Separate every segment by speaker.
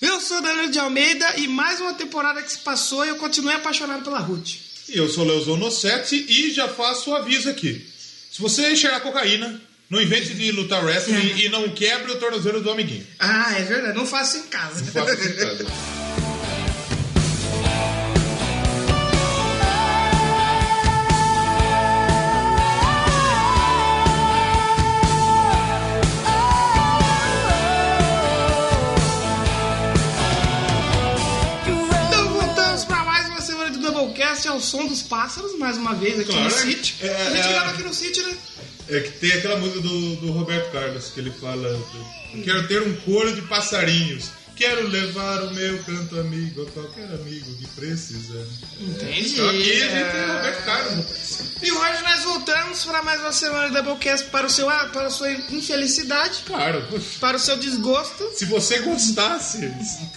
Speaker 1: Eu sou Danilo de Almeida e mais uma temporada que se passou e eu continuei apaixonado pela Ruth.
Speaker 2: E eu sou Leozono 7 e já faço o aviso aqui. Se você cheirar cocaína, não invente de lutar wrestling e não quebre o tornozelo do amiguinho.
Speaker 1: Ah, é verdade, não faço em casa.
Speaker 2: Não faça isso em casa.
Speaker 1: Então voltamos para mais uma semana de Doublecast ao som dos pássaros, mais uma vez aqui no
Speaker 2: Claro.
Speaker 1: City.
Speaker 2: É,
Speaker 1: a gente
Speaker 2: é.
Speaker 1: grava aqui no City, né?
Speaker 2: É que tem aquela música do, do Roberto Carlos que ele fala: do, Quero ter um coro de passarinhos. Quero levar o meu canto amigo a qualquer amigo que precisa.
Speaker 1: Entendi.
Speaker 2: Então aqui a gente é Roberto Carlos.
Speaker 1: E hoje nós voltamos para mais uma semana de Doublecast para, o seu, ah, para a sua infelicidade,
Speaker 2: Claro.
Speaker 1: para o seu desgosto.
Speaker 2: Se você gostasse,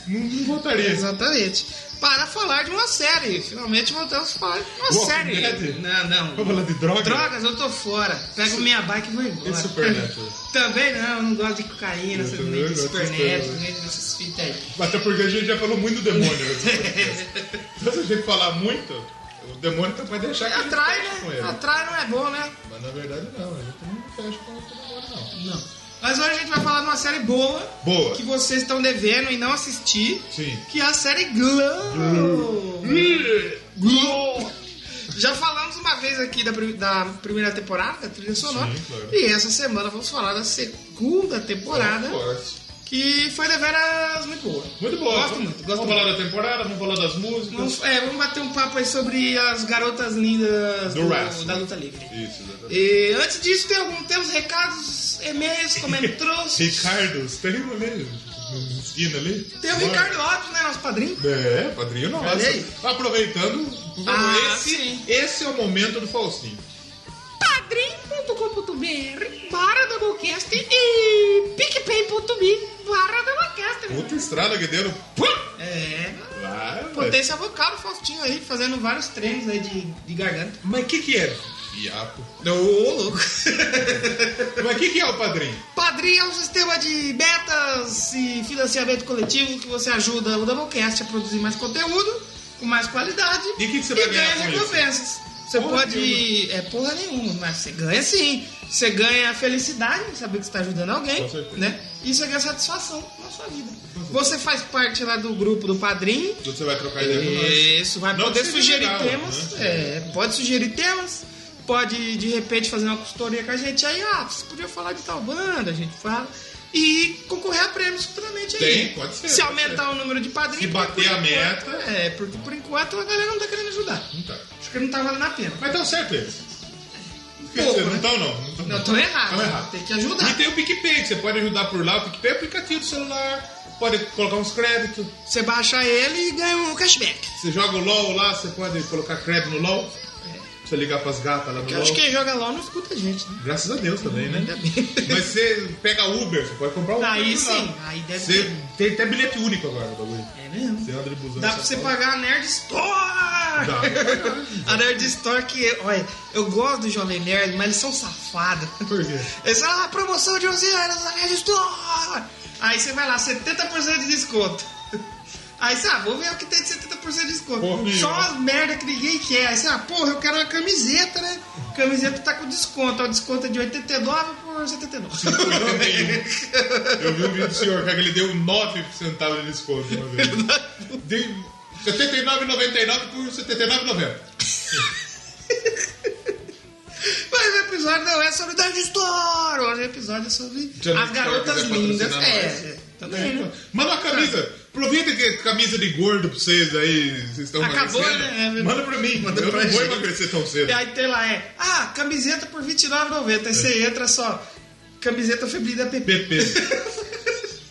Speaker 2: não, não voltaria.
Speaker 1: Exatamente. Para falar de uma série. Finalmente voltamos a falar de uma
Speaker 2: Walking
Speaker 1: série.
Speaker 2: Dead?
Speaker 1: Não, não.
Speaker 2: Vamos falar de droga?
Speaker 1: Drogas, eu tô fora. Pego minha bike e vou embora.
Speaker 2: E Supernatural?
Speaker 1: Também não, não gosto de cocaína,
Speaker 2: Eu
Speaker 1: essas
Speaker 2: também
Speaker 1: nem de
Speaker 2: gosto
Speaker 1: super
Speaker 2: dessas
Speaker 1: neto,
Speaker 2: coisas.
Speaker 1: nem dessas fitas aí.
Speaker 2: Até porque a gente já falou muito do demônio. nesse podcast. Então, se a gente falar muito, o demônio tá vai deixar que a gente
Speaker 1: Atrai,
Speaker 2: feche com ele.
Speaker 1: né? Atrai não é bom, né?
Speaker 2: Mas na verdade não, a gente não fecha com o demônio não.
Speaker 1: Não. Mas hoje a gente vai falar de uma série boa,
Speaker 2: Boa.
Speaker 1: que vocês estão devendo e não assistir,
Speaker 2: Sim.
Speaker 1: que é a série Glow. Glow. Já falamos uma vez aqui da, prim- da primeira temporada, da trilha sonora.
Speaker 2: claro.
Speaker 1: E essa semana vamos falar da segunda temporada,
Speaker 2: Forte.
Speaker 1: que foi deveras muito boa.
Speaker 2: Muito boa.
Speaker 1: Gosto muito, gosto
Speaker 2: vamos
Speaker 1: muito.
Speaker 2: falar da temporada, vamos falar das músicas.
Speaker 1: Vamos, é, vamos bater um papo aí sobre as garotas lindas
Speaker 2: Do wrestling.
Speaker 1: da luta livre.
Speaker 2: Isso, exatamente.
Speaker 1: E antes disso, tem algum, temos recados, e-mails, é comentários.
Speaker 2: Ricardo, você tem um ali na esquina ali?
Speaker 1: tem o
Speaker 2: Bora.
Speaker 1: Ricardo Otto, né, nosso padrinho?
Speaker 2: É, padrinho nosso.
Speaker 1: Olha aí.
Speaker 2: Aproveitando, por favor,
Speaker 1: Ah, sim.
Speaker 2: esse, esse é o momento do Faustinho.
Speaker 1: padrim.com.br barra Doublecast e picpay.me barra Doublecast.
Speaker 2: Outra estrada que deram.
Speaker 1: É,
Speaker 2: Vai, vai.
Speaker 1: potência vocal do Faustinho aí, fazendo vários treinos aí de, de garganta.
Speaker 2: Mas o que que é? Fiapo.
Speaker 1: Ô, louco.
Speaker 2: Mas o que que é o padrinho?
Speaker 1: Padrim é um sistema de metas e financiamento coletivo que você ajuda o Doublecast a produzir mais conteúdo, com mais qualidade
Speaker 2: E o que que você vai ganhar
Speaker 1: ganha
Speaker 2: com isso?
Speaker 1: recompensas. Você
Speaker 2: Porra
Speaker 1: pode. É porra nenhuma, mas você ganha sim. Você ganha felicidade em saber que você está ajudando alguém,
Speaker 2: Com certeza.
Speaker 1: né? E você ganha satisfação na sua vida. Você faz parte lá do grupo do Padrim.
Speaker 2: Você vai trocar ideia com nós.
Speaker 1: Isso, vai
Speaker 2: Não
Speaker 1: poder
Speaker 2: precisa
Speaker 1: sugerir
Speaker 2: ligar,
Speaker 1: temas.
Speaker 2: né?
Speaker 1: É, pode sugerir temas. Pode, de repente, fazer uma consultoria com a gente aí. Ah, você podia falar de tal banda, a gente fala. E concorrer a prêmios futuramente aí.
Speaker 2: Tem, pode ser,
Speaker 1: Se
Speaker 2: pode
Speaker 1: aumentar o número de padrinhos.
Speaker 2: Se bater
Speaker 1: por
Speaker 2: a
Speaker 1: enquanto-
Speaker 2: meta.
Speaker 1: É, porque por enquanto a galera não tá querendo ajudar.
Speaker 2: Não tá.
Speaker 1: Acho que não tá valendo a pena.
Speaker 2: Mas estão certo eles. Quer
Speaker 1: Pouco,
Speaker 2: dizer,
Speaker 1: né?
Speaker 2: não estão não. Não, tão,
Speaker 1: Não, tô errado.
Speaker 2: Tão errado.
Speaker 1: Tem que ajudar.
Speaker 2: E tem o PicPay, que você pode ajudar por lá. O PicPay é o aplicativo do celular. Pode colocar uns créditos.
Speaker 1: Você baixa ele e ganha um cashback.
Speaker 2: Você joga o LOL lá, você pode colocar crédito no LOL. Você ligar pras gatas lá no
Speaker 1: Porque eu
Speaker 2: LOL.
Speaker 1: acho que quem joga LOL não escuta a gente, né?
Speaker 2: Graças a Deus também, né?
Speaker 1: Ainda bem.
Speaker 2: Mas você pega Uber, você pode comprar um Uber.
Speaker 1: Aí
Speaker 2: por lá.
Speaker 1: sim, aí deve
Speaker 2: Você
Speaker 1: ser.
Speaker 2: tem até bilhete único agora, o bagulho.
Speaker 1: É mesmo.
Speaker 2: Você anda de busão.
Speaker 1: Dá
Speaker 2: em
Speaker 1: pra
Speaker 2: São
Speaker 1: você
Speaker 2: Paulo.
Speaker 1: pagar a Nerd Store!
Speaker 2: Dá.
Speaker 1: a Nerd Store que, é- olha, eu gosto do Jovem Nerd, mas eles são safados.
Speaker 2: Por quê?
Speaker 1: Eles falam, ah, promoção de 11 anos na Nerd Store! Aí você vai lá, 70% de desconto. Aí você, ah, vou ver o que tem de 70% de desconto.
Speaker 2: Porra nenhuma.
Speaker 1: Só as merda que ninguém quer. Aí você, ah, porra, eu quero uma camiseta, né? Camiseta tá com desconto. Ó, O desconto é de 89 por 79.
Speaker 2: Eu vi um vídeo do senhor cara, que ele deu 9 centavos de desconto uma vez. Deu 79,99 por 79,90.
Speaker 1: Mas o episódio não é sobre Nerd Store! Hoje o episódio é sobre
Speaker 2: Se a Nerd
Speaker 1: as garotas
Speaker 2: Store quiser
Speaker 1: lindas.
Speaker 2: patrocinar
Speaker 1: É,
Speaker 2: nós.
Speaker 1: é, também, né?
Speaker 2: Manda uma camisa. Aproveita que é camisa de gordo pra vocês aí. Vocês estão
Speaker 1: Acabou,
Speaker 2: emagrecendo.
Speaker 1: né? É verdade.
Speaker 2: Manda pra mim.
Speaker 1: Manda
Speaker 2: eu
Speaker 1: pra
Speaker 2: não vou
Speaker 1: gente.
Speaker 2: emagrecer tão cedo.
Speaker 1: E aí tem lá, é. Ah, camiseta por R$29,90. Aí
Speaker 2: É.
Speaker 1: você entra só. Camiseta febril da PP.
Speaker 2: PP.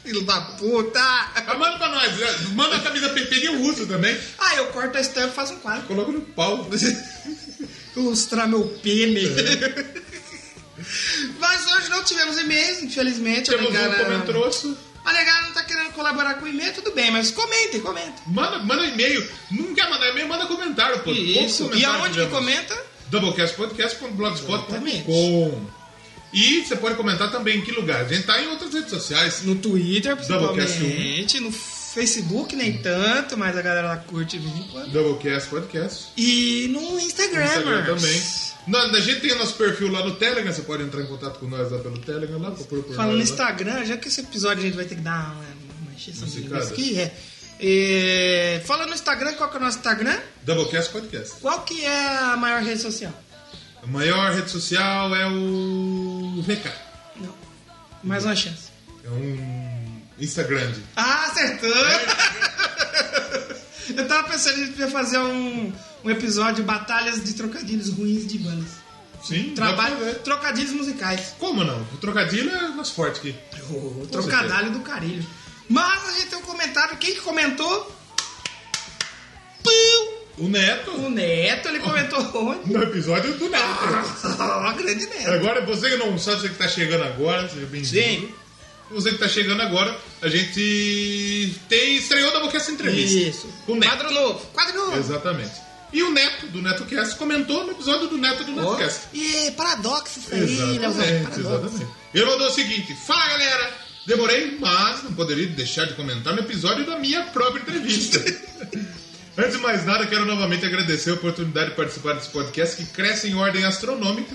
Speaker 1: Filho da puta!
Speaker 2: Mas manda pra nós. né? Manda a camisa PP que eu uso também.
Speaker 1: Ah, eu corto a estampa e faço um quadro.
Speaker 2: Coloca no pau.
Speaker 1: Ilustrar meu pene.
Speaker 2: É.
Speaker 1: Mas hoje não tivemos e-mails, infelizmente.
Speaker 2: Temos
Speaker 1: a
Speaker 2: um
Speaker 1: negada-
Speaker 2: comentroço.
Speaker 1: A negada não tá querendo colaborar com o e-mail, tudo bem, mas comentem, comentem.
Speaker 2: Manda, manda e-mail. Não quer mandar e-mail, manda comentário. Pô. Poucos
Speaker 1: E
Speaker 2: comentários
Speaker 1: aonde que
Speaker 2: tivemos.
Speaker 1: comenta?
Speaker 2: doublecastpodcast.blogspot.com
Speaker 1: Exatamente.
Speaker 2: E você pode comentar também em que lugar? A gente tá em outras redes sociais.
Speaker 1: No Twitter,
Speaker 2: Doublecast um.
Speaker 1: principalmente, no Facebook nem tanto, mas a galera lá curte de vez em quando.
Speaker 2: Doublecast Podcast.
Speaker 1: E no
Speaker 2: No
Speaker 1: Instagram.
Speaker 2: Instagram
Speaker 1: mano.
Speaker 2: também. Na- a gente tem o nosso perfil lá no Telegram, você pode entrar em contato com nós lá pelo Telegram, lá procura por
Speaker 1: Falando no
Speaker 2: nós. lá.
Speaker 1: Instagram, já que esse episódio a gente vai ter que dar uma, uma encheção de
Speaker 2: Musicada.
Speaker 1: linguiça aqui, é. É, Fala no Instagram, qual que é o nosso Instagram?
Speaker 2: Doublecast Podcast.
Speaker 1: Qual que é a maior rede social?
Speaker 2: A maior rede social é o VK.
Speaker 1: Não. Mais uma chance.
Speaker 2: É um Instagram.
Speaker 1: Ah, acertou!
Speaker 2: É.
Speaker 1: Eu tava pensando que a gente podia fazer um, um episódio Batalhas de Trocadilhos Ruins de Bandas.
Speaker 2: Sim, dá pra
Speaker 1: Trabalho,
Speaker 2: ver.
Speaker 1: trocadilhos musicais.
Speaker 2: Como não? O trocadilho é o nosso forte aqui.
Speaker 1: O trocadalho do carilho. Mas a gente tem um comentário. Quem que comentou? Pum!
Speaker 2: O Neto,
Speaker 1: O Neto, ele comentou onde?
Speaker 2: no episódio do Neto.
Speaker 1: Ah, grande Neto.
Speaker 2: Agora, você que não sabe, você que tá chegando agora, seja bem-vindo.
Speaker 1: Sim.
Speaker 2: Você que tá chegando agora, a gente tem, estreou da Boquessa Entrevista.
Speaker 1: Isso.
Speaker 2: O Neto.
Speaker 1: Quadro novo. Quadro novo.
Speaker 2: Exatamente. E o Neto, do NetoCast, comentou no episódio do Neto do
Speaker 1: Ó, é
Speaker 2: NetoCast.
Speaker 1: E paradoxo isso aí, Leozão.
Speaker 2: Exatamente,
Speaker 1: Paradoxo.
Speaker 2: exatamente. Ele mandou o seguinte: Fala galera, demorei, mas não poderia deixar de comentar no episódio da minha própria entrevista. Antes de mais nada, quero novamente agradecer a oportunidade de participar desse podcast que cresce em ordem astronômica.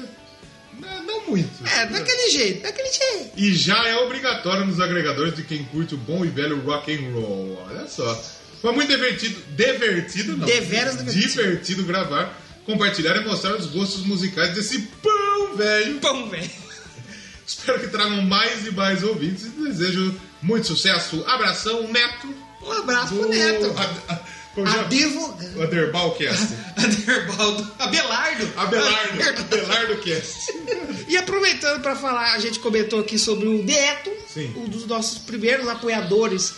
Speaker 2: Não, não muito.
Speaker 1: É, daquele jeito, daquele jeito.
Speaker 2: E já é obrigatório nos agregadores de quem curte o bom e velho rock and roll. Olha só. Foi muito divertido, divertido não.
Speaker 1: Deveras divertido.
Speaker 2: divertido gravar, compartilhar e mostrar os gostos musicais desse pão velho.
Speaker 1: Pão, velho.
Speaker 2: Espero que tragam mais e mais ouvintes e desejo muito sucesso. Abração, Neto.
Speaker 1: Um abraço pro
Speaker 2: do-
Speaker 1: Neto.
Speaker 2: A, a, como chama?
Speaker 1: Advogado.
Speaker 2: O Aderbalcast.
Speaker 1: Aderbaldo. Abelardo.
Speaker 2: Abelardo. Abelardo Cast.
Speaker 1: E aproveitando para falar, a gente comentou aqui sobre o Neto,
Speaker 2: Sim.
Speaker 1: um dos nossos primeiros apoiadores,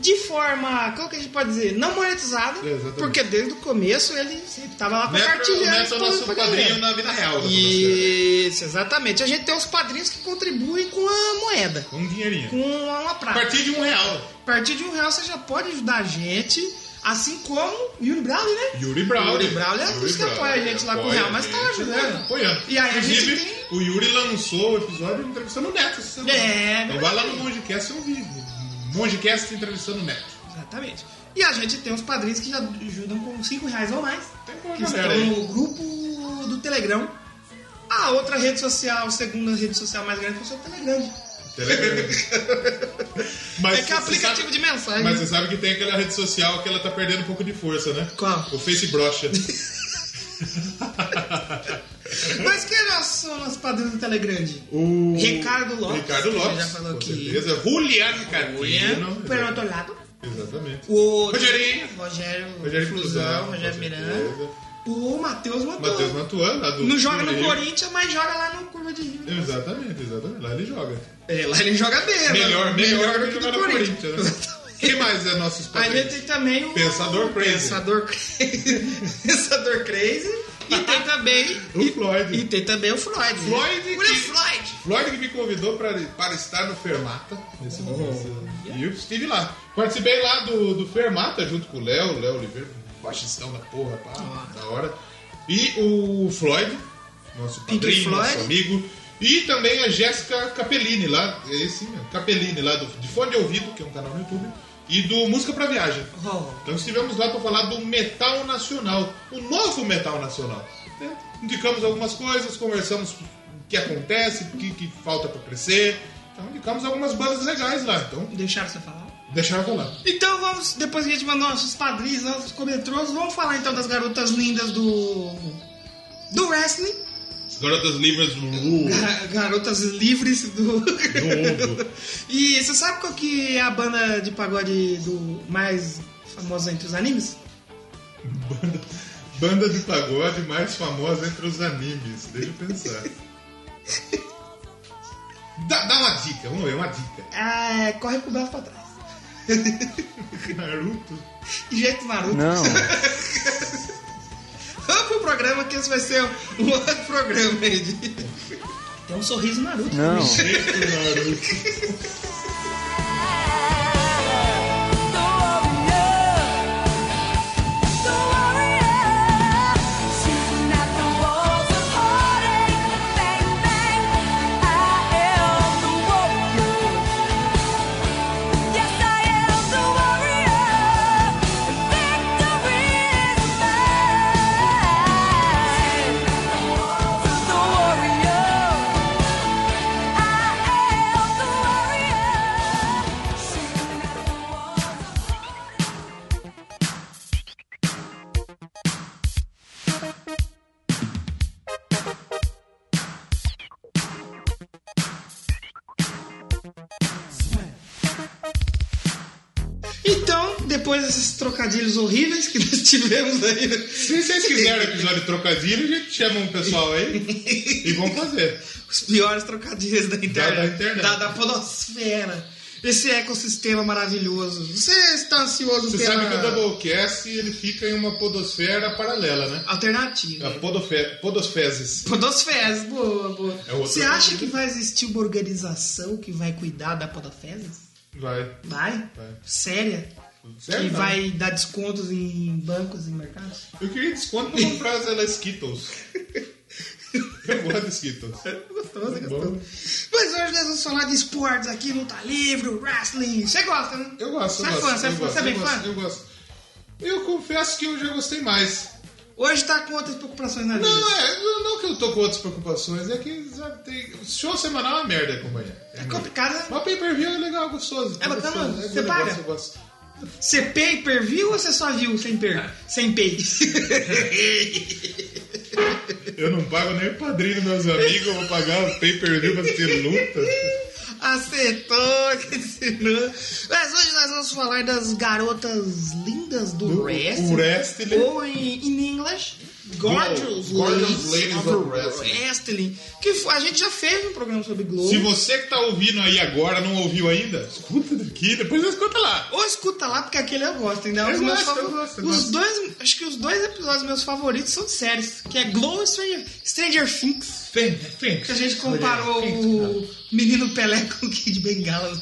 Speaker 1: de forma, como que a gente pode dizer, não monetizada,
Speaker 2: É, exatamente.
Speaker 1: porque desde o começo ele sempre tava lá
Speaker 2: Neto,
Speaker 1: compartilhando.
Speaker 2: Neto é o
Speaker 1: tudo
Speaker 2: nosso
Speaker 1: pra galera.
Speaker 2: padrinho na vida real. tá falando
Speaker 1: Isso, exatamente. A gente tem os padrinhos que contribuem com a moeda,
Speaker 2: sério. Com um dinheirinho.
Speaker 1: com uma
Speaker 2: A
Speaker 1: prata.
Speaker 2: partir de um real.
Speaker 1: A partir de um real você já pode ajudar a gente, assim como o Yuri Brown, né?
Speaker 2: Yuri Brown.
Speaker 1: Yuri Brawley é dos que apoia a gente lá com o Real, mas tá ajudando.
Speaker 2: Apoiando.
Speaker 1: E aí a gente
Speaker 2: Inclusive,
Speaker 1: tem-
Speaker 2: o Yuri lançou o episódio entrevistando o Neto. essa semana.
Speaker 1: É,
Speaker 2: Então vai lá no Mongecast e ouvir. Mongecast entrevistando o Neto.
Speaker 1: Exatamente. E a gente tem os padrinhos que já ajudam com 5 reais ou mais.
Speaker 2: Tem uma
Speaker 1: que
Speaker 2: galera
Speaker 1: estão
Speaker 2: aí.
Speaker 1: no grupo do Telegram. A outra rede social, a segunda rede social mais grande, que eu sou o Telegram.
Speaker 2: Telegram. mas
Speaker 1: é que é
Speaker 2: você
Speaker 1: um aplicativo
Speaker 2: sabe-
Speaker 1: de mensagem.
Speaker 2: Mas você sabe que tem aquela rede social que ela tá perdendo um pouco de força, né?
Speaker 1: Qual?
Speaker 2: O Face Brocha.
Speaker 1: Mas quem é são os padrinhos do Telegram?
Speaker 2: O...
Speaker 1: Ricardo Lopes,
Speaker 2: Ricardo
Speaker 1: que
Speaker 2: Lopes.
Speaker 1: já falou
Speaker 2: com
Speaker 1: que-
Speaker 2: certeza. Juliano
Speaker 1: Ian,
Speaker 2: Catino.
Speaker 1: pelo outro lado.
Speaker 2: Exatamente.
Speaker 1: O outro-
Speaker 2: Rogerinho.
Speaker 1: Rogério,
Speaker 2: Rogério
Speaker 1: Flusão,
Speaker 2: Flusão,
Speaker 1: Rogério
Speaker 2: com
Speaker 1: Miranda.
Speaker 2: certeza.
Speaker 1: O Matheus Matou.
Speaker 2: Matheus Mantuan, lá do.
Speaker 1: Não joga
Speaker 2: do
Speaker 1: no
Speaker 2: Rio.
Speaker 1: Corinthians, mas joga lá no Curva de Rio.
Speaker 2: Exatamente, exatamente. Lá ele joga.
Speaker 1: É, lá ele joga bem.
Speaker 2: Melhor,
Speaker 1: mano.
Speaker 2: melhor,
Speaker 1: do que no Corinthians.
Speaker 2: né? Quem mais é nosso
Speaker 1: A gente
Speaker 2: espadrinho?
Speaker 1: tem também o.
Speaker 2: Pensador Crazy.
Speaker 1: Pensador Crazy. Pensador Crazy. E tem também.
Speaker 2: O
Speaker 1: e,
Speaker 2: Floyd.
Speaker 1: e tem também o Floyd. né?
Speaker 2: Floyd
Speaker 1: Olha
Speaker 2: que-
Speaker 1: o Floyd.
Speaker 2: Floyd que me convidou para, para estar no Fermata. Nesse
Speaker 1: Oh.
Speaker 2: momento. E eu estive lá. Participei lá do, do Fermata junto com o Léo, o Léo Oliveira, baixistão da porra, pá,
Speaker 1: Ah.
Speaker 2: da hora. E o Floyd, nosso
Speaker 1: Pink
Speaker 2: padrinho, nosso
Speaker 1: Floyd.
Speaker 2: amigo. E também a Jéssica Capellini lá, é esse mesmo, Capellini lá do, de Fone de Ouvido, que é um canal no YouTube, e do Música pra Viagem.
Speaker 1: Oh,
Speaker 2: Então estivemos lá para falar do metal nacional, o novo metal nacional. né? Indicamos algumas coisas, conversamos o que acontece, o que, que falta para crescer. Então indicamos algumas bandas legais lá. Então
Speaker 1: deixaram você falar?
Speaker 2: deixaram falar.
Speaker 1: Então vamos, depois que a gente mandou nossos padrinhos, nossos comentrosos, vamos falar então das garotas lindas do. do wrestling.
Speaker 2: As garotas livres do mundo.
Speaker 1: Ga- Garotas livres do. e você sabe qual que é a banda de pagode do mais famosa entre os animes?
Speaker 2: Banda, banda de pagode mais famosa entre os animes. Deixa eu pensar. Dá, dá uma dica, vamos ver, uma dica.
Speaker 1: Ah, corre com o braço pra trás.
Speaker 2: Naruto.
Speaker 1: De jeito Naruto.
Speaker 3: Não.
Speaker 1: Vamos pro programa que esse vai ser um outro programa aí. De... Tem um sorriso Naruto.
Speaker 3: Não.
Speaker 2: Jeito Naruto.
Speaker 4: The warrior, the warrior, shooting at the walls of heartache. Bang bang, I am the warrior. Yes, I am the warrior.
Speaker 1: Então, depois desses trocadilhos horríveis que nós tivemos aí.
Speaker 2: Se vocês quiserem episódio trocadilho, a gente chama um pessoal aí e vamos fazer.
Speaker 1: Os piores trocadilhos da internet.
Speaker 2: da internet.
Speaker 1: Da, da podosfera. Esse ecossistema maravilhoso. Você está ansioso
Speaker 2: Você
Speaker 1: pela
Speaker 2: sabe que o Doublecast ele fica em uma podosfera paralela, né?
Speaker 1: alternativa.
Speaker 2: A podofe... Podosfezes.
Speaker 1: Podosfezes, boa, boa.
Speaker 2: É outro
Speaker 1: Você
Speaker 2: nome.
Speaker 1: acha que vai existir uma organização que vai cuidar da Podosfezes?
Speaker 2: Vai.
Speaker 1: Vai?
Speaker 2: Vai.
Speaker 1: Séria?
Speaker 2: Sério,
Speaker 1: que
Speaker 2: não.
Speaker 1: vai dar descontos em bancos e mercados?
Speaker 2: Eu queria desconto pra comprar as elas Skittles. Eu gosto de Skittles.
Speaker 1: Gostoso,
Speaker 2: Tá Bom.
Speaker 1: gostoso. Mas hoje nós vamos falar de esportes aqui, luta livre, wrestling. Você gosta, né?
Speaker 2: Eu gosto, eu
Speaker 1: Você é
Speaker 2: gosto.
Speaker 1: fã, você é
Speaker 2: eu
Speaker 1: fã,
Speaker 2: gosto,
Speaker 1: você é bem
Speaker 2: eu
Speaker 1: fã?
Speaker 2: gosto, eu gosto. Eu confesso que eu já gostei mais.
Speaker 1: Hoje tá com outras preocupações na vida.
Speaker 2: Não, é, não- não que eu tô com outras preocupações, é que sabe, tem, show semanal é uma merda acompanhar.
Speaker 1: É complicado, né?
Speaker 2: Mas pay per view é legal, gostoso.
Speaker 1: É bacana,
Speaker 2: gostoso,
Speaker 1: você
Speaker 2: bom
Speaker 1: paga?
Speaker 2: negócio, eu gosto.
Speaker 1: Você pay per view ou você só viu sem per?
Speaker 2: É.
Speaker 1: Sem pay?
Speaker 2: Eu não pago nem o padrinho dos meus amigos, eu vou pagar o pay per view pra ter luta.
Speaker 1: Acertou, que ensinou. Mas hoje nós vamos falar das garotas lindas do,
Speaker 2: Do-
Speaker 1: wrestling.
Speaker 2: o wrestling.
Speaker 1: Ou em in English, Gorgeous,
Speaker 2: Gorgeous
Speaker 1: Ladies
Speaker 2: Ladies
Speaker 1: of
Speaker 2: of
Speaker 1: wrestling.
Speaker 2: Wrestling.
Speaker 1: Que fo- a gente já fez um programa sobre Globo.
Speaker 2: Se você que tá ouvindo aí agora não ouviu ainda, escuta daqui, depois você escuta lá.
Speaker 1: Ou escuta lá, porque aquele eu gosto. Ainda é um
Speaker 2: Eu
Speaker 1: dos meus
Speaker 2: gosto, eu
Speaker 1: favor-
Speaker 2: gosto, eu
Speaker 1: Os
Speaker 2: gosto.
Speaker 1: dois, acho que os dois episódios meus favoritos são de séries, que é Glow e Stranger, Stranger Things.
Speaker 2: Vem, vem.
Speaker 1: Que a gente comparou o menino Pelé com o Kid Bengala.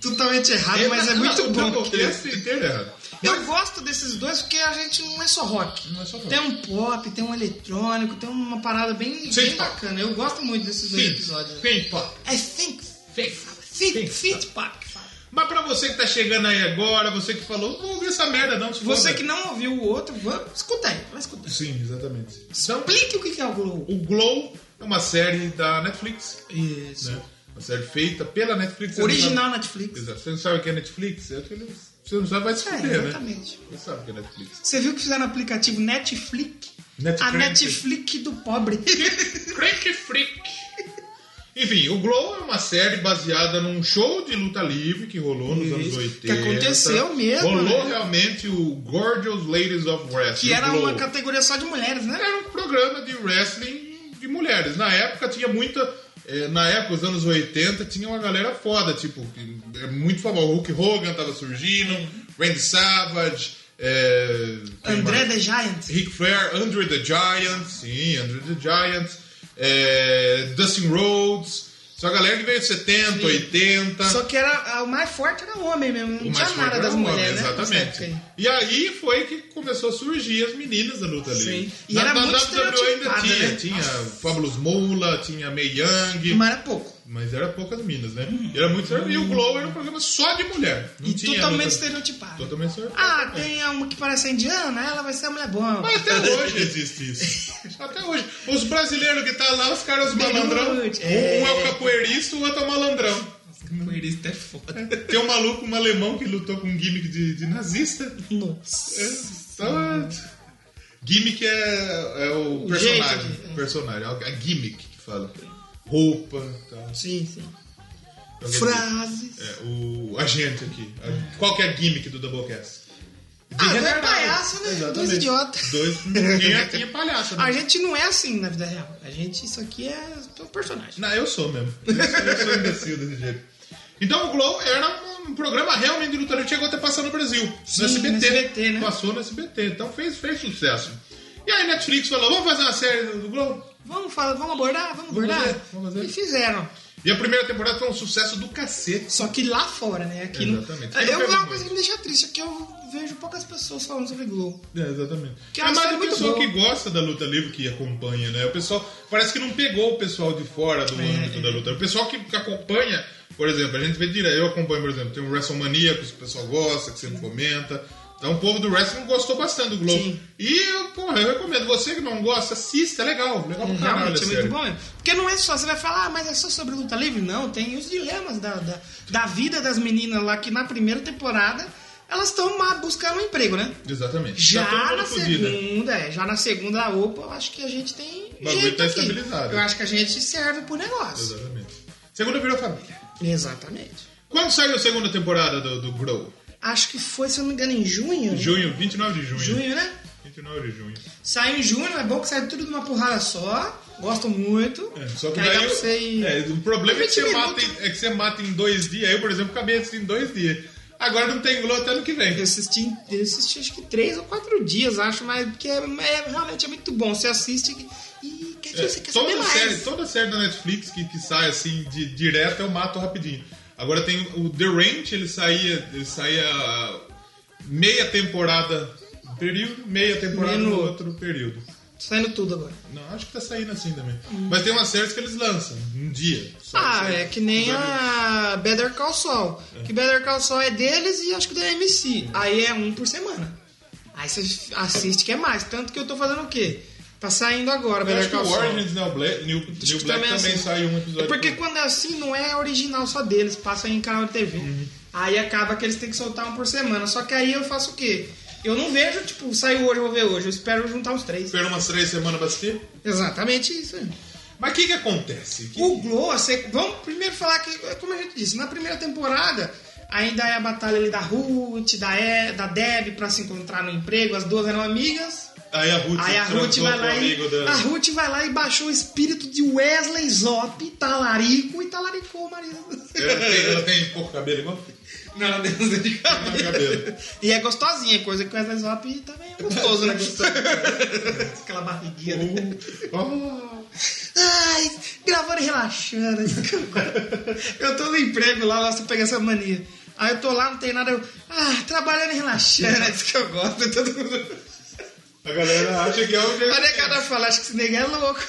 Speaker 1: Totalmente
Speaker 2: Ah,
Speaker 1: errado, mas é muito bom.
Speaker 2: porque esse inteiro é errado.
Speaker 1: Eu gosto desses dois porque a gente não é só rock.
Speaker 2: Não é só rock.
Speaker 1: um Tem um pop, tem um eletrônico, tem uma parada bem,
Speaker 2: Sim.
Speaker 1: bem bacana. Eu gosto muito desses dois episódios.
Speaker 2: Vem, pop.
Speaker 1: É Think.
Speaker 2: Think.
Speaker 1: Think.
Speaker 2: Think.
Speaker 1: Think Pop. que fala.
Speaker 2: Mas pra você que tá chegando aí agora, você que falou, não ouvi essa merda não. se
Speaker 1: Você
Speaker 2: foda.
Speaker 1: que não ouviu o outro, vamos, escuta aí, vai escutar.
Speaker 2: Sim, exatamente. Então,
Speaker 1: Explique o que que é o Glow.
Speaker 2: o Glow é uma série da Netflix,
Speaker 1: Isso.
Speaker 2: né? Uma série feita pela Netflix. Você não
Speaker 1: Original Netflix.
Speaker 2: sabe- Exato. Você não sabe o que é Netflix? É aquele- Você não sabe, vai se
Speaker 1: É,
Speaker 2: fuder, né?
Speaker 1: exatamente.
Speaker 2: Você sabe o que é Netflix.
Speaker 1: Você viu que fizeram aplicativo Netflix?
Speaker 2: Netflix.
Speaker 1: A Netflix do pobre.
Speaker 2: Freak Freak. Enfim, o Glow é uma série baseada num show de luta livre que rolou nos
Speaker 1: Isso,
Speaker 2: anos
Speaker 1: que
Speaker 2: 80.
Speaker 1: aconteceu mesmo,
Speaker 2: Rolou
Speaker 1: né?
Speaker 2: realmente o Gorgeous Ladies of Wrestling.
Speaker 1: Que
Speaker 2: o
Speaker 1: era
Speaker 2: Glow.
Speaker 1: uma categoria só de mulheres, né?
Speaker 2: Era um programa de wrestling de mulheres. Na época tinha muita. eh, na época, os anos 80, tinha uma galera foda, tipo, que é muito famosa. Hulk Hogan tava surgindo, Randy Savage, eh, quem
Speaker 1: André
Speaker 2: mais?
Speaker 1: the Giant.
Speaker 2: Ric Flair, Andre the Giant, sim, Andre the Giant, eh, Dustin Rhodes. Só a galera que veio de 70, 80.
Speaker 1: Só que era, a- o mais forte era o homem mesmo, não
Speaker 2: O
Speaker 1: tinha
Speaker 2: mais forte
Speaker 1: nada
Speaker 2: era
Speaker 1: das
Speaker 2: o homem,
Speaker 1: mulheres, né?
Speaker 2: Exatamente.
Speaker 1: Nessa época
Speaker 2: E aí foi que começou a surgir as meninas da luta livre.
Speaker 1: E era muito
Speaker 2: ainda
Speaker 1: estereotipada,
Speaker 2: tinha.
Speaker 1: né?
Speaker 2: Tinha
Speaker 1: Nossa.
Speaker 2: Fabulous Moula, tinha Mei
Speaker 1: aí.
Speaker 2: Yang,
Speaker 1: Mas era pouco.
Speaker 2: mas era poucas meninas, né? E era muito E o Glow era um programa só de mulher. Não
Speaker 1: E
Speaker 2: tinha É.
Speaker 1: totalmente
Speaker 2: luta-
Speaker 1: estereotipado.
Speaker 2: Totalmente estereotipado.
Speaker 1: Ah, tem uma que parece a indiana, ela vai ser a mulher boa.
Speaker 2: Mas até hoje existe isso. Até hoje. Os brasileiros que tá lá, os caras malandrão.
Speaker 1: Beirute,
Speaker 2: Um é
Speaker 1: é.
Speaker 2: o capoeirista, o outro é o malandrão.
Speaker 1: Coerista é foda.
Speaker 2: Tem um maluco, um alemão que lutou com um gimmick de- de nazista. É,
Speaker 1: Nossa.
Speaker 2: Só... Gimmick é, é o
Speaker 1: O
Speaker 2: personagem.
Speaker 1: jeito de-
Speaker 2: o personagem, é a gimmick que fala. Roupa então, tal.
Speaker 1: Sim, sim.
Speaker 2: Alguém-
Speaker 1: Frases.
Speaker 2: É, o agente aqui. A- Qual que é a gimmick do Doublecast?
Speaker 1: Ah, dois
Speaker 2: retardado.
Speaker 1: palhaços, né? Dois idiotas.
Speaker 2: Dois. Quem é, quem é palhaço, né?
Speaker 1: A gente não é assim na vida real. A gente, isso aqui é um personagem.
Speaker 2: Não, eu sou mesmo. Eu sou, eu sou imbecil desse jeito. Então o Glow era um- um programa realmente de luta livre. Chegou até passar no Brasil.
Speaker 1: Sim,
Speaker 2: no SBT.
Speaker 1: no SBT, né?
Speaker 2: Passou no SBT. Então fez, fez sucesso. E aí Netflix falou, vamos fazer uma série do Glow?
Speaker 1: Vamos falar, vamos abordar, vamos
Speaker 2: Vamos
Speaker 1: abordar.
Speaker 2: fazer, vamos fazer.
Speaker 1: E fizeram.
Speaker 2: E a primeira temporada foi um sucesso do cacete.
Speaker 1: Só que lá fora, né? Aqui não-
Speaker 2: Exatamente.
Speaker 1: Eu,
Speaker 2: Tem que
Speaker 1: uma
Speaker 2: pegar
Speaker 1: coisa que me deixa triste é que eu vejo poucas pessoas falando sobre Globo.
Speaker 2: É, exatamente.
Speaker 1: Que
Speaker 2: Que
Speaker 1: é uma
Speaker 2: é mais
Speaker 1: série
Speaker 2: o
Speaker 1: muito
Speaker 2: pessoal
Speaker 1: boa.
Speaker 2: que gosta da luta livre que acompanha, né? O pessoal parece que não pegou o pessoal de fora do
Speaker 1: É,
Speaker 2: âmbito
Speaker 1: é.
Speaker 2: da luta. O pessoal que, que acompanha, por exemplo, a gente vê direto, eu acompanho, por exemplo, tem o WrestleMania que o pessoal gosta, que sempre comenta. Então o povo do wrestling gostou bastante do Globo.
Speaker 1: Sim.
Speaker 2: E, eu, porra, eu recomendo. Você que não gosta, assista, é legal. Legal pra caralho,
Speaker 1: Realmente é
Speaker 2: sério.
Speaker 1: muito bom. mesmo. Porque não é só, você vai falar, ah, mas é só sobre luta livre? Não, tem os dilemas da, da, da vida das meninas lá que na primeira temporada elas estão lá buscando um emprego, né?
Speaker 2: Exatamente.
Speaker 1: Já
Speaker 2: todo mundo
Speaker 1: na
Speaker 2: fodido.
Speaker 1: segunda, é, já na segunda opa, eu acho que a gente tem
Speaker 2: O bagulho
Speaker 1: jeito
Speaker 2: tá
Speaker 1: aqui.
Speaker 2: estabilizado.
Speaker 1: Eu acho que a gente serve pro negócio.
Speaker 2: Exatamente. Segunda virou família.
Speaker 1: Exatamente.
Speaker 2: Quando saiu a segunda temporada do, do Grow?
Speaker 1: Acho que foi, se eu não me engano, em junho.
Speaker 2: Junho, 29 de junho.
Speaker 1: Junho, né?
Speaker 2: 29 de junho.
Speaker 1: Saiu em junho, é bom que sai tudo de uma porrada só. Gosto muito.
Speaker 2: É, só que
Speaker 1: aí
Speaker 2: daí.
Speaker 1: dá pra você ir-
Speaker 2: é, o problema é que,
Speaker 1: 20
Speaker 2: você mata
Speaker 1: minutos.
Speaker 2: em, é que você mata em dois dias. Eu, por exemplo, acabei assistindo em dois dias. Agora não tem Glow até ano que vem.
Speaker 1: Eu assisti, eu assisti acho que três ou quatro dias, acho, mas porque é, é- realmente é muito bom. Você assiste e- e quer dizer,
Speaker 2: É,
Speaker 1: você quer saber
Speaker 2: toda,
Speaker 1: mais.
Speaker 2: série, toda série da Netflix que, que sai assim de, direto eu mato rapidinho. Agora tem o The Ranch, ele saía, ele saía ah, meia temporada num período, meia temporada
Speaker 1: Meio no
Speaker 2: no outro período.
Speaker 1: Tô Saindo tudo agora.
Speaker 2: Não, acho que tá saindo assim também. Mas tem umas séries que eles lançam, um dia. só
Speaker 1: Hum. ah,
Speaker 2: que-
Speaker 1: é que nem a Better Call Saul. Que Better Call Saul é deles e acho que da MC. Aí é um por semana. Aí você assiste que é mais. Tanto que eu tô fazendo o quê? Tá saindo agora,
Speaker 2: Eu
Speaker 1: Better
Speaker 2: acho que
Speaker 1: Call
Speaker 2: o
Speaker 1: Saul.
Speaker 2: Origins New Black, New, New
Speaker 1: Acho que
Speaker 2: Black também,
Speaker 1: é assim.
Speaker 2: sai um episódio.
Speaker 1: É porque
Speaker 2: por-
Speaker 1: quando é assim, não é original só deles, passa em canal de TV.
Speaker 2: Uhum.
Speaker 1: Aí acaba que eles têm que soltar um por semana. Só que aí eu faço o quê? Eu não vejo, tipo, saiu hoje, eu vou ver hoje. Eu espero juntar os três.
Speaker 2: Espera umas três semanas pra assistir.
Speaker 1: Exatamente isso. aí.
Speaker 2: Mas o que que acontece? Que-
Speaker 1: O Glow, a sec- vamos primeiro falar que, como a gente disse, na primeira temporada ainda é a batalha ali da Ruth, da, e, da Deb pra se encontrar no emprego. As duas eram amigas.
Speaker 2: Aí a Ruth,
Speaker 1: Aí a Ruth
Speaker 2: transou
Speaker 1: vai
Speaker 2: com
Speaker 1: lá
Speaker 2: o amigo
Speaker 1: e.
Speaker 2: da...
Speaker 1: A Ruth vai lá e baixou o espírito de Wesley Zop, talarico, e talaricou o marido.
Speaker 2: Ela tem, ela tem pouco cabelo igual?
Speaker 1: Não, ela tem uns de cabelo.
Speaker 2: Não, cabelo.
Speaker 1: E é gostosinha, coisa que o Wesley Zop também é gostoso, né? Gostoso. Aquela barriguinha. né?
Speaker 2: Oh.
Speaker 1: Ai, gravando e relaxando. Eu tô no emprego lá, nossa, eu peguei essa mania. Aí eu tô lá, não tem nada. Eu, ah, trabalhando e relaxando, é isso que eu gosto. Todo mundo.
Speaker 2: A galera acha que é o
Speaker 1: Olha a cara fala, acho que esse nego é louco.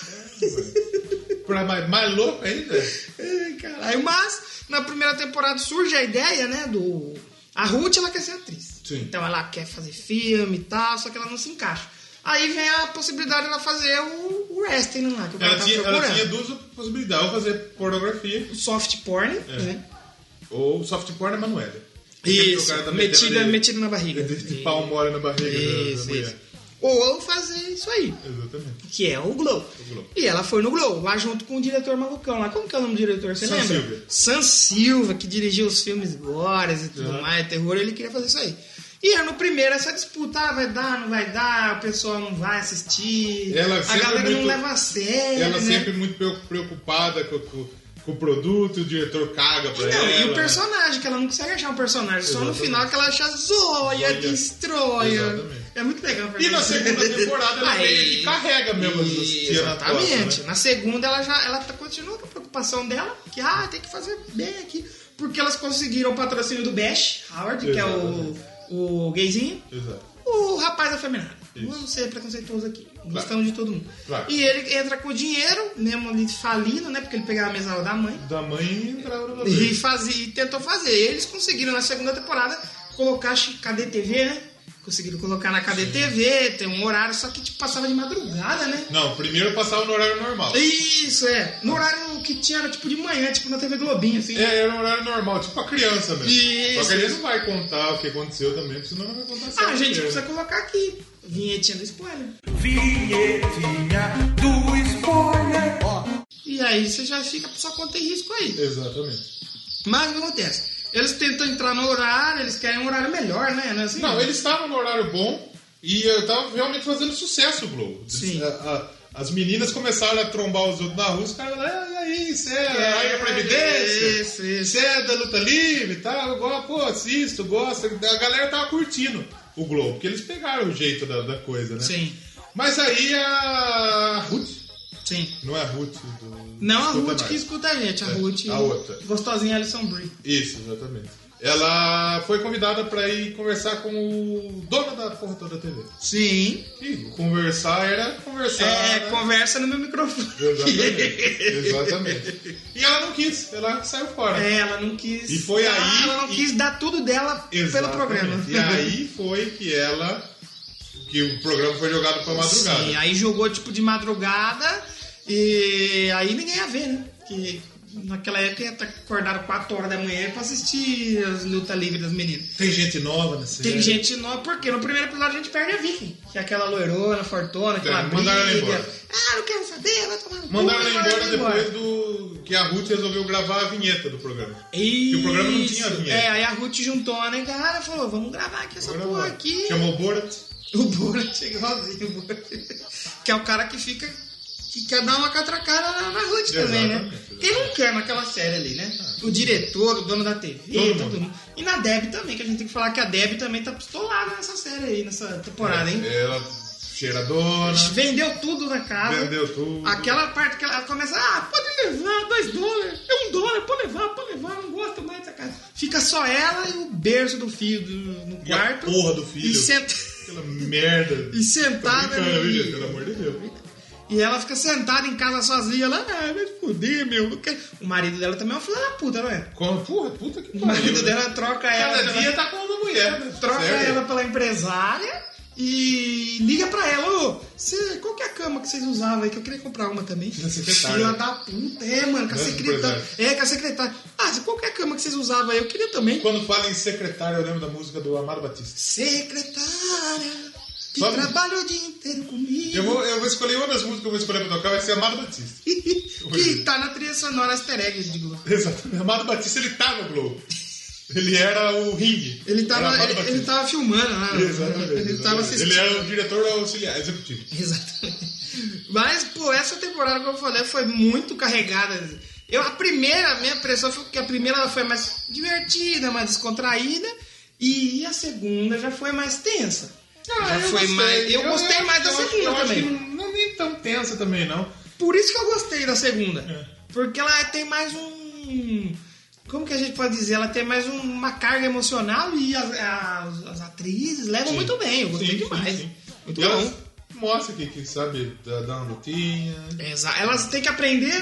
Speaker 2: pra mais, mais louco ainda.
Speaker 1: Ai, Caralho, mas na primeira temporada surge a ideia, né, do... A Ruth, ela quer ser atriz.
Speaker 2: Sim.
Speaker 1: Então ela quer fazer filme e tal, só que ela não se encaixa. Aí vem a possibilidade dela fazer o, o wrestling lá, que o cara
Speaker 2: Ela
Speaker 1: tava
Speaker 2: tinha,
Speaker 1: tá
Speaker 2: ela
Speaker 1: procurando.
Speaker 2: tinha duas possibilidades, ou fazer pornografia
Speaker 1: Soft
Speaker 2: É.
Speaker 1: porn, né?
Speaker 2: ou soft porn é Emanuele.
Speaker 1: Isso,
Speaker 2: tá
Speaker 1: metida,
Speaker 2: de,
Speaker 1: metida na barriga.
Speaker 2: de, de pau mole na barriga da- da,
Speaker 1: Isso,
Speaker 2: mulher.
Speaker 1: isso. Ou eu fazer isso aí,
Speaker 2: Exatamente.
Speaker 1: que é o Glow.
Speaker 2: Glow.
Speaker 1: E ela foi no Glow, lá junto com o diretor malucão lá. Como que é o nome do diretor? Você
Speaker 2: Sam
Speaker 1: lembra?
Speaker 2: Silva.
Speaker 1: Sam Silva, que dirigiu os filmes Glórias e tudo
Speaker 2: Uhum.
Speaker 1: mais, terror, ele queria fazer isso aí. E era no primeiro essa disputa, ah, vai dar, não vai dar, o pessoal não vai assistir,
Speaker 2: Ela
Speaker 1: a
Speaker 2: sempre
Speaker 1: galera não
Speaker 2: muito-
Speaker 1: leva a sério, né?
Speaker 2: Ela sempre muito preo- preocupada com, com, com o produto, o diretor caga pra
Speaker 1: Não,
Speaker 2: ela.
Speaker 1: e o personagem, que ela não consegue achar um personagem, só no
Speaker 2: Exatamente.
Speaker 1: final que ela acha zoia,
Speaker 2: Zóia.
Speaker 1: destróia.
Speaker 2: Exatamente.
Speaker 1: É muito legal. pra
Speaker 2: E na
Speaker 1: mim.
Speaker 2: segunda temporada ela
Speaker 1: Aí-
Speaker 2: meio que carrega mesmo as- as
Speaker 1: E-
Speaker 2: tias na tocha,
Speaker 1: Exatamente.
Speaker 2: né?
Speaker 1: Na segunda ela já ela tá- continua com a preocupação dela, que ah, tem que fazer bem aqui. Porque elas conseguiram o patrocínio do Bash Howard, que é o,
Speaker 2: Exatamente.
Speaker 1: o gayzinho,
Speaker 2: Exato.
Speaker 1: o rapaz afeminado.
Speaker 2: Isso.
Speaker 1: Vamos ser preconceituoso aqui. Gostamos de todo mundo.
Speaker 2: Claro.
Speaker 1: E ele entra com o dinheiro, mesmo ali falindo, né? Porque ele pegava a mesada da mãe.
Speaker 2: Da mãe entrava na
Speaker 1: E,
Speaker 2: barriga.
Speaker 1: fazia, e tentou fazer. E eles conseguiram na segunda temporada colocar acho que KDTV, né? Conseguiram colocar na KDTV, tem um horário, só que tipo, passava de madrugada, né?
Speaker 2: Não, primeiro passava no horário normal.
Speaker 1: Isso, é. No horário que tinha era tipo de manhã, tipo na TV Globinho, assim.
Speaker 2: É, era um horário normal, tipo a criança mesmo.
Speaker 1: Isso.
Speaker 2: Só que ele não vai contar o que aconteceu também, porque senão não vai contar
Speaker 1: Ah, a
Speaker 2: certo
Speaker 1: gente
Speaker 2: mesmo.
Speaker 1: precisa colocar aqui. Vinhetinha do spoiler.
Speaker 3: Vinhetinha do spoiler.
Speaker 1: E aí você já fica com sua conta em risco aí.
Speaker 2: Exatamente.
Speaker 1: Mas o que acontece? Eles tentam entrar no horário, eles querem um horário melhor, né? Não é assim?
Speaker 2: Não, eles estavam no horário bom e eu tava realmente fazendo sucesso, Globo.
Speaker 1: Sim.
Speaker 2: A- a- as meninas começaram a trombar os outros na rua, os caras falaram, e aí, você é,
Speaker 1: É,
Speaker 2: da Rainha Previdência?
Speaker 1: Isso, isso.
Speaker 2: Você é da luta livre e tal? Eu gosto, pô, assisto, gosto. A galera tava curtindo o Globo, porque eles pegaram o jeito da, da coisa, né?
Speaker 1: Sim,
Speaker 2: Mas aí a Ruth,
Speaker 1: sim.
Speaker 2: não é a Ruth do...
Speaker 1: Não a
Speaker 2: Escuta
Speaker 1: Ruth que
Speaker 2: Nós.
Speaker 1: escuta a gente, a
Speaker 2: É,
Speaker 1: Ruth.
Speaker 2: a outra.
Speaker 1: Gostosinha Alison Brie.
Speaker 2: Isso, exatamente. Ela foi convidada pra ir conversar com o dono da porra toda da TV.
Speaker 1: Sim.
Speaker 2: E conversar era conversar.
Speaker 1: É,
Speaker 2: né?
Speaker 1: conversa no meu microfone.
Speaker 2: Exatamente. Exatamente. E ela não quis, ela saiu fora.
Speaker 1: É, ela não quis.
Speaker 2: E foi
Speaker 1: Ah,
Speaker 2: aí
Speaker 1: Ela não
Speaker 2: e-
Speaker 1: quis dar tudo dela
Speaker 2: Exatamente.
Speaker 1: pelo programa.
Speaker 2: E aí foi que ela. que o programa foi jogado pra madrugada.
Speaker 1: Sim, aí jogou tipo de madrugada e aí ninguém ia ver, né? Que naquela época ia tá- acordaram 4 horas da manhã pra assistir as lutas livres das meninas.
Speaker 2: Tem gente nova nessa
Speaker 1: Tem
Speaker 2: série.
Speaker 1: gente nova, porque no primeiro episódio a gente perde a Vicky, que é aquela loirona, fortona, aquela
Speaker 2: É,
Speaker 1: briga.
Speaker 2: mandaram ela embora.
Speaker 1: Ah, não quero saber, vai tomar no cu,
Speaker 2: Mandaram ele
Speaker 1: mandaram
Speaker 2: embora depois do que a Ruth resolveu gravar a vinheta do programa.
Speaker 1: E
Speaker 2: o programa não tinha vinheta.
Speaker 1: É, aí a Ruth juntou a negada e falou: vamos gravar aqui essa porra aqui.
Speaker 2: Chamou o Borat.
Speaker 1: O Borat é igualzinho, o Borat. Que é o cara que fica. que quer dar uma catracada na, na Ruth também, né?
Speaker 2: Exatamente. Ah.
Speaker 1: Quem não quer naquela série ali, né? O diretor, o dono da TV,
Speaker 2: Todo
Speaker 1: todo,
Speaker 2: mundo.
Speaker 1: mundo. E na Deb também, que a gente tem que falar que a Deb também tá pistolada nessa série aí, nessa temporada, hein?
Speaker 2: Ela cheiradona.
Speaker 1: Vendeu tudo na casa.
Speaker 2: Vendeu tudo.
Speaker 1: ah, Aquela parte que ela começa, ah, pode levar, dois dólares, é um dólar, pode levar, pode levar, não gosto mais dessa casa. Fica só ela e o berço do filho do- no
Speaker 2: E a
Speaker 1: quarto.
Speaker 2: porra do filho.
Speaker 1: E, senta-
Speaker 2: Aquela merda.
Speaker 1: e sentada.
Speaker 2: Tá brincando,
Speaker 1: ali.
Speaker 2: viu, gente? Pelo amor de Deus.
Speaker 1: E ela fica sentada em casa sozinha lá, ah, vai fuder, meu. não quero." O marido dela também é uma filha da puta, não é?
Speaker 2: Como? Porra, puta que
Speaker 1: O marido dela troca ela.
Speaker 2: é Cada
Speaker 1: pela-
Speaker 2: dia tá com uma mulher. né?
Speaker 1: troca
Speaker 2: Sério.
Speaker 1: ela pela empresária e liga pra ela, ô, cê- qual que é a cama que vocês usavam aí? Que eu queria comprar uma também.
Speaker 2: Da secretária.
Speaker 1: Filha da puta, é, mano, com a
Speaker 2: Não é do
Speaker 1: secretária. É, com a secretária. Ah, cê- qual que é a cama que vocês usavam aí? Eu queria também.
Speaker 2: Quando fala em secretário, eu lembro da música do Amado Batista.
Speaker 1: Secretária, que
Speaker 2: Só-
Speaker 1: trabalha o dia inteiro comigo.
Speaker 2: Eu vou, eu vou escolher uma das músicas que eu vou escolher pra tocar, vai ser Amado Batista.
Speaker 1: que tá na trilha sonora Easter Egg de Globo.
Speaker 2: Exatamente. Amado Batista, ele tá no Globo. Ele era o ringue.
Speaker 1: Ele
Speaker 2: Era
Speaker 1: tava,
Speaker 2: Amado
Speaker 1: ele,
Speaker 2: Batista.
Speaker 1: ele tava filmando lá.
Speaker 2: Exatamente.
Speaker 1: Ele tava
Speaker 2: exatamente.
Speaker 1: assistindo.
Speaker 2: Ele era o diretor auxiliar, executivo.
Speaker 1: Exatamente. Mas, pô, essa temporada, como eu falei, foi muito carregada. Eu, a primeira, a minha impressão foi que a primeira ela foi mais divertida, mais descontraída. E a segunda já foi mais tensa. já
Speaker 2: Ah, eu
Speaker 1: foi
Speaker 2: gostei.
Speaker 1: mais. Eu, gostei mais da
Speaker 2: eu acho-
Speaker 1: segunda
Speaker 2: eu acho
Speaker 1: também.
Speaker 2: que não, não nem tão tensa também, não.
Speaker 1: Por isso que eu gostei da segunda.
Speaker 2: É.
Speaker 1: Porque ela tem mais um. Como que a gente pode dizer? Ela tem mais um- uma carga emocional e as, as- as atrizes levam
Speaker 2: Sim.
Speaker 1: muito bem. Eu gostei
Speaker 2: Sim, sim,
Speaker 1: demais. Então,
Speaker 2: sim.
Speaker 1: Muito
Speaker 2: E ela
Speaker 1: bom.
Speaker 2: Mostra que, que sabe dar dar uma lutinha.
Speaker 1: Exa- Elas têm que aprender, né?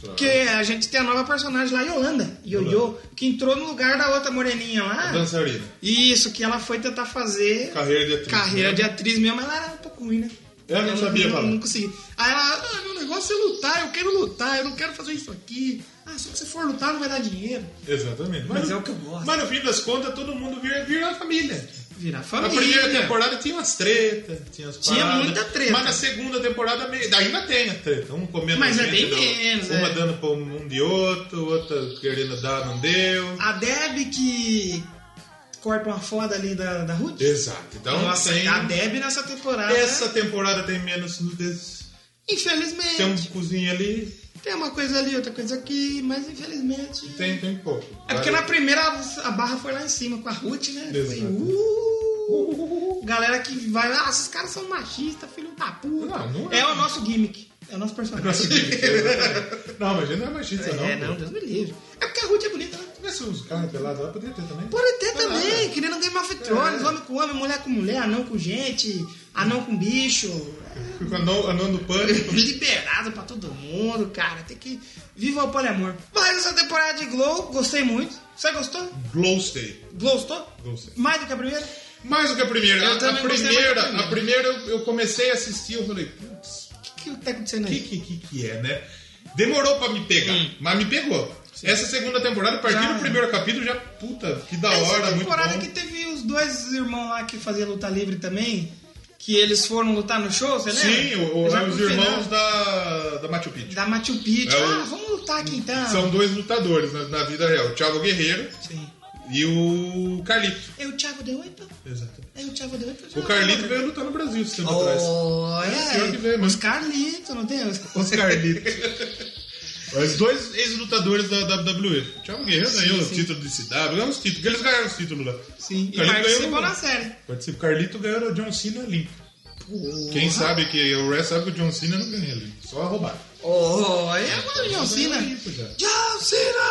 Speaker 2: Claro.
Speaker 1: Porque a gente tem a nova personagem lá, Yolanda, Yoyo, que entrou no lugar da outra moreninha lá.
Speaker 2: Dançarina.
Speaker 1: Isso, que ela foi tentar fazer
Speaker 2: Carreira de atriz.
Speaker 1: carreira
Speaker 2: né?
Speaker 1: de atriz mesmo, ela era um pouco ruim, né?
Speaker 2: Ela não sabia
Speaker 1: não,
Speaker 2: falar.
Speaker 1: Não conseguia. Aí ela, ah, meu negócio é lutar, eu quero lutar, eu não quero fazer isso aqui. Ah, se você for lutar não vai dar dinheiro.
Speaker 2: Exatamente.
Speaker 1: Mas
Speaker 2: no-
Speaker 1: é o que eu gosto.
Speaker 2: Mas no fim das contas, todo mundo vira, vira a família.
Speaker 1: Virar
Speaker 2: Na
Speaker 1: família.
Speaker 2: primeira temporada tinha umas tretas, tinha as
Speaker 1: Tinha
Speaker 2: paradas,
Speaker 1: muita treta.
Speaker 2: Mas na segunda temporada meio- ainda tem a treta. Um comendo
Speaker 1: Mas é
Speaker 2: gente
Speaker 1: bem
Speaker 2: da-
Speaker 1: menos,
Speaker 2: Uma
Speaker 1: é.
Speaker 2: dando pra um de outro, outra querendo dar, não deu.
Speaker 1: A Deb que corta uma foda ali da, da Ruth.
Speaker 2: Exato. Então
Speaker 1: Nossa,
Speaker 2: tem.
Speaker 1: a Deb nessa temporada.
Speaker 2: Essa temporada tem menos nudez.
Speaker 1: Infelizmente.
Speaker 2: Tem um cozinho ali,
Speaker 1: Tem uma coisa ali, outra coisa aqui, mas infelizmente.
Speaker 2: tem, tem pouco.
Speaker 1: É porque na primeira a barra foi lá em cima com a Ruth, né? Foi,
Speaker 2: Exato.
Speaker 1: uh, galera que vai lá, ah, esses caras são machistas, filho da puta.
Speaker 2: Não, não é.
Speaker 1: é. o nosso gimmick. É o nosso personagem.
Speaker 2: Não, mas a gente não é machista, não.
Speaker 1: é, não,
Speaker 2: pô.
Speaker 1: Deus me livre. É porque a Ruth é bonita, né?
Speaker 2: Tivesse uns caras pelados lá, poderia ter também.
Speaker 1: Pode ter
Speaker 2: Mas
Speaker 1: também,
Speaker 2: nada.
Speaker 1: querendo Game of
Speaker 2: É.
Speaker 1: Thrones, homem com homem, mulher com mulher, anão com gente, anão com bicho. É
Speaker 2: Ficou anão, anão do pânico.
Speaker 1: Liberado pra todo mundo, cara. Tem que. Viva o poliamor. Mas essa temporada de Glow, gostei muito. Você gostou?
Speaker 2: Glowstay.
Speaker 1: Gostou?
Speaker 2: Gostei.
Speaker 1: Mais do que a primeira?
Speaker 2: Mais do que a primeira.
Speaker 1: Eu
Speaker 2: A- a,
Speaker 1: também gostei
Speaker 2: primeira
Speaker 1: muito da
Speaker 2: a primeira eu, eu comecei a assistir, eu falei, putz,
Speaker 1: O que, que tá acontecendo
Speaker 2: que,
Speaker 1: aí?
Speaker 2: que que que é, né? Demorou pra me pegar,
Speaker 1: Hum.
Speaker 2: mas me pegou. Essa segunda temporada, a partir
Speaker 1: Já.
Speaker 2: do primeiro capítulo, já, puta, que da hora,
Speaker 1: Essa
Speaker 2: muito
Speaker 1: temporada
Speaker 2: bom.
Speaker 1: que tá, teve os dois irmãos lá que faziam luta livre também, que eles foram lutar no show, você lembra?
Speaker 2: Sim, o- o-
Speaker 1: né? Já né?
Speaker 2: os
Speaker 1: pro final
Speaker 2: irmãos da, da Machu Picchu.
Speaker 1: Da Machu Picchu.
Speaker 2: É o-
Speaker 1: Ah, vamos lutar aqui então.
Speaker 2: São dois lutadores na, na vida real, o Thiago Guerreiro
Speaker 1: Sim.
Speaker 2: e o Carlito.
Speaker 1: É o Thiago de Oito?
Speaker 2: Exatamente.
Speaker 1: É o Thiago de Oito?
Speaker 2: O Carlito veio lutar no Brasil esse tempo atrás. É o
Speaker 1: Olha,
Speaker 2: senhor que veio, mano.
Speaker 1: os Carlitos, não tem? Os-
Speaker 2: Os Carlitos. Os dois ex-lutadores da WWE. O Thiago Guerreiro
Speaker 1: Sim,
Speaker 2: ganhou o
Speaker 1: sim.
Speaker 2: título de CW, ganhou os títulos, eles ganharam os títulos lá.
Speaker 1: Sim, e
Speaker 2: Carlito
Speaker 1: participou
Speaker 2: ganhou.
Speaker 1: na série.
Speaker 2: Participa. O Carlito ganhou o John Cena limpo. Quem sabe que o Ray sabe que o John Cena não ganha limpo, só roubar. É,
Speaker 1: Olha,
Speaker 2: tá
Speaker 1: mano, John Cena.
Speaker 2: Limpo já.
Speaker 1: John Cena!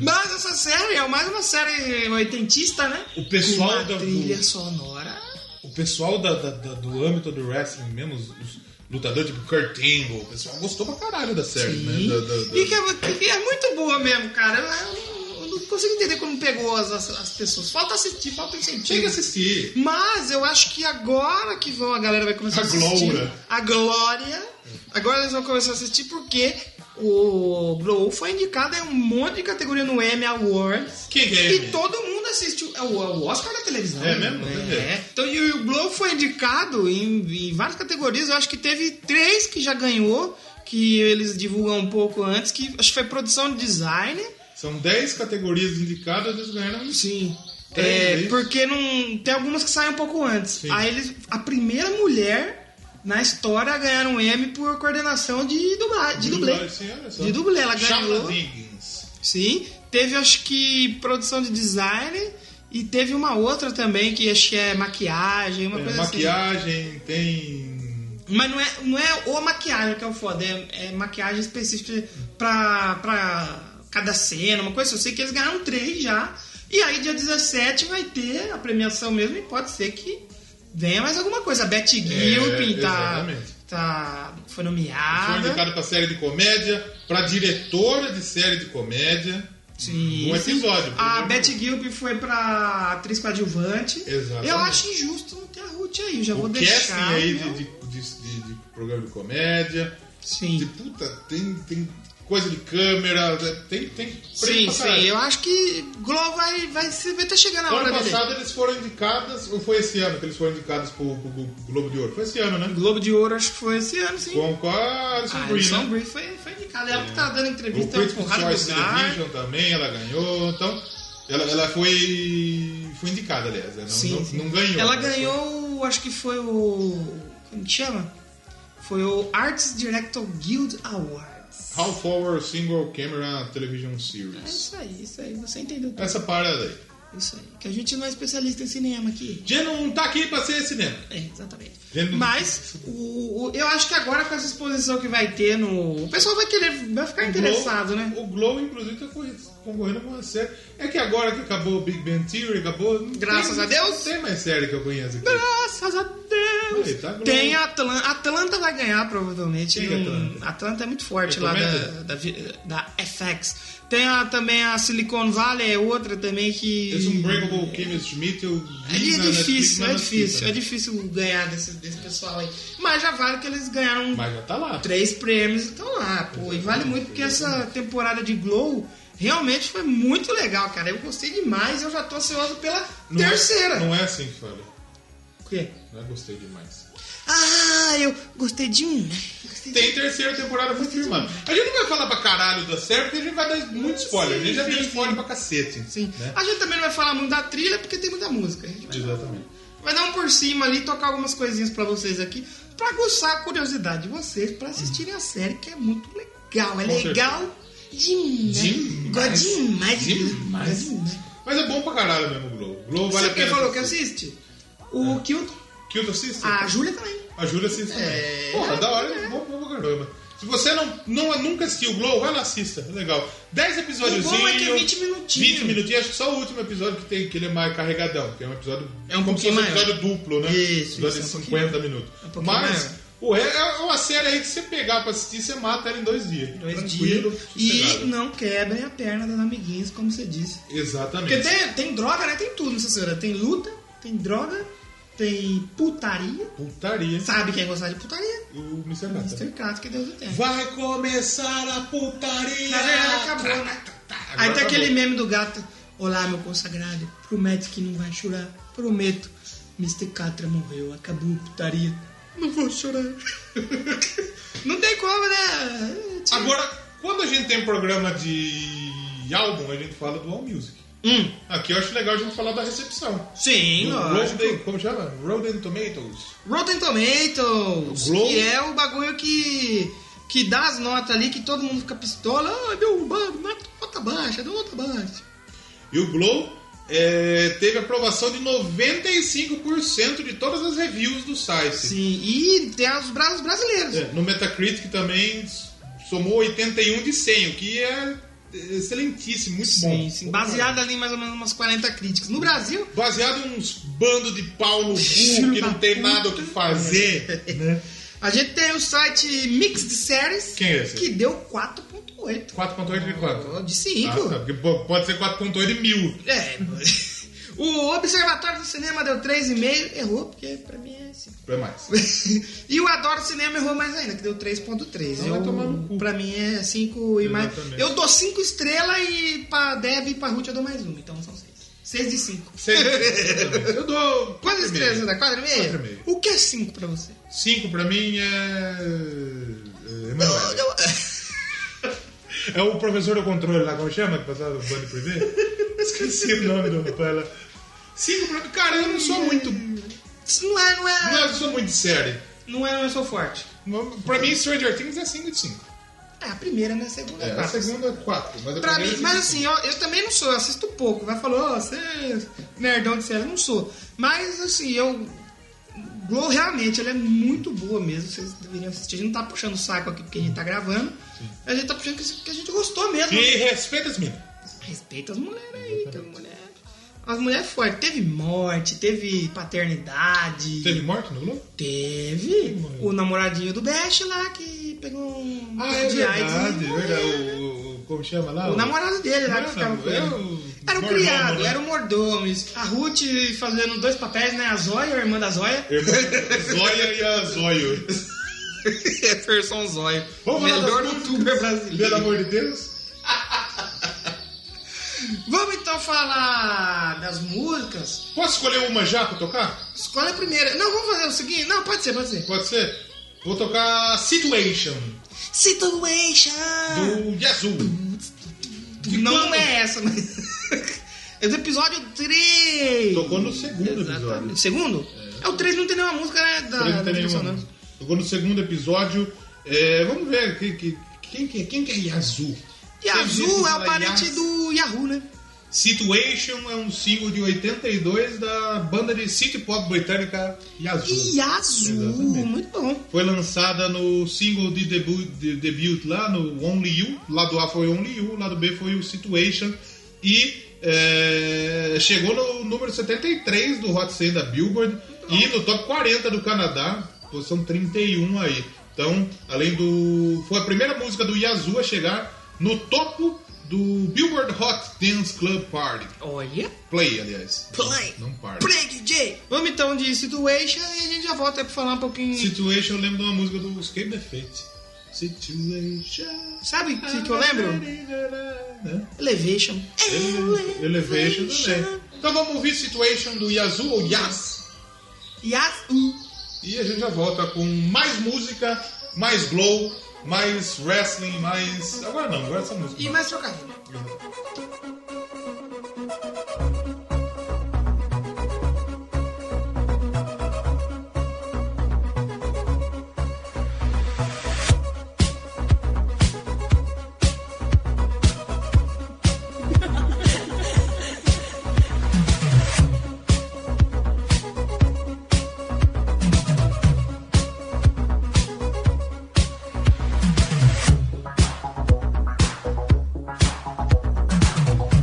Speaker 1: Mas essa série é mais uma série oitentista, né?
Speaker 2: O pessoal
Speaker 1: Com uma
Speaker 2: da- do-
Speaker 1: trilha sonora.
Speaker 2: O pessoal da- da- da- do âmbito do wrestling mesmo, os, os lutadores tipo Kurt Angle, o pessoal gostou pra caralho da série,
Speaker 1: Sim.
Speaker 2: né? Da- da- da-
Speaker 1: E que é, que é muito boa mesmo, cara. Eu, não- eu não consigo entender como pegou as, as- as pessoas. Falta assistir, falta
Speaker 2: Tem que
Speaker 1: incentivo.
Speaker 2: assistir.
Speaker 1: Mas eu acho que agora que vão, a galera vai começar
Speaker 2: A
Speaker 1: a assistir.
Speaker 2: Glória.
Speaker 1: A Glória Agora eles vão começar a assistir porque o Glow foi indicado em um monte de categoria no Emmy Awards.
Speaker 2: Quem que é
Speaker 1: E
Speaker 2: Emmy?
Speaker 1: todo mundo assistiu. É o, é o Oscar da televisão.
Speaker 2: É mesmo?
Speaker 1: É. Então, e o Glow foi indicado em, em várias categorias. Eu acho que teve três que já ganhou, que eles divulgam um pouco antes, que acho que foi produção de design.
Speaker 2: São 10 categorias indicadas, eles ganharam isso.
Speaker 1: Sim.
Speaker 2: Três
Speaker 1: É,
Speaker 2: vezes.
Speaker 1: porque não tem algumas que saem um pouco antes.
Speaker 2: Sim.
Speaker 1: Aí eles, a primeira mulher na história a ganhar um M por coordenação de, dubla, de dublê.
Speaker 2: Sim, olha é só.
Speaker 1: De dublê, ela
Speaker 2: Shala
Speaker 1: ganhou.
Speaker 2: Diggins.
Speaker 1: Sim. Teve, acho que, produção de design. E teve uma outra também, que acho que é maquiagem, uma
Speaker 2: Tem
Speaker 1: coisa
Speaker 2: É, maquiagem, tem.
Speaker 1: assim. Mas não é, não é o maquiagem que é o foda, é, é maquiagem específica pra, pra cada cena, uma coisa assim. Eu sei que eles ganharam três já. E aí, dia 17, vai ter a premiação mesmo e pode ser que venha mais alguma coisa. A Betty Gilpin tá,
Speaker 2: É, exatamente.
Speaker 1: tá, foi
Speaker 2: Foi
Speaker 1: nomeada.
Speaker 2: indicado um pra série de comédia, pra diretora de série de comédia.
Speaker 1: Sim. Ah,
Speaker 2: Um episódio.
Speaker 1: A
Speaker 2: por exemplo.
Speaker 1: Betty Gilpin foi pra atriz coadjuvante.
Speaker 2: Exatamente.
Speaker 1: Eu acho injusto não ter a Ruth aí. Já vou
Speaker 2: O casting
Speaker 1: deixar. né?
Speaker 2: aí
Speaker 1: meu.
Speaker 2: de, de- de- de- de programa de comédia.
Speaker 1: Sim.
Speaker 2: De puta, tem, tem coisa de câmera, é, tem, tem prêmio
Speaker 1: Sim,
Speaker 2: pra
Speaker 1: sim.
Speaker 2: caralho.
Speaker 1: Eu acho que Globo vai, vai, se- vai tá chegando a hora
Speaker 2: Ano
Speaker 1: dele.
Speaker 2: passado eles foram indicados, ou foi esse ano que eles foram indicados pro, pro Globo de Ouro? Foi esse ano, né?
Speaker 1: Globo de Ouro, acho que foi esse ano, sim.
Speaker 2: Com, com a Alison
Speaker 1: a
Speaker 2: Brie,
Speaker 1: Alison
Speaker 2: né?
Speaker 1: Brie Ah, foi, foi indicada. Ela que tá dando
Speaker 2: O
Speaker 1: entrevista
Speaker 2: Critics'
Speaker 1: com o Rádio
Speaker 2: Choice
Speaker 1: Lugar.
Speaker 2: Television também, ela ganhou. Então, ela, ela foi, foi indicada, aliás. né? Não,
Speaker 1: Sim,
Speaker 2: não,
Speaker 1: sim.
Speaker 2: não ganhou. né?
Speaker 1: Ela
Speaker 2: mas
Speaker 1: ganhou, acho que foi o. Como que chama? Foi o Arts Director Guild Awards.
Speaker 2: foi How Forward Single Camera Television
Speaker 1: É
Speaker 2: Series.
Speaker 1: isso aí, isso aí. Você entendeu tudo.
Speaker 2: Essa parada aí.
Speaker 1: Isso aí. Que a gente não é especialista em cinema aqui.
Speaker 2: Jen não tá aqui pra ser cinema.
Speaker 1: É, exatamente.
Speaker 2: Vendo-
Speaker 1: Mas o, o- eu acho que agora com essa exposição que vai ter no. O pessoal vai querer. Vai ficar interessado, né?
Speaker 2: O Glow, inclusive, tá corri- concorrendo com uma série. É que agora que acabou o Big Bang Theory, acabou. não
Speaker 1: Graças
Speaker 2: tem-
Speaker 1: a Deus.
Speaker 2: Não tem mais série que eu conheço aqui.
Speaker 1: Graças a Deus!
Speaker 2: Aí, tá bom.
Speaker 1: Tem a Atlanta. Atlanta vai ganhar, provavelmente.
Speaker 2: Quem que é
Speaker 1: Não-
Speaker 2: Atlanta?
Speaker 1: Atlanta é muito forte
Speaker 2: É
Speaker 1: lá da,
Speaker 2: comédia?
Speaker 1: da, vi- da FX. Tem a- também a Silicon Valley, é outra também que.
Speaker 2: Esse Unbreakable Kimmy Schmidt eu vi
Speaker 1: É, é
Speaker 2: na Netflix,
Speaker 1: difícil,
Speaker 2: mas
Speaker 1: é
Speaker 2: não assisti,
Speaker 1: difícil,
Speaker 2: né?
Speaker 1: é difícil ganhar desse, desse pessoal aí. Mas já vale que eles ganharam
Speaker 2: Mas já tá lá.
Speaker 1: três prêmios estão lá, pô. E vale muito porque essa temporada de Glow realmente foi muito legal, cara. Eu gostei demais, eu já tô ansioso pela
Speaker 2: Não é-
Speaker 1: terceira.
Speaker 2: não é assim que fala.
Speaker 1: O quê?
Speaker 2: Não é gostei demais.
Speaker 1: Ah, eu gostei de um. Gostei de-
Speaker 2: Tem terceira temporada confirmando. A gente não vai falar pra caralho da série, porque a gente vai dar muito spoiler. a gente já
Speaker 1: sim,
Speaker 2: deu
Speaker 1: sim.
Speaker 2: spoiler pra cacete.
Speaker 1: Sim.
Speaker 2: né?
Speaker 1: A gente também não vai falar muito da trilha porque tem muita música. A gente vai,
Speaker 2: Exatamente.
Speaker 1: vai dar um por cima ali, tocar algumas coisinhas pra vocês aqui, pra aguçar a curiosidade de vocês pra assistirem a série que é muito legal. É
Speaker 2: Com certeza.
Speaker 1: legal demais.
Speaker 2: Demais.
Speaker 1: Gosto demais.
Speaker 2: Demais.
Speaker 1: Gosto demais.
Speaker 2: Mas é bom pra caralho mesmo o Globo. Globo
Speaker 1: Sabe
Speaker 2: vale a
Speaker 1: quem
Speaker 2: pena. É.
Speaker 1: falou que assiste? O Kilton.
Speaker 2: Kilton assiste?
Speaker 1: A Júlia também.
Speaker 2: A Júlia assiste também.
Speaker 1: É.
Speaker 2: Porra, da hora, é. bom pra caramba. Se você não, não, nunca assistiu o Glow, vai lá, assista. é Legal. 10 episódios.
Speaker 1: O bom é que é 20 minutinhos.
Speaker 2: 20 minutinhos, acho que só o último episódio que tem, que ele é mais carregadão, que é um episódio.
Speaker 1: É um
Speaker 2: como se
Speaker 1: pouquinho
Speaker 2: fosse um
Speaker 1: maior.
Speaker 2: episódio duplo, né?
Speaker 1: Isso,
Speaker 2: episódio
Speaker 1: isso, é um
Speaker 2: de 50 minutos.
Speaker 1: é um pouquinho
Speaker 2: Mas,
Speaker 1: maior.
Speaker 2: pô, é, é uma série aí que você pegar pra assistir, você mata ela em dois dias.
Speaker 1: Dois
Speaker 2: Tranquilo,
Speaker 1: dias. E
Speaker 2: sossegado.
Speaker 1: não quebrem a perna das amiguinhas, como você disse. Porque
Speaker 2: Exatamente.
Speaker 1: tem, tem droga, né? Tem tudo nessa senhora. Tem luta, tem droga, tem putaria.
Speaker 2: Putaria.
Speaker 1: Sabe quem é gostar de putaria?
Speaker 2: O Mr. Gata.
Speaker 1: Mr. Cato, que Deus o tenha.
Speaker 2: Vai começar a putaria!
Speaker 1: Na verdade, acabou, né?
Speaker 2: Tá, Agora
Speaker 1: Aí tem
Speaker 2: acabou.
Speaker 1: aquele meme do gato. Olá, meu consagrado. Promete que não vai chorar. Prometo. Mr. Catra morreu. Acabou a putaria. Não vou chorar. não tem como, né?
Speaker 2: Agora, quando a gente tem um programa de álbum, a gente fala do All Music.
Speaker 1: Hum,
Speaker 2: Aqui eu acho legal a gente falar da recepção.
Speaker 1: sim,
Speaker 2: Do
Speaker 1: lógico.
Speaker 2: Rotten, como chama? Rotten Tomatoes.
Speaker 1: Rotten Tomatoes,
Speaker 2: O Globo.
Speaker 1: que é o bagulho que, que dá as notas ali, que todo mundo fica pistola. Ah, deu ba- nota baixa, deu nota baixa.
Speaker 2: E o Glow é, teve aprovação de 95% de todas as reviews do site.
Speaker 1: Sim, e tem os braços brasileiros.
Speaker 2: É, no Metacritic também somou 81 de 100, o que é excelentíssimo, muito
Speaker 1: Sim,
Speaker 2: bom.
Speaker 1: sim, baseado ali em mais ou menos umas 40 críticas. No Brasil,
Speaker 2: Baseado em uns bando de pau no cu que não tem nada o que fazer.
Speaker 1: a gente tem o site Mix de Séries,
Speaker 2: Quem é esse?
Speaker 1: que deu 4.8.
Speaker 2: 4.8 de quanto?
Speaker 1: De
Speaker 2: Ah,
Speaker 1: 5.
Speaker 2: tá, porque po- pode ser 4.8 e mil.
Speaker 1: É. O Observatório do Cinema deu 3,5. Errou, porque pra mim é 5,5.
Speaker 2: Pra mais.
Speaker 1: e o Adoro Cinema errou mais ainda, que deu 3.3.
Speaker 2: Ah, vai tomar no
Speaker 1: Eu,
Speaker 2: cu.
Speaker 1: pra mim é 5 e mais.
Speaker 2: Exatamente.
Speaker 1: Eu dou 5 estrelas e pra Deb e pra Ruth eu dou mais uma, então são 6. 6 de 5.
Speaker 2: Seis, exatamente. eu dou.
Speaker 1: Quantas estrelas você dá? 4,5?
Speaker 2: Quatro e meio.
Speaker 1: O que é 5 pra você?
Speaker 2: Cinco pra mim é. é Emanuele. É o professor do controle lá, como chama? Que passava o Band Privé? Esqueci o nome do rapaz lá. Cinco pra mim. Cara, eu não sou muito.
Speaker 1: Isso Não é, não
Speaker 2: Não
Speaker 1: é.
Speaker 2: eu sou muito sério.
Speaker 1: Não é, não é, sou forte.
Speaker 2: Pra mim, Stranger Things é 5 de 5.
Speaker 1: É, a primeira, né? A segunda
Speaker 2: É,
Speaker 1: é,
Speaker 2: a
Speaker 1: quatro.
Speaker 2: segunda é 4. Mas a
Speaker 1: Pra
Speaker 2: primeira
Speaker 1: mim,
Speaker 2: é
Speaker 1: mas
Speaker 2: cinco.
Speaker 1: assim, eu, eu também não sou, eu assisto pouco. Vai falar, ó, você é nerdão de série, eu não sou. Mas assim, eu. Glow realmente, ela é muito boa mesmo, vocês deveriam assistir. A gente não tá puxando o saco aqui porque a gente tá gravando. A gente tá puxando que que a gente gostou mesmo.
Speaker 2: E respeita as minas.
Speaker 1: Respeita as mulheres aí, que as mulheres. As mulheres fortes. Teve morte, teve paternidade.
Speaker 2: Teve morte no Globo?
Speaker 1: Teve o namoradinho do Bash lá que pegou um
Speaker 2: Ah, é
Speaker 1: ataque de AIDS e morreu, né?
Speaker 2: O, o- o- como chama lá?
Speaker 1: O namorado dele lá
Speaker 2: Não,
Speaker 1: que ficava
Speaker 2: não,
Speaker 1: com
Speaker 2: era
Speaker 1: ele.
Speaker 2: o
Speaker 1: Era o
Speaker 2: mordomo,
Speaker 1: criado,
Speaker 2: né?
Speaker 1: era o mordomo. A Ruth fazendo dois papéis, né? A Zóia, a irmã da Zóia.
Speaker 2: Zóia e a Zóio.
Speaker 1: Everson Zóia.
Speaker 2: Vamos falar
Speaker 1: Melhor
Speaker 2: das músicas.
Speaker 1: youtuber
Speaker 2: Pelo
Speaker 1: brasileiro.
Speaker 2: amor de Deus.
Speaker 1: Vamos então falar das músicas.
Speaker 2: Posso escolher uma já pra tocar?
Speaker 1: Escolhe a primeira. Não, vamos fazer o seguinte. Não, pode ser, pode ser.
Speaker 2: Pode ser? Vou tocar Situation,
Speaker 1: Situation. Ah.
Speaker 2: do Yazoo. Que
Speaker 1: Não,
Speaker 2: quando-
Speaker 1: é essa, mas. é do episódio 3.
Speaker 2: Tocou no segundo episódio.
Speaker 1: Exatamente. Segundo? É. o 3 não tem nenhuma música, né? Da,
Speaker 2: Pra ele
Speaker 1: da
Speaker 2: ter
Speaker 1: trilha
Speaker 2: nenhuma-
Speaker 1: sonora.
Speaker 2: Tocou no segundo episódio. É, vamos ver que- que- quem, que é, quem que é Yazoo.
Speaker 1: E
Speaker 2: Você viu que
Speaker 1: Azul é o
Speaker 2: fala
Speaker 1: parente
Speaker 2: Yas?
Speaker 1: do Yahoo, né?
Speaker 2: Situation é um single de 82 da banda de city pop britânica Yazoo.
Speaker 1: E Azul,
Speaker 2: Exatamente.
Speaker 1: muito bom.
Speaker 2: Foi lançada no single de debut, de debut lá no Only You. Lado A foi Only You, lado B foi o Situation. E é, chegou no número 73 do Hot 100 da Billboard e no top 40 do Canadá, posição 31 aí. Então, além do. Foi a primeira música do Yazoo a chegar no topo do Billboard Hot Dance Club Party.
Speaker 1: Olha.
Speaker 2: Play, aliás.
Speaker 1: Play.
Speaker 2: Não, não para.
Speaker 1: Play, DJ. Vamos então de Situation e a gente já volta aí pra falar um pouquinho.
Speaker 2: Situation, eu lembro de uma música do Escape the Fate. Situation.
Speaker 1: Sabe o que, que eu lembro?
Speaker 2: Né?
Speaker 1: Elevation.
Speaker 2: Ele- Elevation também. Então vamos ouvir Situation do Yazoo ou Yas.
Speaker 1: Yazoo.
Speaker 2: E a gente já volta com mais música, mais glow, mais wrestling, mais. Agora não, agora essa música.
Speaker 1: E
Speaker 2: não.
Speaker 1: mais trocadilho.
Speaker 5: Thank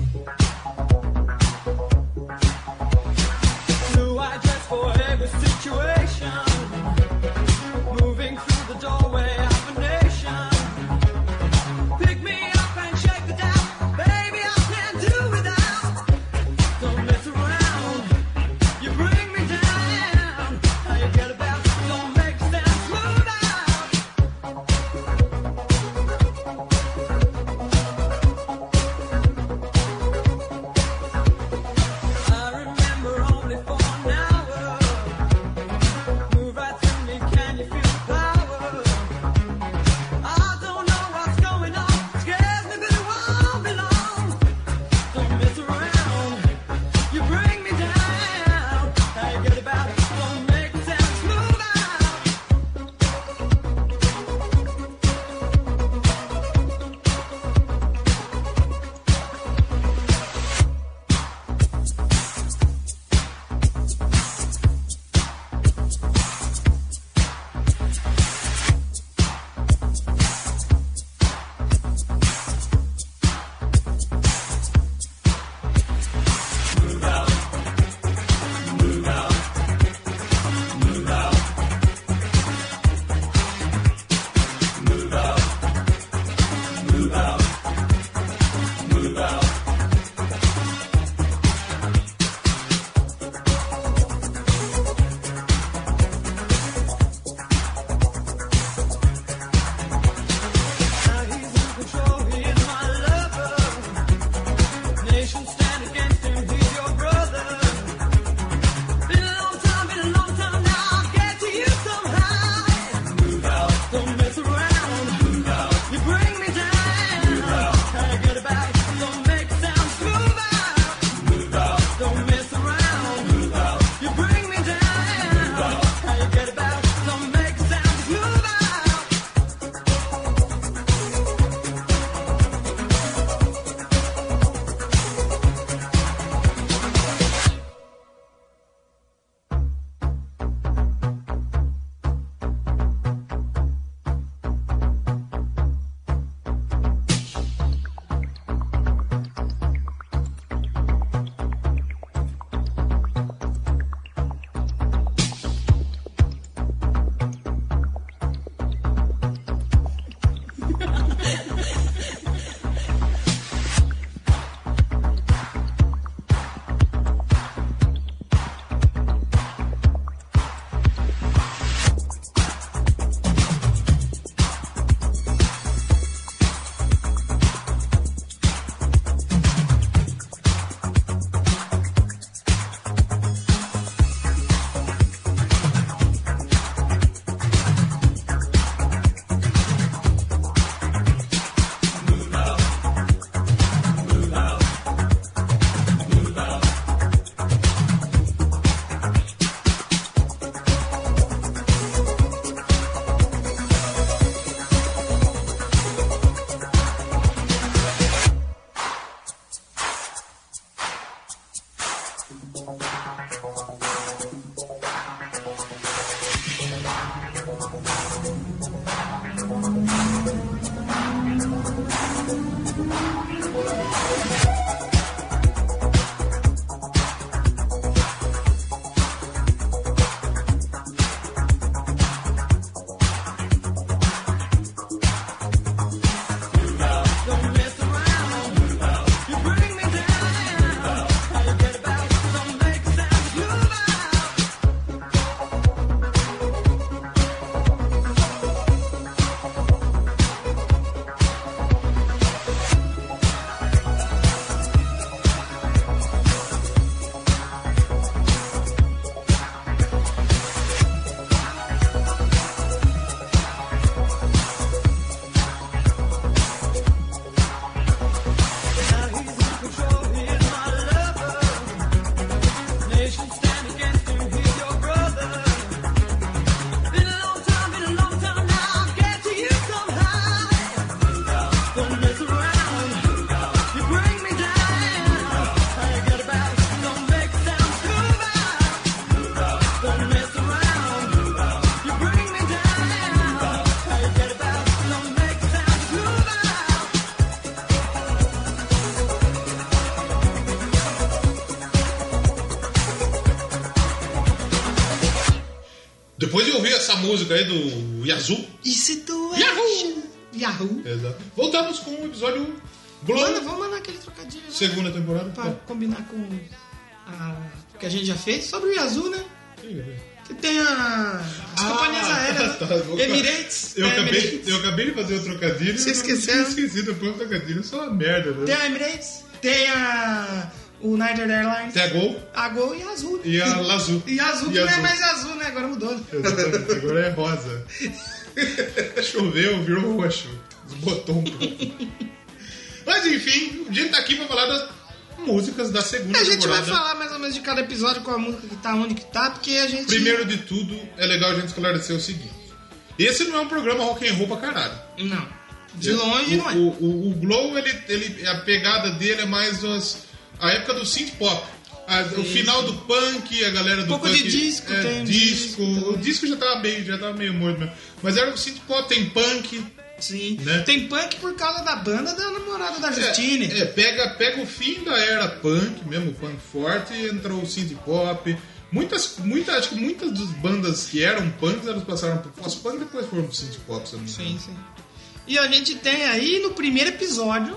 Speaker 2: Depois de ouvir essa música aí do Yazoo.
Speaker 1: E se tu
Speaker 2: Yahoo!
Speaker 1: acha- Yahoo!
Speaker 2: Exato. Voltamos com o episódio
Speaker 1: Manda,
Speaker 2: Globo,
Speaker 1: vamos mandar aquele trocadilho lá
Speaker 2: segunda temporada.
Speaker 1: pra combinar com a... o que a gente já fez sobre o Yazoo, né? Que tem a... as
Speaker 2: Ah,
Speaker 1: companhias aéreas,
Speaker 2: tá,
Speaker 1: né?
Speaker 2: vou-
Speaker 1: Emirates. tem
Speaker 2: Eu
Speaker 1: a
Speaker 2: acabei,
Speaker 1: Emirates.
Speaker 2: eu acabei de fazer o trocadilho.
Speaker 1: Você
Speaker 2: e eu
Speaker 1: esqueceu?
Speaker 2: Esqueci depois o um trocadilho. Só uma merda, né?
Speaker 1: Tem a Emirates, tem a United Airlines,
Speaker 2: Tem a Gol
Speaker 1: a Gol e a Azul. né?
Speaker 2: e a Lazul.
Speaker 1: E a Azul que
Speaker 2: a
Speaker 1: não é mais azul, né? Agora mudou. né?
Speaker 2: Exatamente, agora é rosa. Choveu, virou roxo. Desbotou um pouco. Mas enfim, a gente tá aqui pra falar das músicas da segunda
Speaker 1: A gente vai
Speaker 2: temporada.
Speaker 1: falar mais ou menos de cada episódio, qual a música que tá, onde que tá, porque a gente...
Speaker 2: Primeiro de tudo, é legal a gente esclarecer o seguinte. Esse não é um programa rock and roll pra caralho.
Speaker 1: Não. De longe
Speaker 2: o,
Speaker 1: não é.
Speaker 2: O, o, o Glow, ele, ele, a pegada dele é mais umas, a época do synth pop. A- o final do punk, a galera do
Speaker 1: pouco
Speaker 2: punk.
Speaker 1: de disco,
Speaker 2: é,
Speaker 1: tem um
Speaker 2: disco.
Speaker 1: disco
Speaker 2: o disco já tava meio, já tava meio morto mesmo. Mas era o synth pop, tem punk.
Speaker 1: Sim.
Speaker 2: Né?
Speaker 1: Tem punk por causa da banda da namorada da Justine.
Speaker 2: É, é, pega, pega o fim da era punk, mesmo o punk forte, e entrou o synth pop. Muitas, muita, acho que muitas das bandas que eram punks, elas passaram pro pós-punk e depois foram pro synth pop, se eu não me
Speaker 1: Sim,
Speaker 2: engano.
Speaker 1: sim. E a gente tem aí no primeiro episódio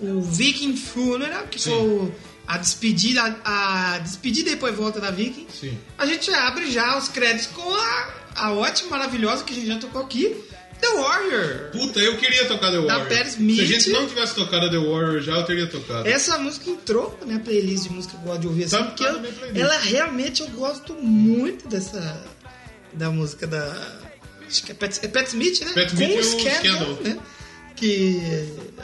Speaker 1: o Viking Funeral, que
Speaker 2: Hum. Sim.
Speaker 1: foi o- a despedida, a despedida e depois volta da Viking.
Speaker 2: Sim.
Speaker 1: A gente abre já os créditos com a, a ótima, maravilhosa que a gente já tocou aqui, The Warrior.
Speaker 2: Puta, eu queria tocar The Warrior.
Speaker 1: Patti
Speaker 2: Se a
Speaker 1: Smith. É,
Speaker 2: gente não tivesse tocado The Warrior já, eu teria tocado.
Speaker 1: Essa música entrou na minha playlist de música que eu gosto de ouvir, assim,
Speaker 2: Tá- tá
Speaker 1: porque
Speaker 2: na
Speaker 1: eu-
Speaker 2: minha playlist.
Speaker 1: ela realmente eu gosto muito dessa da música da acho que é Pat, é Pat Smith, né?
Speaker 2: Pat
Speaker 1: Com
Speaker 2: Smith e o Scandal.
Speaker 1: né? Que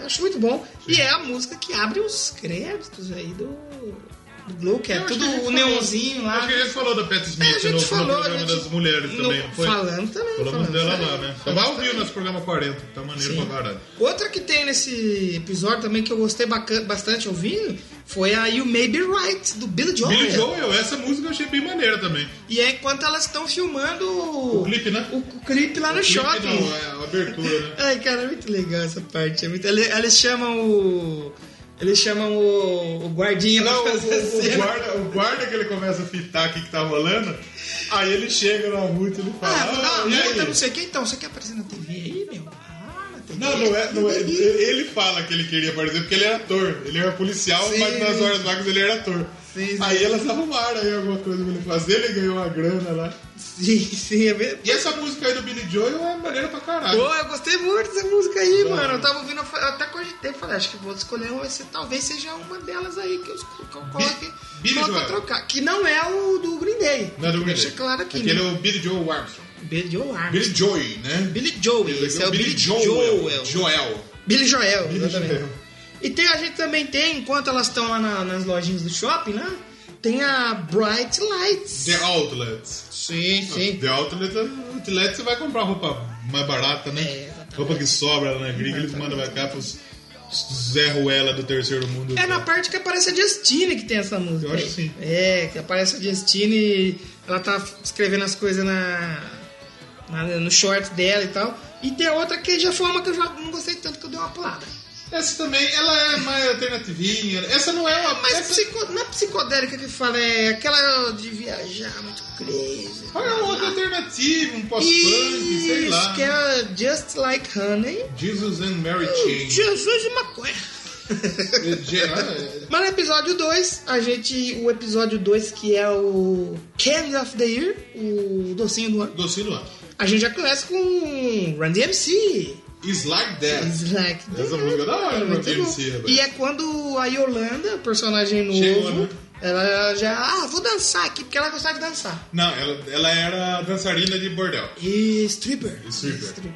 Speaker 1: eu acho muito bom. E é a música que abre os créditos aí do, do Glow, que é
Speaker 2: Eu acho
Speaker 1: tudo
Speaker 2: que a gente
Speaker 1: o
Speaker 2: falou.
Speaker 1: neonzinho lá.
Speaker 2: Acho que a gente falou da Pat
Speaker 1: É,
Speaker 2: Smith no, no programa das mulheres
Speaker 1: no-
Speaker 2: também, não foi?
Speaker 1: Falando também.
Speaker 2: Falamos
Speaker 1: falando,
Speaker 2: dela
Speaker 1: sabe?
Speaker 2: lá, né? Tava ao vivo nosso programa 40, tá maneiro
Speaker 1: é. Sim.
Speaker 2: pra caralho.
Speaker 1: Outra que tem nesse episódio também que eu gostei baca- bastante ouvindo foi a You May Be Right, do Billy Joel.
Speaker 2: Billy Joel, essa música eu achei bem maneira também.
Speaker 1: E é enquanto elas estão filmando
Speaker 2: O clipe, né?
Speaker 1: o- o clipe lá Tá no
Speaker 2: Clipe
Speaker 1: shopping.
Speaker 2: Não, é a abertura, né?
Speaker 1: Ai, cara, é muito legal essa parte. É muito... ele- Eles chamam o. Eles chamam o, o guardinha
Speaker 2: Não,
Speaker 1: pra
Speaker 2: o,
Speaker 1: fazer a
Speaker 2: o- o
Speaker 1: cena.
Speaker 2: guarda, o guarda que ele começa a fitar aqui que tá rolando, aí ele chega na multa e ele fala.
Speaker 1: Ah, vou dar
Speaker 2: "Ah,
Speaker 1: uma
Speaker 2: e aí?"
Speaker 1: multa, não sei o que. Então, você quer aparecer na TV aí, meu? Ah, na TV.
Speaker 2: Não, não é, não é. Ele fala que ele queria aparecer porque ele era ator. Ele era policial,
Speaker 1: Sim.
Speaker 2: mas nas horas vagas ele era ator.
Speaker 1: Sim, sim.
Speaker 2: Aí elas arrumaram aí alguma coisa pra ele fazer, ele ganhou uma grana lá.
Speaker 1: Sim, sim, é mesmo.
Speaker 2: E essa música aí do Billy Joel é maneira pra caralho.
Speaker 1: Pô, eu gostei muito dessa música aí,
Speaker 2: Bom.
Speaker 1: mano. Eu tava ouvindo, eu fa- eu até cogitei, falei, acho que vou escolher uma, esse, talvez seja uma delas aí que eu, esco- que eu coloque,
Speaker 2: Billy
Speaker 1: coloque pra
Speaker 2: Joel.
Speaker 1: trocar. Que não é o do Green Day.
Speaker 2: Não é do Green
Speaker 1: Deixa
Speaker 2: Day.
Speaker 1: claro aqui,
Speaker 2: Aquele
Speaker 1: né?
Speaker 2: é o Billy Joel Armstrong.
Speaker 1: Billy Joel Armstrong.
Speaker 2: Billy Joy, né?
Speaker 1: Billy Joel, esse é o Billy Joel.
Speaker 2: Joel.
Speaker 1: Billy Joel,
Speaker 2: Billy
Speaker 1: exatamente.
Speaker 2: Joel.
Speaker 1: E tem, a gente também tem, enquanto elas estão lá na- nas lojinhas do shopping, né? Tem a Bright Lights.
Speaker 2: The Outlets.
Speaker 1: Sim, sim.
Speaker 2: The outlet, outlet você vai comprar roupa mais barata, né?
Speaker 1: É, exatamente.
Speaker 2: roupa que sobra lá na gringa, eles mandam pra cá pros os Zé Ruela do terceiro mundo.
Speaker 1: É na parte que aparece a Justine que tem essa música.
Speaker 2: Eu acho
Speaker 1: aí.
Speaker 2: que sim.
Speaker 1: É, que aparece a Justine, ela tá escrevendo as coisas na, na- no short dela e tal. E tem a outra que já foi uma que eu já não gostei tanto que eu dei uma pulada.
Speaker 2: Essa também, ela é mais alternativinha. Essa não é uma.
Speaker 1: Mas
Speaker 2: essa-
Speaker 1: psico- não é psicodélica que fala, é aquela de viajar muito crazy.
Speaker 2: Qual é uma outra alternativa? Um pós-punk,
Speaker 1: Isso,
Speaker 2: sei lá.
Speaker 1: que é Uh, Just Like Honey.
Speaker 2: Jesus and Mary Chain.
Speaker 1: Jesus e maconha.
Speaker 2: É, de- ah,
Speaker 1: Mas no episódio 2, a gente. O episódio 2, que é o Candy of the Year, o docinho do
Speaker 2: é
Speaker 1: ano,
Speaker 2: Docinho do ano.
Speaker 1: a gente já conhece com Run DMC.
Speaker 2: It's like that.
Speaker 1: It's like that.
Speaker 2: Essa música é da hora, Run
Speaker 1: Muito bom.
Speaker 2: DMC, rapaz.
Speaker 1: E é quando a Yolanda, personagem novo,
Speaker 2: Chegou, né?
Speaker 1: ela já. Ah, vou dançar aqui, porque ela gostava de dançar.
Speaker 2: Não, ela, ela era dançarina de bordel.
Speaker 1: E stripper.
Speaker 2: E stripper.
Speaker 1: E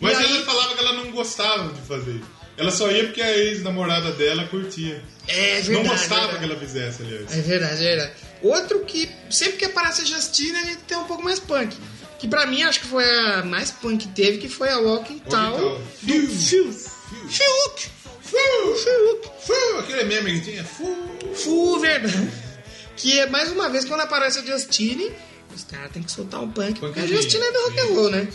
Speaker 2: Mas
Speaker 1: aí-
Speaker 2: ela falava que ela não gostava de fazer. Ela só ia porque a ex-namorada dela curtia.
Speaker 1: É verdade.
Speaker 2: não gostava
Speaker 1: verdade.
Speaker 2: que ela fizesse, aliás.
Speaker 1: É verdade, é verdade. Outro que sempre que aparece a Justine, a gente tem um pouco mais punk. Que pra mim acho que foi a mais punk que teve, que foi a Walking Town
Speaker 2: Town.
Speaker 1: do Fiuk.
Speaker 2: Fiuk.
Speaker 1: Fiuk! Fiuk!
Speaker 2: Fu, aquele meme que tinha. Fu.
Speaker 1: Fu, verdade. Que é mais uma vez quando aparece a Justine, os caras têm que soltar um punk. Porque a
Speaker 2: Punkzinho.
Speaker 1: Justine é do rock and roll, né?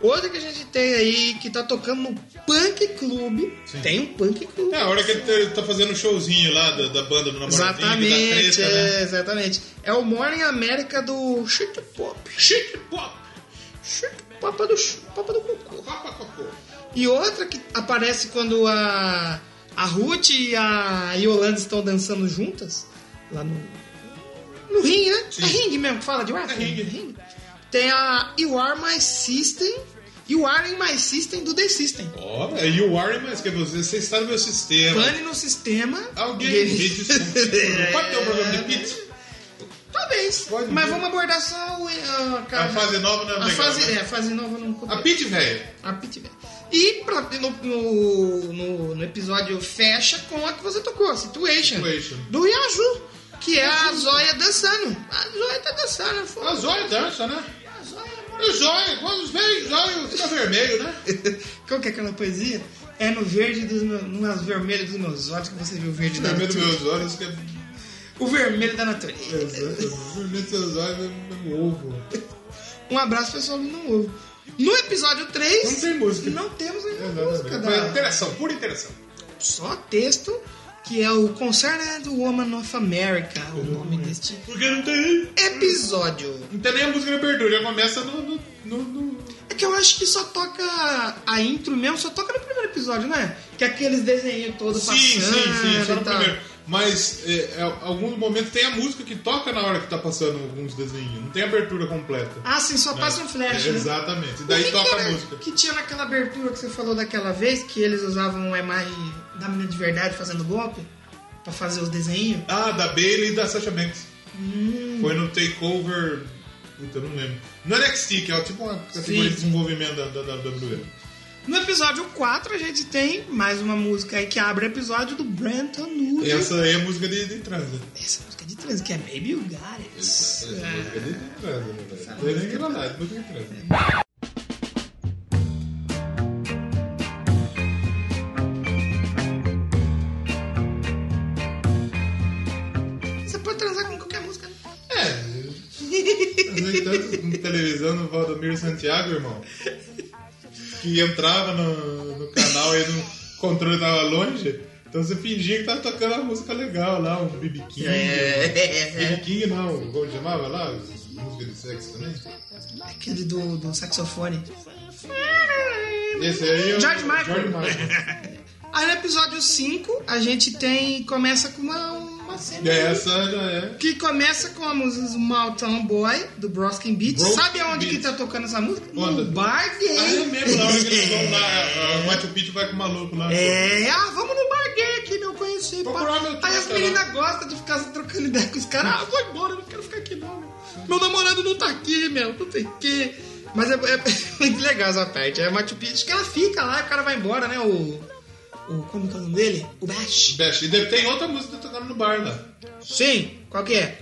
Speaker 1: Outra que a gente tem aí que tá tocando no Punk Club.
Speaker 2: Sim.
Speaker 1: Tem um Punk Club.
Speaker 2: É a hora que ele tá- ele tá fazendo um showzinho lá da, da banda do namoradinho,
Speaker 1: Exatamente,
Speaker 2: da treta,
Speaker 1: é,
Speaker 2: né?
Speaker 1: exatamente. É o Morning America do Shit Pop.
Speaker 2: Chic pop.
Speaker 1: Chup, Papa do, chu- papa do cocô.
Speaker 2: Papa Cocô.
Speaker 1: E outra que aparece quando a, a Ruth e a Yolanda estão dançando juntas, lá no, no ringue, né? É ringue mesmo que fala de wrestling?
Speaker 2: É ringue.
Speaker 1: Tem a You Are My System, You Are In My System do The System.
Speaker 2: Ó, é You Are mas que é você, você está no meu sistema.
Speaker 1: Pane no sistema.
Speaker 2: Alguém
Speaker 1: Gay.
Speaker 2: me desculpe. Pode ter um programa de pizza?
Speaker 1: Talvez.
Speaker 2: Pode
Speaker 1: mas
Speaker 2: ter.
Speaker 1: vamos abordar só o, eh, a,
Speaker 2: A fase nova não é
Speaker 1: a
Speaker 2: legal,
Speaker 1: fase,
Speaker 2: né?
Speaker 1: é, a fase nova não
Speaker 2: A Pit, velho.
Speaker 1: A Pit Bell. E pra- no, no, no- no episódio fecha com a que você tocou, Situation.
Speaker 2: Situation.
Speaker 1: Do Yaju, que é a Zóia dançando. A Zóia tá dançando. Foi.
Speaker 2: A Zóia dança, né?
Speaker 1: A Zóia, amor.
Speaker 2: O zóio, quando os velhos zóio fica vermelho, né?
Speaker 1: Qual que é aquela poesia? É no verde dos meus... No vermelho dos meus olhos que você viu o verde da
Speaker 2: Vermelho dos
Speaker 1: natureza.
Speaker 2: meus olhos, que é...
Speaker 1: O vermelho da natureza.
Speaker 2: Vermelho dos seus olhos é um ovo.
Speaker 1: Um abraço, pessoal, no ovo. No episódio 3...
Speaker 2: Não tem música.
Speaker 1: Não temos
Speaker 2: É,
Speaker 1: nenhuma
Speaker 2: nada a
Speaker 1: música.
Speaker 2: ver.
Speaker 1: Da...
Speaker 2: Foi interação, pura interação.
Speaker 1: só texto, que é o Concerned Woman of America, o nome deste
Speaker 2: Porque não tem...
Speaker 1: episódio.
Speaker 2: Não tem nem a música na abertura, já começa no... no, no, no...
Speaker 1: É que eu acho que só toca a intro mesmo, só toca no primeiro episódio, não é? Que é aqueles desenhos todos
Speaker 2: Sim, sim,
Speaker 1: passando tá
Speaker 2: sim, só
Speaker 1: e
Speaker 2: no
Speaker 1: tal.
Speaker 2: primeiro. Mas é, é, algum momento tem a música que toca na hora que tá passando alguns desenhos. Não tem abertura completa.
Speaker 1: Ah, sim, só passa um flash, né?
Speaker 2: Exatamente.
Speaker 1: O
Speaker 2: E É, daí
Speaker 1: que
Speaker 2: toca
Speaker 1: que
Speaker 2: a
Speaker 1: era-
Speaker 2: música.
Speaker 1: Que tinha naquela abertura que você falou daquela vez, que eles usavam a imagem da menina de verdade fazendo golpe pra fazer os desenhos.
Speaker 2: Ah, da Bailey e da Sasha Banks.
Speaker 1: Hum.
Speaker 2: Foi no Takeover. Puta, eu não lembro. No NXT, que é tipo uma categoria
Speaker 1: Sim,
Speaker 2: de
Speaker 1: sim.
Speaker 2: desenvolvimento da, da, da WWE.
Speaker 1: No episódio 4 a gente tem mais uma música aí que abre o episódio do Brenton Nude.
Speaker 2: E essa aí é a música de, de trás, né?
Speaker 1: Essa música de trans, que é Baby You Got It.
Speaker 2: Essa é a música de, de trás, né, velho?
Speaker 1: Essa
Speaker 2: Não tem nem
Speaker 1: música
Speaker 2: que
Speaker 1: é
Speaker 2: falar, é música de trás.
Speaker 1: É. Você pode transar com qualquer música. né?
Speaker 2: É. Mas aí tanto na televisão no Valdomiro Santiago, irmão. Que entrava no, no canal e no controle tava longe. Então você fingia que tava tocando uma música legal lá, um BB King. BB King não, como chamava lá? As músicas de sexo né? também.
Speaker 1: Aquele do, do saxofone.
Speaker 2: Esse aí é o
Speaker 1: George Michael.
Speaker 2: George Michael.
Speaker 1: Aí no episódio 5 a gente tem. Começa com uma, uma cena.
Speaker 2: E essa já é.
Speaker 1: Que começa com a música do Maltown Boy, do Broskin Beats.
Speaker 2: Broskin
Speaker 1: Sabe aonde
Speaker 2: Beats.
Speaker 1: que tá tocando essa música?
Speaker 2: Onde?
Speaker 1: No bar gay.
Speaker 2: Ah, é mesmo, na hora que eles vão lá, o Machu Picchu vai com o maluco lá.
Speaker 1: É, ah, vamos no bar gay aqui, meu conhecido.
Speaker 2: Vou
Speaker 1: pá.
Speaker 2: procurar meu tio,
Speaker 1: Aí as
Speaker 2: cara.
Speaker 1: meninas gostam de ficar trocando ideia com os caras. Ah, vou embora, eu não quero ficar aqui não, meu. Meu namorado não tá aqui, meu, não sei o quê. Mas é, é muito legal essa parte. É Machu Picchu acho que ela fica lá, o cara vai embora, né? O. o como que é o nome dele? O Bash.
Speaker 2: Best. E deve- tem outra música tocando no bar lá.
Speaker 1: Sim, qual que é?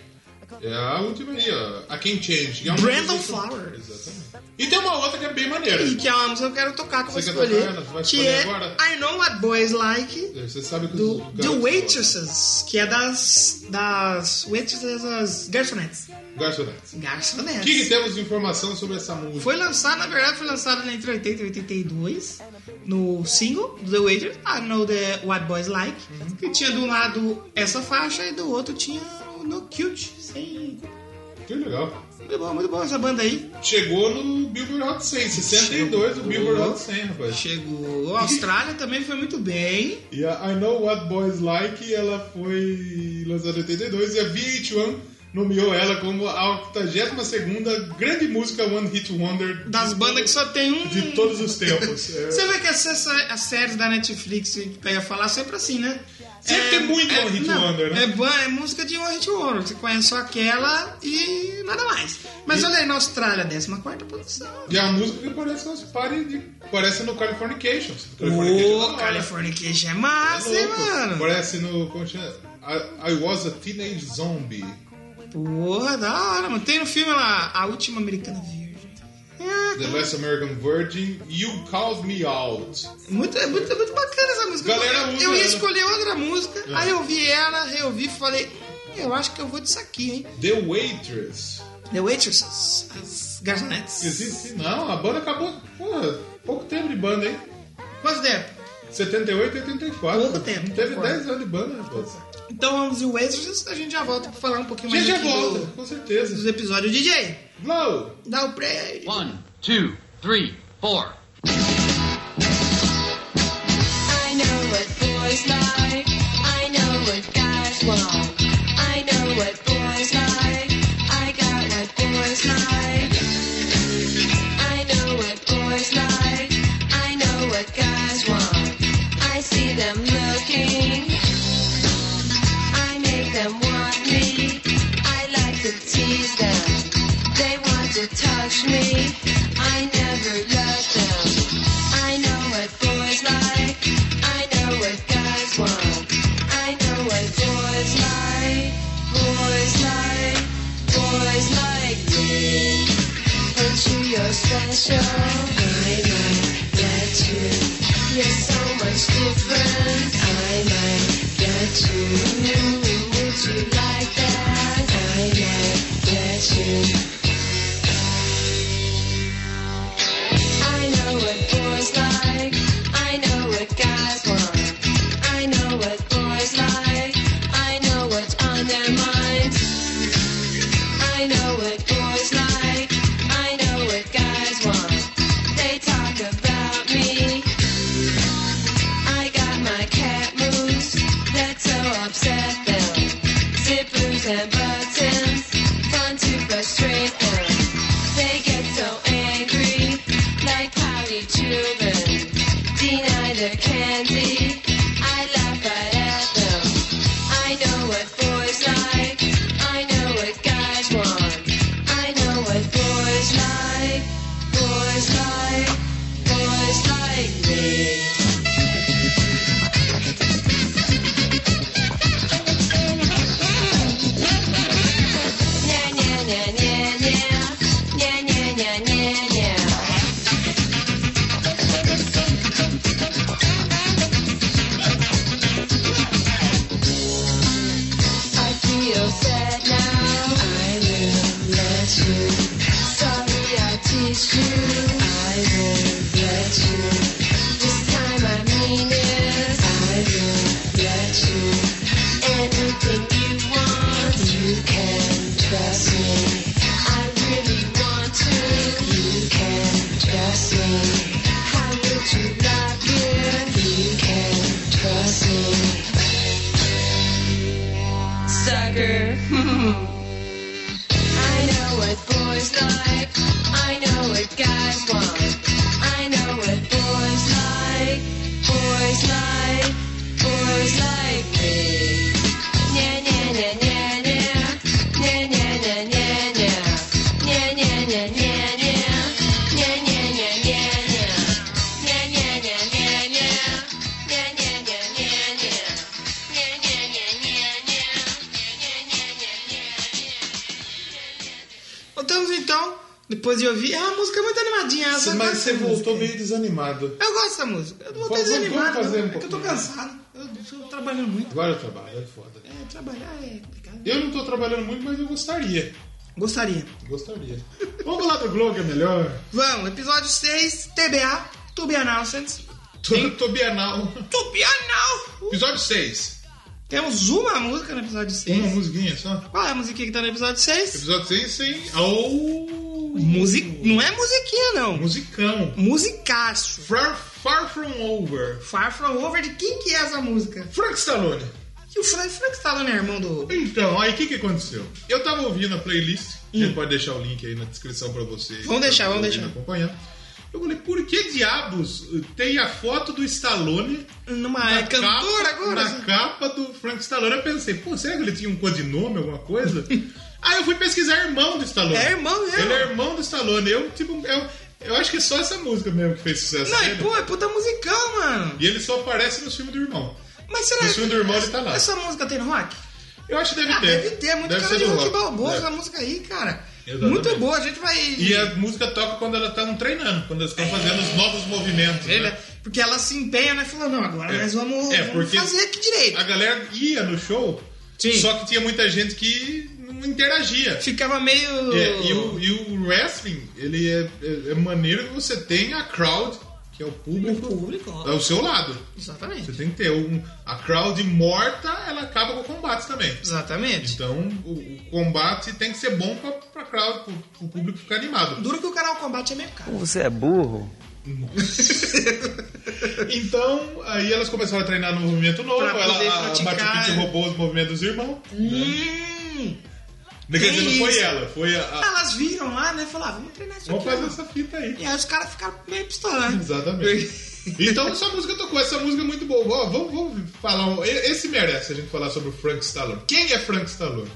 Speaker 2: É a última aí, ó. A Can Change. que É uma
Speaker 1: Brandon
Speaker 2: música-
Speaker 1: Flowers.
Speaker 2: Exatamente. E tem uma outra que é bem maneira.
Speaker 1: E que é uma música que eu quero tocar, que eu vou
Speaker 2: Você quer
Speaker 1: escolher.
Speaker 2: tocar ela? Você vai
Speaker 1: que
Speaker 2: escolher
Speaker 1: é
Speaker 2: agora?
Speaker 1: I Know What Boys Like.
Speaker 2: Você sabe que
Speaker 1: Do
Speaker 2: os
Speaker 1: The
Speaker 2: garotos-
Speaker 1: Waitresses, que é das. das. Waitresses, as garçonetes.
Speaker 2: Garçonetes. O
Speaker 1: Garçonetes.
Speaker 2: que, que temos de informação sobre essa música?
Speaker 1: Foi lançado, na verdade, foi lançado entre 80 e 82, no single do The Waiter, I Know The What Boys Like, que tinha de um lado essa faixa e do outro tinha o No Cute. Sim.
Speaker 2: Que legal.
Speaker 1: Muito bom, muito bom essa banda aí.
Speaker 2: Chegou no Billboard Hot 100. 62 do
Speaker 1: Chegou.
Speaker 2: Billboard Hot 100, rapaz.
Speaker 1: Chegou. A Austrália também foi muito bem.
Speaker 2: E a I Know What Boys Like, ela foi lançada em 82 e a VH1 nomeou ela como a 82ª grande música One Hit Wonder
Speaker 1: Das bandas que só tem um.
Speaker 2: de todos os tempos. É.
Speaker 1: Você vê que essa, essa- as séries da Netflix que pega a falar sempre assim, né?
Speaker 2: Sempre tem muito One Hit Wonder, né?
Speaker 1: É, ban- é música de One Hit Wonder. Você conhece só aquela e nada mais. Mas olha aí, na Austrália, 14 posição.
Speaker 2: E a música que aparece nas party de, aparece no Californications.
Speaker 1: Ô,
Speaker 2: é da hora.
Speaker 1: Californication é
Speaker 2: É
Speaker 1: massa, hein,
Speaker 2: louco.
Speaker 1: mano?
Speaker 2: Aparece no. como chama? I, I was a teenage zombie.
Speaker 1: Porra, da hora, mano. Tem no filme lá, A Última Americana Virgem.
Speaker 2: The
Speaker 1: É,
Speaker 2: Last American Virgin, You Called Me Out.
Speaker 1: muito, é muito, é muito bacana essa música.
Speaker 2: Galera
Speaker 1: eu,
Speaker 2: usa
Speaker 1: eu ia
Speaker 2: ela.
Speaker 1: escolher outra música,
Speaker 2: É.
Speaker 1: aí eu vi ela, reouvi e falei, "Hum, eu acho que eu vou disso aqui, hein?
Speaker 2: The Waitress.
Speaker 1: The Waitresses, as garçonetes.
Speaker 2: Existe? Não, a banda acabou. Porra, pouco tempo de banda, hein?
Speaker 1: Quanto tempo?
Speaker 2: 78 e 84.
Speaker 1: Pouco tempo,
Speaker 2: Teve
Speaker 1: concordo.
Speaker 2: 10 anos de banda, né, rapaz.
Speaker 1: Então vamos de Waitresses, a gente já volta pra falar um pouquinho
Speaker 2: Já
Speaker 1: mais
Speaker 2: já
Speaker 1: aqui
Speaker 2: volta,
Speaker 1: do-
Speaker 2: com
Speaker 1: dos
Speaker 2: certeza.
Speaker 1: episódios. DJ,
Speaker 2: Blow!
Speaker 1: dá o play aí.
Speaker 5: One, two, three, four.
Speaker 6: I know what boys like. I know what guys want. I know what boys like. I got what boys like. I know what boys like. I know what guys want. I see them looking. I make them want me. I like to tease them. They want to touch me. I never love them. I know what boys like. I know what guys want. I know what boys like. Boys like. Boys like me. Aren't you you're special? I might get you. You're so much different. I might get you. Would you like that? I might get you. I know what boys like. I know what guys want. I know what boys like. I know what's on their minds. I know what boys like. I know what guys want. They talk about me. I got my cat moves that so upset them. Zippers and buttons, fun to frustrate them. They get so angry, like pouty children. Deny their candy. I laugh right at them. I know what boys like. I know what guys want. I know what boys like. Boys like. Boys like me. Nya, nya, nya, nya, nya. Nya, nya, nya, nya, nya. I feel sad now. I will let you. Sorry, I teach you. I will let you. This time I mean it. I will let you. Anything you want, you can trust me. I really want to. You can trust me. How would you like it? You can trust me sucker. I know what boys like. I know what guys want. I know what boys like. Boys like. Boys like me. Nya, nya, nya, nya, nya. Nya, nya, nya, nya, nya. Nya, nya, nya, nya, nya. Nya, nya, nya, nya, nya. Nya, nya, nya, nya, nya. Nya, nya, nya, nya, nya. Nya, nya, nya, nya, nya. Nya, nya, nya, nya, nya.
Speaker 1: Voltamos então, depois de ouvir. É uma música muito animadinha essa.
Speaker 2: Mas
Speaker 1: gosto
Speaker 2: você
Speaker 1: dessa
Speaker 2: voltou
Speaker 1: é música.
Speaker 2: meio desanimado.
Speaker 1: Eu gosto dessa música. Eu voltei
Speaker 2: Vamos- vamos
Speaker 1: desanimado.
Speaker 2: fazer um
Speaker 1: é que eu tô
Speaker 2: pouquinho.
Speaker 1: cansado. Eu estou trabalhando muito.
Speaker 2: Agora eu trabalho, é foda.
Speaker 1: É, trabalhar é complicado.
Speaker 2: Eu não tô trabalhando muito, mas eu gostaria.
Speaker 1: Gostaria.
Speaker 2: Gostaria. Vamos lá do Globo, que é melhor.
Speaker 1: Vamos, episódio 6, TBA, To Be Announced.
Speaker 2: Tudo Tobianal.
Speaker 1: To Be Announced!
Speaker 2: Episódio 6.
Speaker 1: Temos uma música no episódio 6.
Speaker 2: Uma musiquinha só.
Speaker 1: Qual é a musiquinha que tá no episódio 6?
Speaker 2: Episódio 6 sem ao
Speaker 1: Music... Não é musiquinha, não.
Speaker 2: musicão.
Speaker 1: Musicaço.
Speaker 2: Far, far From Over.
Speaker 1: Far From Over, de quem que é essa música?
Speaker 2: Frank Stallone.
Speaker 1: E o Frank, Frank Stallone é irmão do...
Speaker 2: Então, aí o que, que aconteceu? Hum. Eu tava ouvindo a playlist, a gente pode deixar o link aí na descrição pra você.
Speaker 1: Vamos deixar,
Speaker 2: pra
Speaker 1: vamos
Speaker 2: você
Speaker 1: deixar.
Speaker 2: acompanhar. Eu falei, por que diabos tem a foto do Stallone
Speaker 1: Numa é cantora agora?
Speaker 2: na Tá capa do Frank Stallone? Eu pensei, pô, será que ele tinha um codinome, alguma coisa? aí eu fui pesquisar irmão do Stallone.
Speaker 1: É irmão mesmo.
Speaker 2: Ele é irmão do Stallone. Eu, tipo, eu, eu acho que é só essa música mesmo que fez sucesso.
Speaker 1: Não,
Speaker 2: dele.
Speaker 1: é, pô, é puta musicão, mano.
Speaker 2: E ele só aparece no filme do irmão.
Speaker 1: Mas será
Speaker 2: No filme do irmão ele tá lá.
Speaker 1: Essa música tem no rock?
Speaker 2: Eu acho que deve
Speaker 1: Ah,
Speaker 2: ter.
Speaker 1: deve ter, muito
Speaker 2: Deve
Speaker 1: cara
Speaker 2: ser
Speaker 1: de
Speaker 2: do
Speaker 1: rock
Speaker 2: rock.
Speaker 1: balboa
Speaker 2: Deve.
Speaker 1: essa música aí, cara.
Speaker 2: Exatamente.
Speaker 1: Muito boa, a gente vai.
Speaker 2: E a música toca quando elas estão treinando, quando elas estão fazendo os novos movimentos. né?
Speaker 1: É. Ele- Porque ela se empenha, né? Falou, não, agora
Speaker 2: É.
Speaker 1: nós vamos,
Speaker 2: É,
Speaker 1: vamos
Speaker 2: porque-
Speaker 1: fazer aqui direito.
Speaker 2: A galera ia no show,
Speaker 1: Sim.
Speaker 2: só que tinha muita gente que não interagia.
Speaker 1: Ficava meio.
Speaker 2: É, e, o, e o wrestling, ele é, é, é maneiro que você tem a crowd que é o
Speaker 1: O
Speaker 2: público,
Speaker 1: público,
Speaker 2: é
Speaker 1: ó.
Speaker 2: o seu lado. Você
Speaker 1: Exatamente.
Speaker 2: tem que ter um, a crowd morta, ela acaba com combates também.
Speaker 1: Exatamente.
Speaker 2: Então, o, o combate tem que ser bom pra, pra crowd, pro, pro público ficar animado.
Speaker 1: Duro que o canal Combate é meio caro.
Speaker 2: Então, aí elas começaram a treinar no movimento novo.
Speaker 1: Pra
Speaker 2: Ela,
Speaker 1: poder
Speaker 2: a Machu
Speaker 1: praticar. é.
Speaker 2: Picchu roubou os movimentos dos irmãos.
Speaker 1: Hum.
Speaker 2: Quer dizer, não foi
Speaker 1: isso.
Speaker 2: ela, foi a. a-
Speaker 1: Elas viram lá, né? Falaram, ah, vamos treinar isso
Speaker 2: Vamos
Speaker 1: aqui.
Speaker 2: fazer
Speaker 1: ó.
Speaker 2: essa fita aí.
Speaker 1: E aí os caras ficaram meio pistolando.
Speaker 2: Exatamente. Então essa música tocou, essa música é muito boa. Ó, vamos, vamos falar. Um, esse merece a gente falar sobre o Frank Stallone. Quem é Frank Stallone?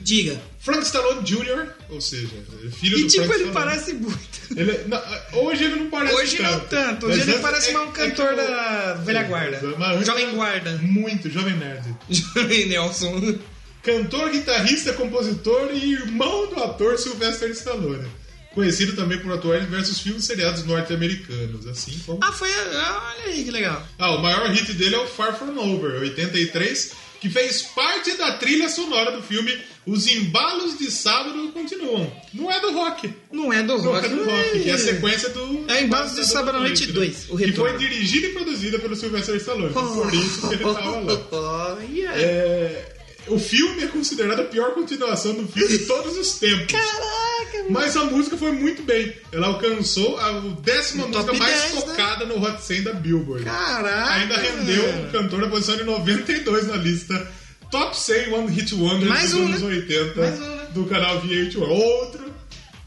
Speaker 1: Diga.
Speaker 2: Frank Stallone Jr., ou seja, é filho
Speaker 1: E
Speaker 2: do
Speaker 1: tipo,
Speaker 2: Frank
Speaker 1: ele
Speaker 2: Stallone.
Speaker 1: parece muito.
Speaker 2: Ele- não, hoje ele não parece
Speaker 1: Hoje
Speaker 2: tanto.
Speaker 1: não tanto. Hoje
Speaker 2: Mas
Speaker 1: ele
Speaker 2: antes
Speaker 1: parece
Speaker 2: é-
Speaker 1: mais um
Speaker 2: é
Speaker 1: cantor
Speaker 2: que o-
Speaker 1: da velha guarda.
Speaker 2: Mas-
Speaker 1: Jovem guarda.
Speaker 2: Muito, jovem nerd.
Speaker 1: Jovem Nelson.
Speaker 2: Cantor, guitarrista, compositor e irmão do ator Sylvester Stallone. Conhecido também por atuar em diversos filmes e seriados norte-americanos, assim como...
Speaker 1: Ah, foi... Olha aí que legal.
Speaker 2: Ah, o maior hit dele é o Far From Over, 83, que fez parte da trilha sonora do filme Os Embalos de Sábado Continuam. Não é do rock.
Speaker 1: Não é do
Speaker 2: Não
Speaker 1: rock.
Speaker 2: é do rock, que é a sequência do...
Speaker 1: É Embalos de Sábado à Noite 2, o
Speaker 2: Que foi
Speaker 1: retorno.
Speaker 2: dirigida e produzida pelo Sylvester Stallone. então Por isso que ele tava lá.
Speaker 1: Olha.
Speaker 2: É, O filme é considerado a pior continuação do filme de todos os tempos.
Speaker 1: Caraca, mano.
Speaker 2: Mas a música foi muito bem. Ela alcançou a o décima
Speaker 1: No
Speaker 2: música
Speaker 1: top
Speaker 2: mais
Speaker 1: 10, né?
Speaker 2: tocada no Hot 100 da Billboard.
Speaker 1: Caraca.
Speaker 2: Ainda rendeu
Speaker 1: É.
Speaker 2: um o cantor na posição de 92 na lista Top 100 One Hit Wonder
Speaker 1: Mais
Speaker 2: dos
Speaker 1: um,
Speaker 2: anos
Speaker 1: né?
Speaker 2: 80
Speaker 1: Mais um, né?
Speaker 2: do canal VH1. Outro.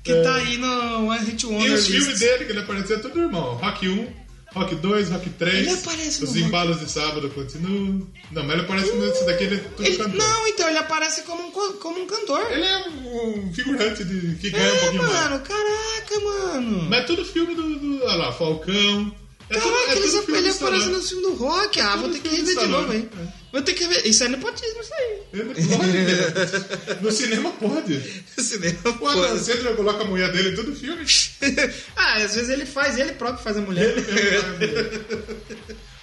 Speaker 1: Que tá aí no One Hit Wonder
Speaker 2: E os
Speaker 1: List.
Speaker 2: filmes dele que ele apareceu é tudo irmão. Rock 1, Rock 2, Rock 3.
Speaker 1: Ele aparece no
Speaker 2: Os
Speaker 1: Rock.
Speaker 2: embalos de sábado continuam. Não, mas ele aparece nesse daqui, ele é tudo
Speaker 1: Ele-
Speaker 2: cantor.
Speaker 1: não, então, ele aparece como um, co- como um cantor.
Speaker 2: Ele é um figurante de, que ganha um
Speaker 1: É,
Speaker 2: pouquinho mais.
Speaker 1: mano, caraca, mano.
Speaker 2: Mas é tudo filme do. do olha lá, Falcão. É tudo,
Speaker 1: Caraca,
Speaker 2: é
Speaker 1: ele,
Speaker 2: tudo filme
Speaker 1: ele
Speaker 2: do Stallone.
Speaker 1: aparece no filme do rock. Ah, vou
Speaker 2: tudo
Speaker 1: ter que
Speaker 2: filme do
Speaker 1: rever de novo,
Speaker 2: Stallone.
Speaker 1: hein? Vou ter que ver. Isso é nepotismo, isso aí.
Speaker 2: Ele pode, né? No cinema pode.
Speaker 1: Cinema,
Speaker 2: O Adam Sandler coloca a mulher dele em todo filme.
Speaker 1: ah, às vezes ele faz, ele próprio faz a mulher.
Speaker 2: Ele mesmo, né, mulher?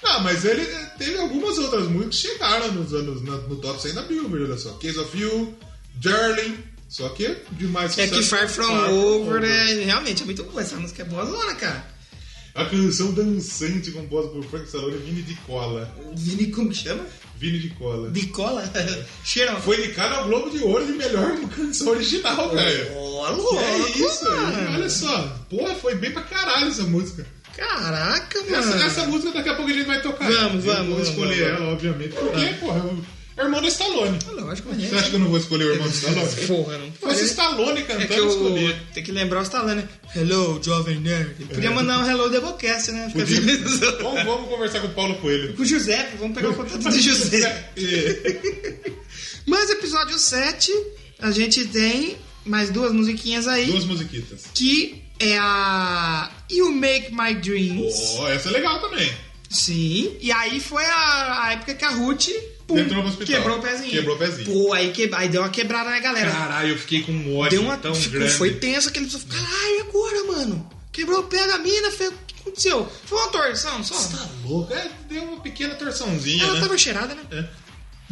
Speaker 2: Ah, mas ele eh, teve algumas outras músicas que chegaram nos anos na- no top 100 da Billboard, olha só. Case of You, Darling, só que demais
Speaker 1: É que Far From Over, né? Realmente, é muito boa. Essa música é boa zona, cara.
Speaker 2: A canção dançante composta por Frank Stallone e Vini de Cola.
Speaker 1: Vini, como que chama?
Speaker 2: Vini de Cola.
Speaker 1: Bicola? Cheirão.
Speaker 2: Foi indicado ao Globo de Ouro de melhor canção original, velho.
Speaker 1: Ó, louco,
Speaker 2: É isso aí,
Speaker 1: mano.
Speaker 2: olha só. Porra, foi bem pra caralho essa música.
Speaker 1: Caraca, mano.
Speaker 2: Essa, essa música daqui a pouco a gente vai tocar.
Speaker 1: Ah. Vamos,
Speaker 2: eu
Speaker 1: vamos,
Speaker 2: Vou
Speaker 1: vamos,
Speaker 2: escolher
Speaker 1: vamos.
Speaker 2: ela, obviamente. Porque, porra, é o irmão do Stallone.
Speaker 1: Lógico, é.
Speaker 2: Você acha que eu não vou escolher o irmão do Stallone?
Speaker 1: Porra, não
Speaker 2: Mas o Stallone
Speaker 1: É
Speaker 2: cantando,
Speaker 1: que
Speaker 2: eu
Speaker 1: eu
Speaker 2: escolhi.
Speaker 1: tem que lembrar o Stallone, né? Hello, Jovem Nerd. Ele podia mandar um Hello Debocast, né? Fica
Speaker 2: Podia.
Speaker 1: assim.
Speaker 2: Vamos, vamos conversar com o Paulo Coelho.
Speaker 1: Com o Giuseppe, vamos pegar o contato do Giuseppe.
Speaker 2: É.
Speaker 1: Mas episódio 7, a gente tem mais duas musiquinhas aí,
Speaker 2: Duas musiquitas.
Speaker 1: que é a You Make My Dreams.
Speaker 2: Oh, essa é legal também.
Speaker 1: Sim. E aí foi a, a época que a Ruth pum,
Speaker 2: Entrou no hospital.
Speaker 1: quebrou o pezinho.
Speaker 2: Quebrou o pezinho.
Speaker 1: Pô, aí, que, aí deu uma quebrada na galera.
Speaker 2: Caralho, eu fiquei com um ódio
Speaker 1: Deu uma.
Speaker 2: tão
Speaker 1: ficou-
Speaker 2: grande.
Speaker 1: foi tenso aquele pessoal. Caralho, e agora, mano? Quebrou o pé da mina, foi, o que aconteceu? Foi uma torção só.
Speaker 2: Tá louco? É, deu uma pequena torçãozinha,
Speaker 1: Ela
Speaker 2: né? É.
Speaker 1: tava cheirada, né?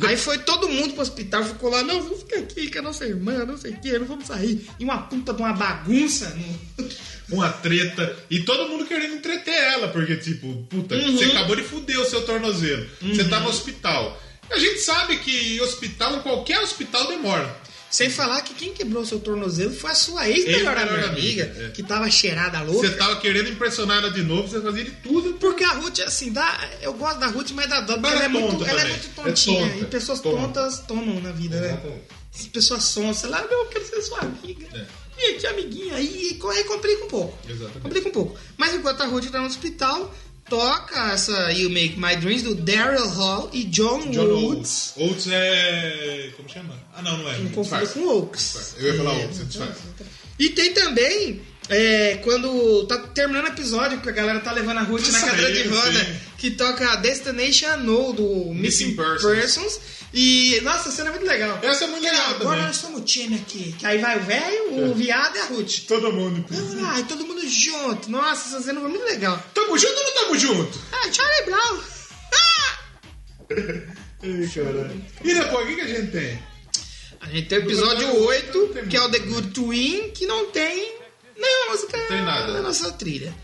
Speaker 1: Aí foi todo mundo pro hospital, ficou lá, não, vamos ficar aqui com a nossa irmã, não sei o que, não vamos sair. E uma puta de uma bagunça. né? no-
Speaker 2: uma treta e todo mundo querendo entreter ela, porque, tipo, puta, você acabou de fuder o seu tornozelo, você tá no hospital. A gente sabe que hospital, qualquer hospital demora.
Speaker 1: Sem falar que quem quebrou seu tornozelo foi a sua ex-melhor
Speaker 2: Ex-melhor
Speaker 1: amiga,
Speaker 2: amiga, é.
Speaker 1: que tava cheirada louca.
Speaker 2: Você tava querendo impressionar ela de novo, você fazia de tudo.
Speaker 1: Porque a Ruth, assim, dá, eu gosto da Ruth, mas dá dó, porque
Speaker 2: Mas
Speaker 1: ela,
Speaker 2: é
Speaker 1: é muito,
Speaker 2: tonta
Speaker 1: ela é
Speaker 2: também.
Speaker 1: muito
Speaker 2: É
Speaker 1: tontinha.
Speaker 2: tonta.
Speaker 1: E pessoas
Speaker 2: Tonta.
Speaker 1: tontas tomam na vida, né?
Speaker 2: Exatamente.
Speaker 1: As pessoas sonsas, lá, não, eu quero ser sua amiga.
Speaker 2: É.
Speaker 1: E que amiguinha, aí, e aí complica um pouco.
Speaker 2: Exatamente.
Speaker 1: Complica um pouco. Mas enquanto a Ruth tá no hospital, toca essa You Make My Dreams do Daryl Hall e John,
Speaker 2: John
Speaker 1: Woods.
Speaker 2: Oates. Oates é. Como chama? Ah, não, não é.
Speaker 1: Não confunda
Speaker 2: Disfarce.
Speaker 1: Um com Oaks.
Speaker 2: Eu ia falar
Speaker 1: É,
Speaker 2: Oates, é disfarce.
Speaker 1: E tem também, é, quando tá terminando o episódio, que a galera tá levando a Ruth na
Speaker 2: Sim,
Speaker 1: cadeira de roda,
Speaker 2: sim.
Speaker 1: que toca Destination No do Missing,
Speaker 2: Missing Persons.
Speaker 1: Persons. E, nossa, essa cena é muito legal.
Speaker 2: Essa é muito legal
Speaker 1: Agora
Speaker 2: também. É.
Speaker 1: nós somos time aqui. Que aí vai o velho, o viado e a Ruth.
Speaker 2: Todo mundo.
Speaker 1: Ai, todo mundo junto. Nossa, essa cena foi muito legal.
Speaker 2: Tamo junto ou não tamo junto?
Speaker 1: Ah, Charlie Brown. Ah!
Speaker 2: Ei, caralho. E depois, o que, que a gente tem?
Speaker 1: A gente tem o episódio 8, que é o The Good Twin, que não tem nenhuma música
Speaker 2: Tem nada.
Speaker 1: na nossa trilha.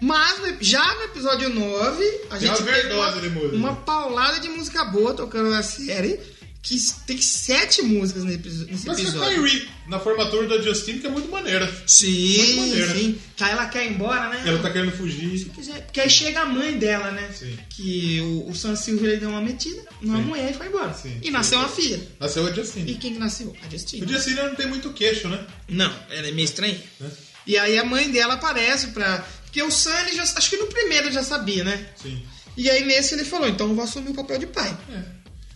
Speaker 1: Mas no- já no episódio 9, a
Speaker 2: Tem
Speaker 1: gente
Speaker 2: é uma
Speaker 1: teve uma,
Speaker 2: overdose de música.
Speaker 1: uma paulada de música boa tocando na série, que s- tem sete músicas nesse episo- nesse
Speaker 2: Mas tá foi a
Speaker 1: episódio.
Speaker 2: Kyrie, na formatura da Justine, que é muito maneira. Muito
Speaker 1: Sim,
Speaker 2: maneiro.
Speaker 1: sim. Que aí ela quer ir embora, né?
Speaker 2: Ela tá querendo fugir.
Speaker 1: Quer dizer, Porque aí chega a mãe dela, né?
Speaker 2: Sim.
Speaker 1: Que o, o San Silvio ele deu uma metida numa mulher e foi embora.
Speaker 2: Sim.
Speaker 1: E nasceu uma filha.
Speaker 2: Nasceu a
Speaker 1: E
Speaker 2: Justine.
Speaker 1: quem que nasceu? A
Speaker 2: O
Speaker 1: Justina.
Speaker 2: Justine não tem muito queixo, né?
Speaker 1: Não, ela é meio estranha.
Speaker 2: Né?
Speaker 1: E aí a mãe dela aparece pra. Porque o Sam, ele já, acho que no primeiro ele já sabia, né?
Speaker 2: Sim.
Speaker 1: E aí nesse ele falou: então eu vou assumir o papel de pai.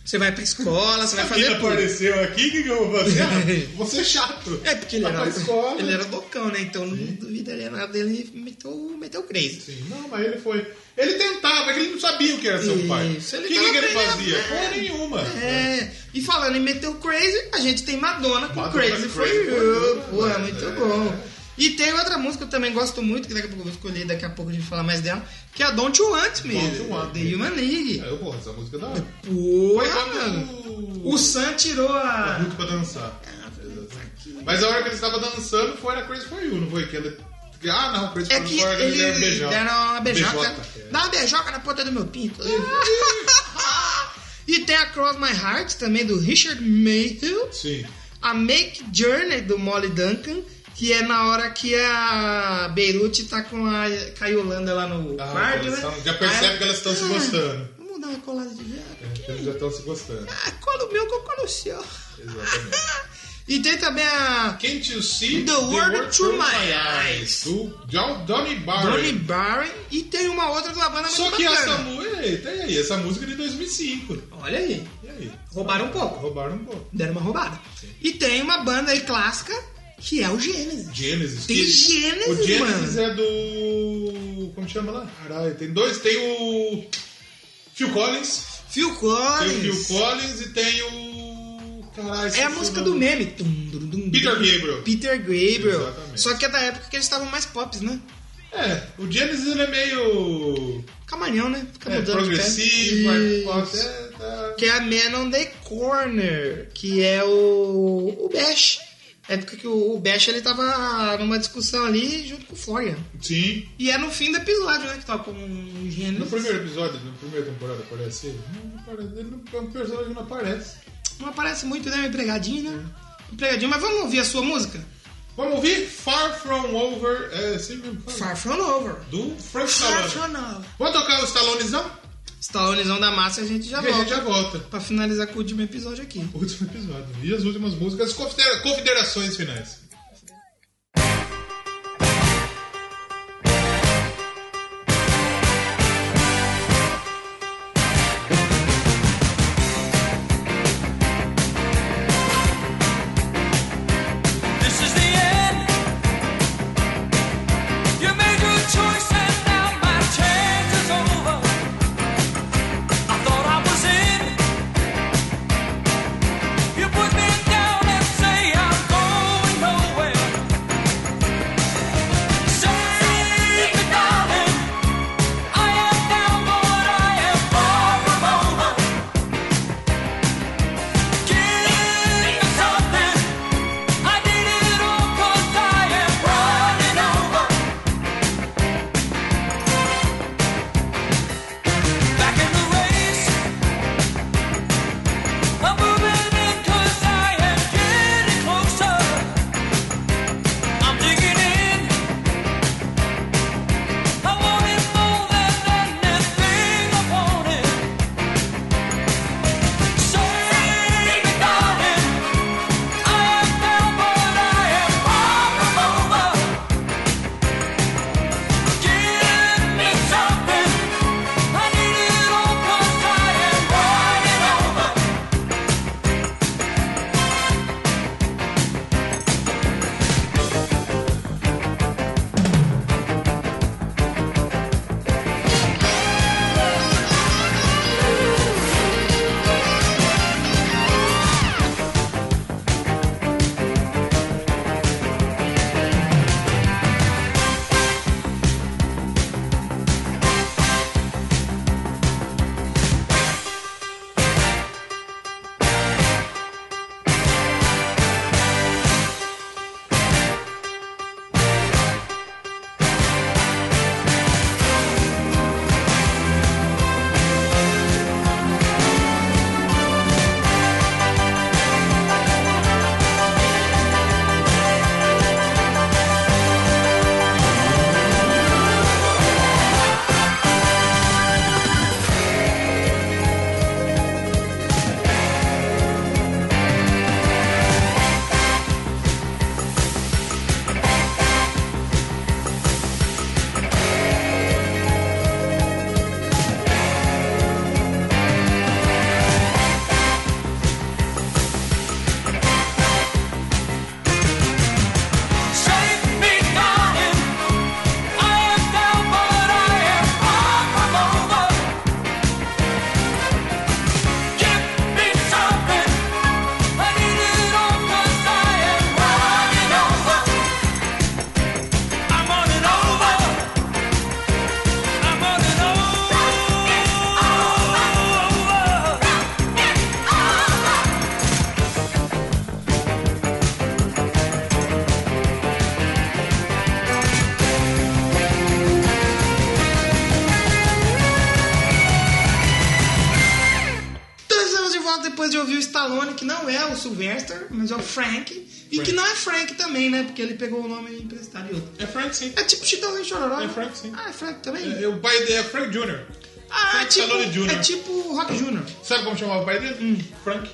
Speaker 1: Você vai pra escola, você vai
Speaker 2: Sabina
Speaker 1: fazer tudo.
Speaker 2: apareceu aqui, o que, que eu vou fazer? Ah, vou ser chato.
Speaker 1: É, porque ele
Speaker 2: Vai pra
Speaker 1: era,
Speaker 2: escola.
Speaker 1: ele era loucão, né? Então não duvidaria nada dele e meteu, meteu o crazy.
Speaker 2: Sim, não, mas ele foi. Ele tentava, é que ele não sabia o que era seu pai. O
Speaker 1: Isso, ele
Speaker 2: que, que,
Speaker 1: tava
Speaker 2: ele
Speaker 1: aprendendo,
Speaker 2: fazia?
Speaker 1: né?
Speaker 2: Porra nenhuma.
Speaker 1: É, e falando em meter o Crazy, a gente tem Madonna com
Speaker 2: Madonna
Speaker 1: Crazy
Speaker 2: com
Speaker 1: For
Speaker 2: Crazy For
Speaker 1: You.
Speaker 2: You,
Speaker 1: Pô, é
Speaker 2: né?
Speaker 1: muito
Speaker 2: É.
Speaker 1: bom. E tem outra música que eu também gosto muito, que daqui a pouco eu vou escolher, daqui a pouco a gente fala mais dela, que é a Don't You Want Me,
Speaker 2: Don't You Want
Speaker 1: The
Speaker 2: Me.
Speaker 1: Human League.
Speaker 2: É, eu gosto dessa música é da hora.
Speaker 1: Pô,
Speaker 2: Foi
Speaker 1: mano.
Speaker 2: quando
Speaker 1: O Sam tirou
Speaker 2: Tá
Speaker 1: a...
Speaker 2: muito pra dançar. Exatamente. Mas a hora que ele estava dançando foi na Crazy For You, não foi? Que ele... Ah, não, Crazy
Speaker 1: É
Speaker 2: For
Speaker 1: que
Speaker 2: You foi
Speaker 1: ele
Speaker 2: beijão.
Speaker 1: deram uma beijoca.
Speaker 2: Beijota, é.
Speaker 1: Dá uma beijoca na ponta do meu pinto. e tem a Cross My Heart também, do Richard Mayhew.
Speaker 2: Sim.
Speaker 1: A Make Journey do Molly Duncan, que é na hora que a Beirute tá com a Caiolanda lá no
Speaker 2: Ah,
Speaker 1: quarto,
Speaker 2: elas
Speaker 1: né?
Speaker 2: tão- já percebe
Speaker 1: Aí
Speaker 2: que elas estão se gostando.
Speaker 1: Vamos dar uma colada de
Speaker 2: É,
Speaker 1: viado.
Speaker 2: eles já estão se gostando.
Speaker 1: Ah, cola o meu que eu colo o seu.
Speaker 2: Exatamente.
Speaker 1: E tem também a
Speaker 2: Can't You See
Speaker 1: The World Through My Eyes.
Speaker 2: Do John, Donny
Speaker 1: Johnny
Speaker 2: Barry.
Speaker 1: Barron e tem uma outra da banda
Speaker 2: Só
Speaker 1: é muito
Speaker 2: que essa
Speaker 1: bacana.
Speaker 2: música... Eita, e aí? Essa música é de 2005.
Speaker 1: Olha aí,
Speaker 2: E aí?
Speaker 1: roubaram um pouco.
Speaker 2: Roubaram um pouco.
Speaker 1: Deram uma roubada. E tem uma banda aí clássica, que é o Gênesis.
Speaker 2: Genesis.
Speaker 1: Tem
Speaker 2: que-
Speaker 1: Genesis,
Speaker 2: O Genesis
Speaker 1: mano.
Speaker 2: é do... Como chama lá? Caralho, tem dois. Tem o... Phil Collins.
Speaker 1: Phil
Speaker 2: Tem o
Speaker 1: Collins.
Speaker 2: Phil Collins e tem o. Caralho,
Speaker 1: É
Speaker 2: esqueci
Speaker 1: a
Speaker 2: o
Speaker 1: música
Speaker 2: nome.
Speaker 1: do meme. Tum, dum, dum, dum.
Speaker 2: Peter Gabriel.
Speaker 1: Peter Gabriel.
Speaker 2: Exatamente.
Speaker 1: Só que é da época que eles estavam mais pops, né?
Speaker 2: É, o Genesis ele é meio.
Speaker 1: Camanhão, né? Fica
Speaker 2: É,
Speaker 1: mudando
Speaker 2: progressivo,
Speaker 1: de
Speaker 2: mas
Speaker 1: pé.
Speaker 2: pode-
Speaker 1: Isso.
Speaker 2: é, tá.
Speaker 1: Que é a Man on the Corner, que é o, o Bash. Época que o, o Bash ele tava numa discussão ali junto com o Florian.
Speaker 2: Sim.
Speaker 1: E é no fim do episódio, né? Que tava com um gênero.
Speaker 2: No primeiro episódio, na primeira temporada aparece ele? Não, não aparece. Ele não, é um personagem que não aparece.
Speaker 1: Não aparece muito, né? O empregadinho, né? O empregadinho, mas vamos ouvir a sua música?
Speaker 2: Vamos ouvir Far From Over. É assim mesmo. fala.
Speaker 1: Far From Over.
Speaker 2: Do Frank
Speaker 1: Far
Speaker 2: Stallone.
Speaker 1: From Over.
Speaker 2: Vamos tocar o Stallonezão?
Speaker 1: Stallonezão da massa e a gente já
Speaker 2: E a
Speaker 1: volta.
Speaker 2: gente já volta.
Speaker 1: Pra finalizar com o último episódio aqui.
Speaker 2: Último episódio. E as últimas músicas, as confidera- confederações finais.
Speaker 4: This is the end. You made your choice and now my chance is over. I thought I was in. You put me down and say I'm going home.
Speaker 1: Stallone, que não é o Sylvester, mas é o Frank, e
Speaker 2: Frank.
Speaker 1: que não é Frank também, né? Porque ele pegou o nome emprestado e outro.
Speaker 2: É Frank, sim.
Speaker 1: É tipo Chitãozinho e Chororó.
Speaker 2: É Frank, sim.
Speaker 1: Ah, é Frank também?
Speaker 2: É, é o pai dele é Frank Jr.
Speaker 1: ah, é
Speaker 2: Frank
Speaker 1: tipo,
Speaker 2: Stallone Jr..
Speaker 1: é tipo Rock Jr.
Speaker 2: Sabe como chamava o pai dele?
Speaker 1: Hum.
Speaker 2: Frank.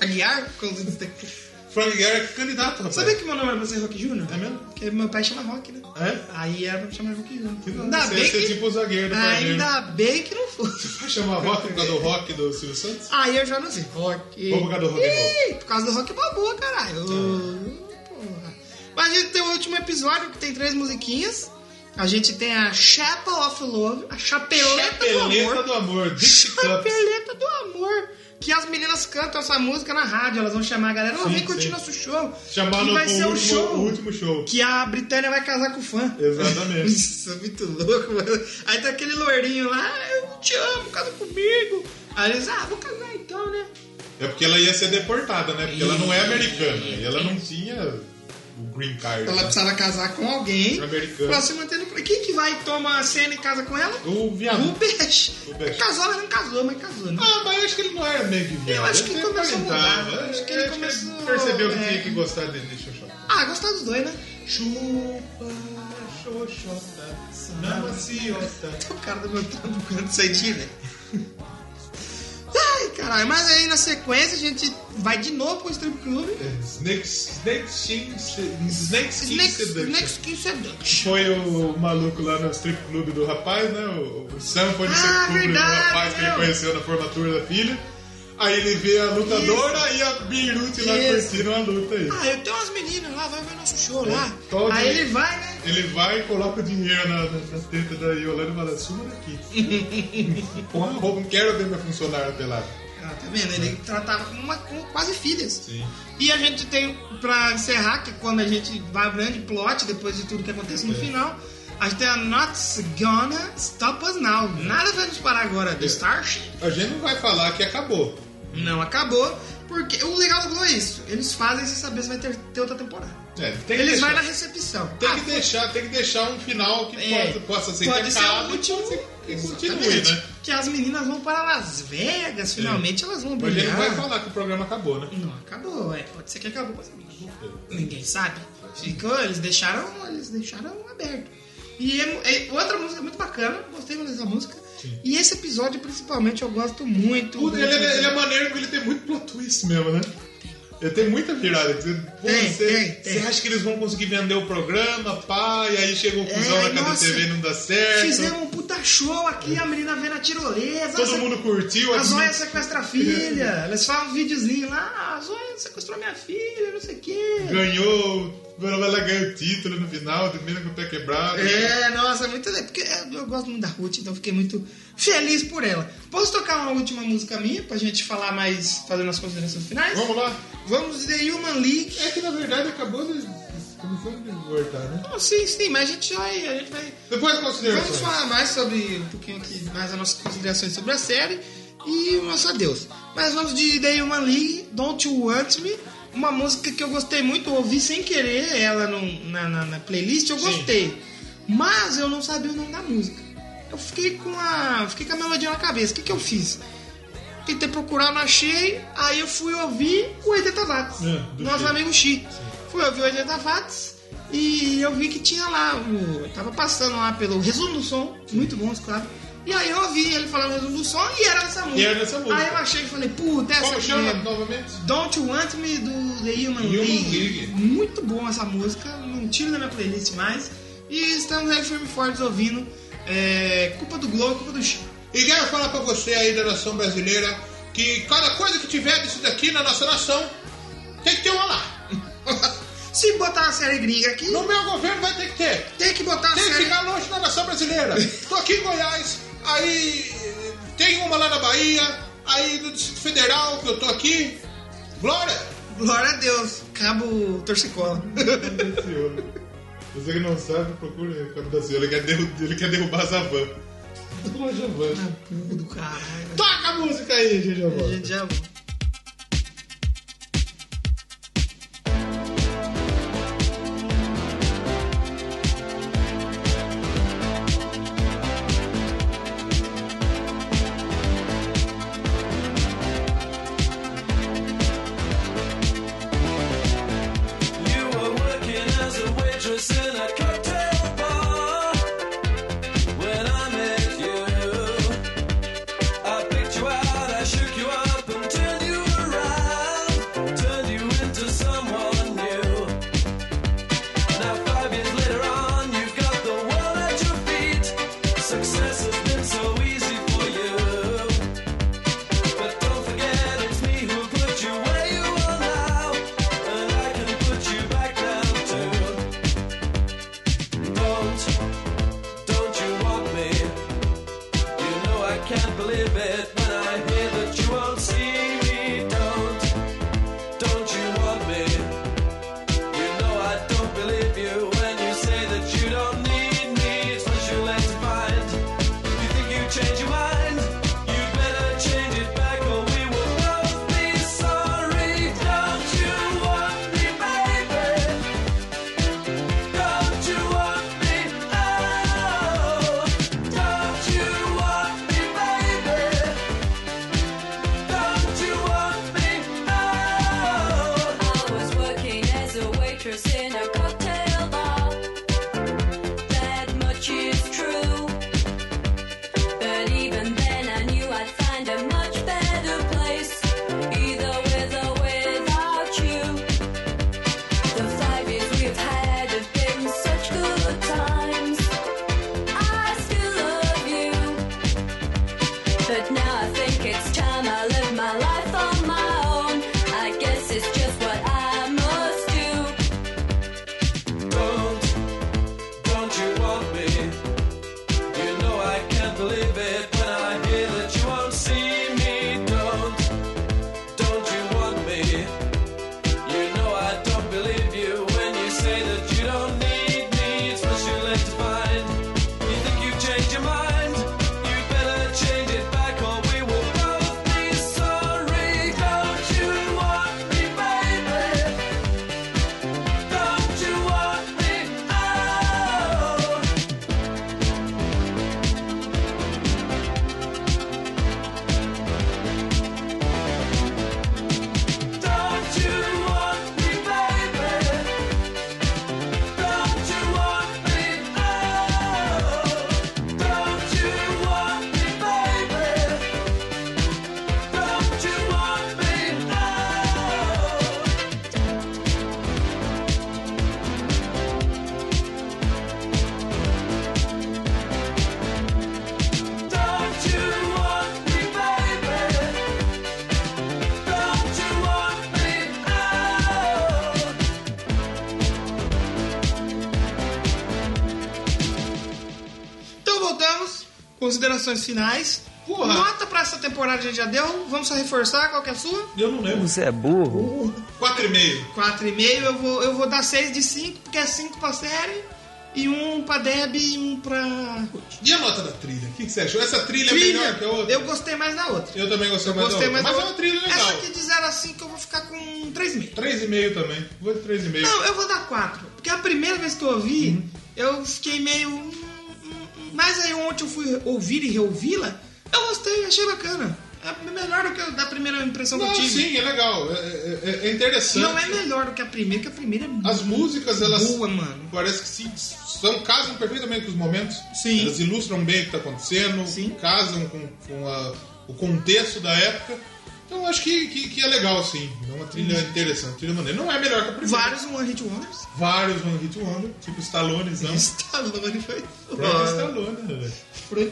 Speaker 1: Aguiar? como se diz.
Speaker 2: Frank Gehry é candidato, rapaz.
Speaker 1: Sabia que meu nome era pra ser Rock Jr.?
Speaker 2: É mesmo?
Speaker 1: Porque meu pai chama Rock, né?
Speaker 2: É?
Speaker 1: Aí era pra chamar Rock Jr.
Speaker 2: Não,
Speaker 1: Ainda
Speaker 2: você
Speaker 1: bem
Speaker 2: ia ser
Speaker 1: que...
Speaker 2: tipo o zagueiro do pai dele.
Speaker 1: Ainda bem que não fosse.
Speaker 2: Vai chamar rock por causa do rock do Silvio Santos?
Speaker 1: Aí eu já não sei. Rock.
Speaker 2: Ou por causa do rock and roll? É.
Speaker 1: Ih, por causa do rock babu, caralho. Ô, porra. Mas a gente tem o último episódio que tem três musiquinhas. A gente tem a Chapel of Love, a Chapeleta, do
Speaker 2: Peleta
Speaker 1: Amor.
Speaker 2: do amor, Dixie Cups.
Speaker 1: Chapeleta do Amor. Que as meninas cantam essa música na rádio, elas vão chamar a galera, "Ô,
Speaker 2: Sim,
Speaker 1: vem curtir
Speaker 2: sim.
Speaker 1: nosso show.
Speaker 2: Chamaram
Speaker 1: que vai
Speaker 2: pro
Speaker 1: ser o
Speaker 2: último-
Speaker 1: show
Speaker 2: o último show.
Speaker 1: que a Britânia vai casar com o fã.
Speaker 2: Exatamente.
Speaker 1: Isso é muito louco, mano. Aí tá aquele loirinho lá, "Ah, eu te amo, casa comigo. Aí eles, ah, vou casar então, né?
Speaker 2: É porque ela ia ser deportada, né? Porque ela não é americana. E ela não tinha o green card.
Speaker 1: Ela precisava casar com alguém
Speaker 2: Um Americano.
Speaker 1: pra se manter no. Quem que vai tomar a cena e casa com ela?
Speaker 2: O
Speaker 1: O
Speaker 2: viado.
Speaker 1: Peixe.
Speaker 2: O Peixe.
Speaker 1: Casou, mas não casou, mas casou, né?
Speaker 2: Ah, mas eu acho que ele não era meio que viado.
Speaker 1: Eu acho que ele
Speaker 2: meio
Speaker 1: começou a
Speaker 2: aparentava.
Speaker 1: mudar.
Speaker 2: Eu
Speaker 1: Acho que ele começou-
Speaker 2: percebeu que
Speaker 1: é.
Speaker 2: tinha que gostar dele. Deixa eu chorar.
Speaker 1: Ah, gostar dos dois, né?
Speaker 2: Chupa, xoxota, namaciota.
Speaker 1: Então O cara do meu trampo procurando sentir, velho. né? Ai, caralho. Mas aí na sequência a gente vai de novo pro strip club.
Speaker 2: Snake, Snake, Shin- Snake, Shin
Speaker 1: Next,
Speaker 2: Seduction.
Speaker 1: next é Kill Seduction.
Speaker 2: Foi o maluco lá no strip club do rapaz, né? O, o Sam foi no
Speaker 1: Ah,
Speaker 2: strip club
Speaker 1: verdade,
Speaker 2: do rapaz que
Speaker 1: meu.
Speaker 2: ele conheceu na formatura da filha. Aí ele vê a lutadora e a Beirute lá
Speaker 1: Isso.
Speaker 2: curtindo a luta aí.
Speaker 1: Ah, eu tenho umas meninas lá, vai ver nosso
Speaker 2: É,
Speaker 1: show lá.
Speaker 2: todo
Speaker 1: Aí
Speaker 2: dia.
Speaker 1: ele vai, né?
Speaker 2: Ele vai e coloca o dinheiro na, na, na teta da Yolanda e fala, suma daqui. Porra, roubo, não quero ver minha funcionária pelada.
Speaker 1: Ah, tá vendo? Ele tratava como, uma, como quase filhas.
Speaker 2: Sim.
Speaker 1: E a gente tem, pra encerrar, que quando a gente vai pro grande plot, depois de tudo que acontece
Speaker 2: É.
Speaker 1: no final, a gente tem a Not Gonna Stop Us Now.
Speaker 2: É.
Speaker 1: Nada vai nos parar agora do Starship.
Speaker 2: A gente não vai falar que acabou.
Speaker 1: Não acabou, porque o legal do Globo é isso. Eles fazem sem saber se vai ter, ter outra temporada.
Speaker 2: É, tem que
Speaker 1: Eles
Speaker 2: deixar.
Speaker 1: vão na recepção.
Speaker 2: Tem
Speaker 1: Ah,
Speaker 2: que, deixar, tem que deixar um final que
Speaker 1: É,
Speaker 2: possa, possa ser
Speaker 1: pode ser
Speaker 2: encerrado
Speaker 1: o
Speaker 2: e
Speaker 1: último.
Speaker 2: pode ser que continue,
Speaker 1: exatamente.
Speaker 2: né? É.
Speaker 1: Que as meninas vão para Las Vegas, finalmente elas vão
Speaker 2: Mas ele
Speaker 1: brilhar.
Speaker 2: vai falar que o programa acabou, né?
Speaker 1: Não, acabou, é. Pode ser que acabou, mas não acabou.
Speaker 2: É.
Speaker 1: Ninguém sabe. Ficou, eles deixaram, eles deixaram aberto. E é- é outra música muito bacana, gostei muito dessa música.
Speaker 2: Sim.
Speaker 1: E esse episódio, principalmente, eu gosto muito.
Speaker 2: Puta, ele, é- ele é maneiro porque ele tem muito plot twist mesmo, né? Ele tem muita virada. que Você, pô,
Speaker 1: Tem,
Speaker 2: você,
Speaker 1: tem, tem.
Speaker 2: você acha que eles vão conseguir vender o programa, pá, e aí chega o cuzão
Speaker 1: aí,
Speaker 2: na casa da
Speaker 1: É, nossa,
Speaker 2: TV e não dá certo.
Speaker 1: Fizemos um puta show aqui, a menina vendo a tirolesa.
Speaker 2: né? É. Todo
Speaker 1: a-
Speaker 2: mundo curtiu.
Speaker 1: A
Speaker 2: as
Speaker 1: Zóia
Speaker 2: meninas-
Speaker 1: sequestra a filha. Eles falam um videozinho lá, "Ah, a Zóia sequestrou minha filha, não sei o quê.
Speaker 2: Ganhou, ela ganhou o título no final, de mesmo com o pé quebrado. né?
Speaker 1: É, nossa, muito legal. Porque é, eu gosto muito da Ruth, então fiquei muito feliz por ela. Posso tocar uma última música minha pra gente falar mais, fazendo as considerações finais?
Speaker 2: Vamos lá.
Speaker 1: Vamos de Human League.
Speaker 2: É que na verdade acabou de. Começou de voltar, né?
Speaker 1: Não, sim, assim? sim, mas a gente vai. A gente vai...
Speaker 2: Depois
Speaker 1: Vamos
Speaker 2: considerações.
Speaker 1: falar mais sobre um pouquinho aqui, mais as nossas considerações sobre a série e o nosso adeus. Mas vamos de The Human League, Don't You Want Me, uma música que eu gostei muito, eu ouvi sem querer ela no- na, na- na playlist, eu gostei. Mas eu não sabia o nome da música. Eu fiquei com a, fiquei com a melodia na cabeça. O que, que eu fiz? Tentei procurar, não achei. Aí eu fui ouvir o 80 Watts.
Speaker 2: É, do
Speaker 1: nosso
Speaker 2: Chico.
Speaker 1: amigo Chi. Fui ouvir o 80 Watts e eu vi que tinha lá. O, tava passando lá pelo resumo do som. Muito bom, claro. E aí eu ouvi ele falando o resumo do som e era essa música.
Speaker 2: era essa música.
Speaker 1: Aí eu achei e falei, puta, essa
Speaker 2: Como
Speaker 1: aqui
Speaker 2: chama
Speaker 1: mesmo.
Speaker 2: novamente?
Speaker 1: Don't You Want Me do The Human,
Speaker 2: Human
Speaker 1: League.
Speaker 2: League.
Speaker 1: Muito bom essa música, não tiro da minha playlist mais. E estamos aí firme e fortes ouvindo. É, culpa do Globo, culpa do Chico.
Speaker 2: E quero falar pra você aí da nação brasileira que cada coisa que tiver disso daqui na nossa nação tem que ter uma lá.
Speaker 1: Se botar uma série gringa aqui,
Speaker 2: No meu governo vai ter que ter.
Speaker 1: tem que botar uma
Speaker 2: Tem que
Speaker 1: série.
Speaker 2: ficar longe da nação brasileira. Tô aqui em Goiás, aí tem uma lá na Bahia, aí no Distrito Federal que eu tô aqui. Glória!
Speaker 1: Glória a Deus, cabo torcicola.
Speaker 2: Você que não sabe, procura o cabo da senhora. Ele quer, ele quer derrubar a Zavan.
Speaker 1: Pudo, caralho.
Speaker 2: Toca a música aí, gente. já
Speaker 1: A
Speaker 2: volta.
Speaker 1: gente já.
Speaker 6: I
Speaker 3: Oh, Oh.
Speaker 7: waitress in a cocktail bar. That much is true. But even then, I knew I'd find a much better place, either with or without you. The five years we've had have been such good times. I still love you, but now I think it's time I live my life on my own. I guess it's just what I must do.
Speaker 3: Don't, don't you want me? You know I can't believe it when I hear that you won't see me. Don't, don't you want me? You know I don't believe you when you say that you don't need me. It's much too late to find. You think you've changed your mind? You'd better change it back or we will both be sorry. Don't you want me, baby? Don't you want me out? Don't you want me, baby? Don't you want me out? Don't you want me, baby? Don't you want me oh? out? Don't you want me, baby? Don't you want me out?
Speaker 1: Então voltamos, considerações finais.
Speaker 2: Porra.
Speaker 1: Nota pra essa temporada a gente já deu. Vamos só reforçar qual que é a sua?
Speaker 2: Eu não lembro.
Speaker 8: Você é burro?
Speaker 2: 4,5.
Speaker 1: 4,5. Eu vou, eu vou dar 6 de 5, porque é 5 pra série. E um pra Deb e um pra.
Speaker 2: E a nota da trilha? O que, que você achou? Essa trilha, é melhor que a outra?
Speaker 1: Eu gostei mais da outra.
Speaker 2: Eu também gostei mais
Speaker 1: gostei
Speaker 2: da
Speaker 1: mais
Speaker 2: outra. Mas
Speaker 1: da
Speaker 2: é uma trilha legal.
Speaker 1: Essa aqui de 0 a 5 eu vou ficar com 3,5.
Speaker 2: 3,5 também. Vou de 3,5.
Speaker 1: Não, eu vou dar 4. Porque a primeira vez que eu ouvi, eu fiquei meio. hum, hum, hum. Mas aí ontem eu fui ouvir e reouvi-la, eu gostei, achei bacana. É melhor do que da primeira impressão
Speaker 2: Não,
Speaker 1: que eu tive.
Speaker 2: sim, é legal. É, é- é interessante.
Speaker 1: Não é melhor do que a primeira, que a primeira é
Speaker 2: As músicas, elas
Speaker 1: boa, mano.
Speaker 2: parece que se são, casam perfeitamente com os momentos.
Speaker 1: Sim.
Speaker 2: Elas ilustram bem o que está acontecendo,
Speaker 1: Sim.
Speaker 2: casam com, com a- o contexto da época. Então eu acho que, que, que é legal, sim. É uma trilha interessante, trilha maneira. Não é melhor que a primeira.
Speaker 1: Vários One Hit Wonders.
Speaker 2: Vários One Hit Wonder, tipo Stallone, não.
Speaker 1: Stallone foi
Speaker 2: Frank
Speaker 1: foda.
Speaker 2: Stallone, né, velho?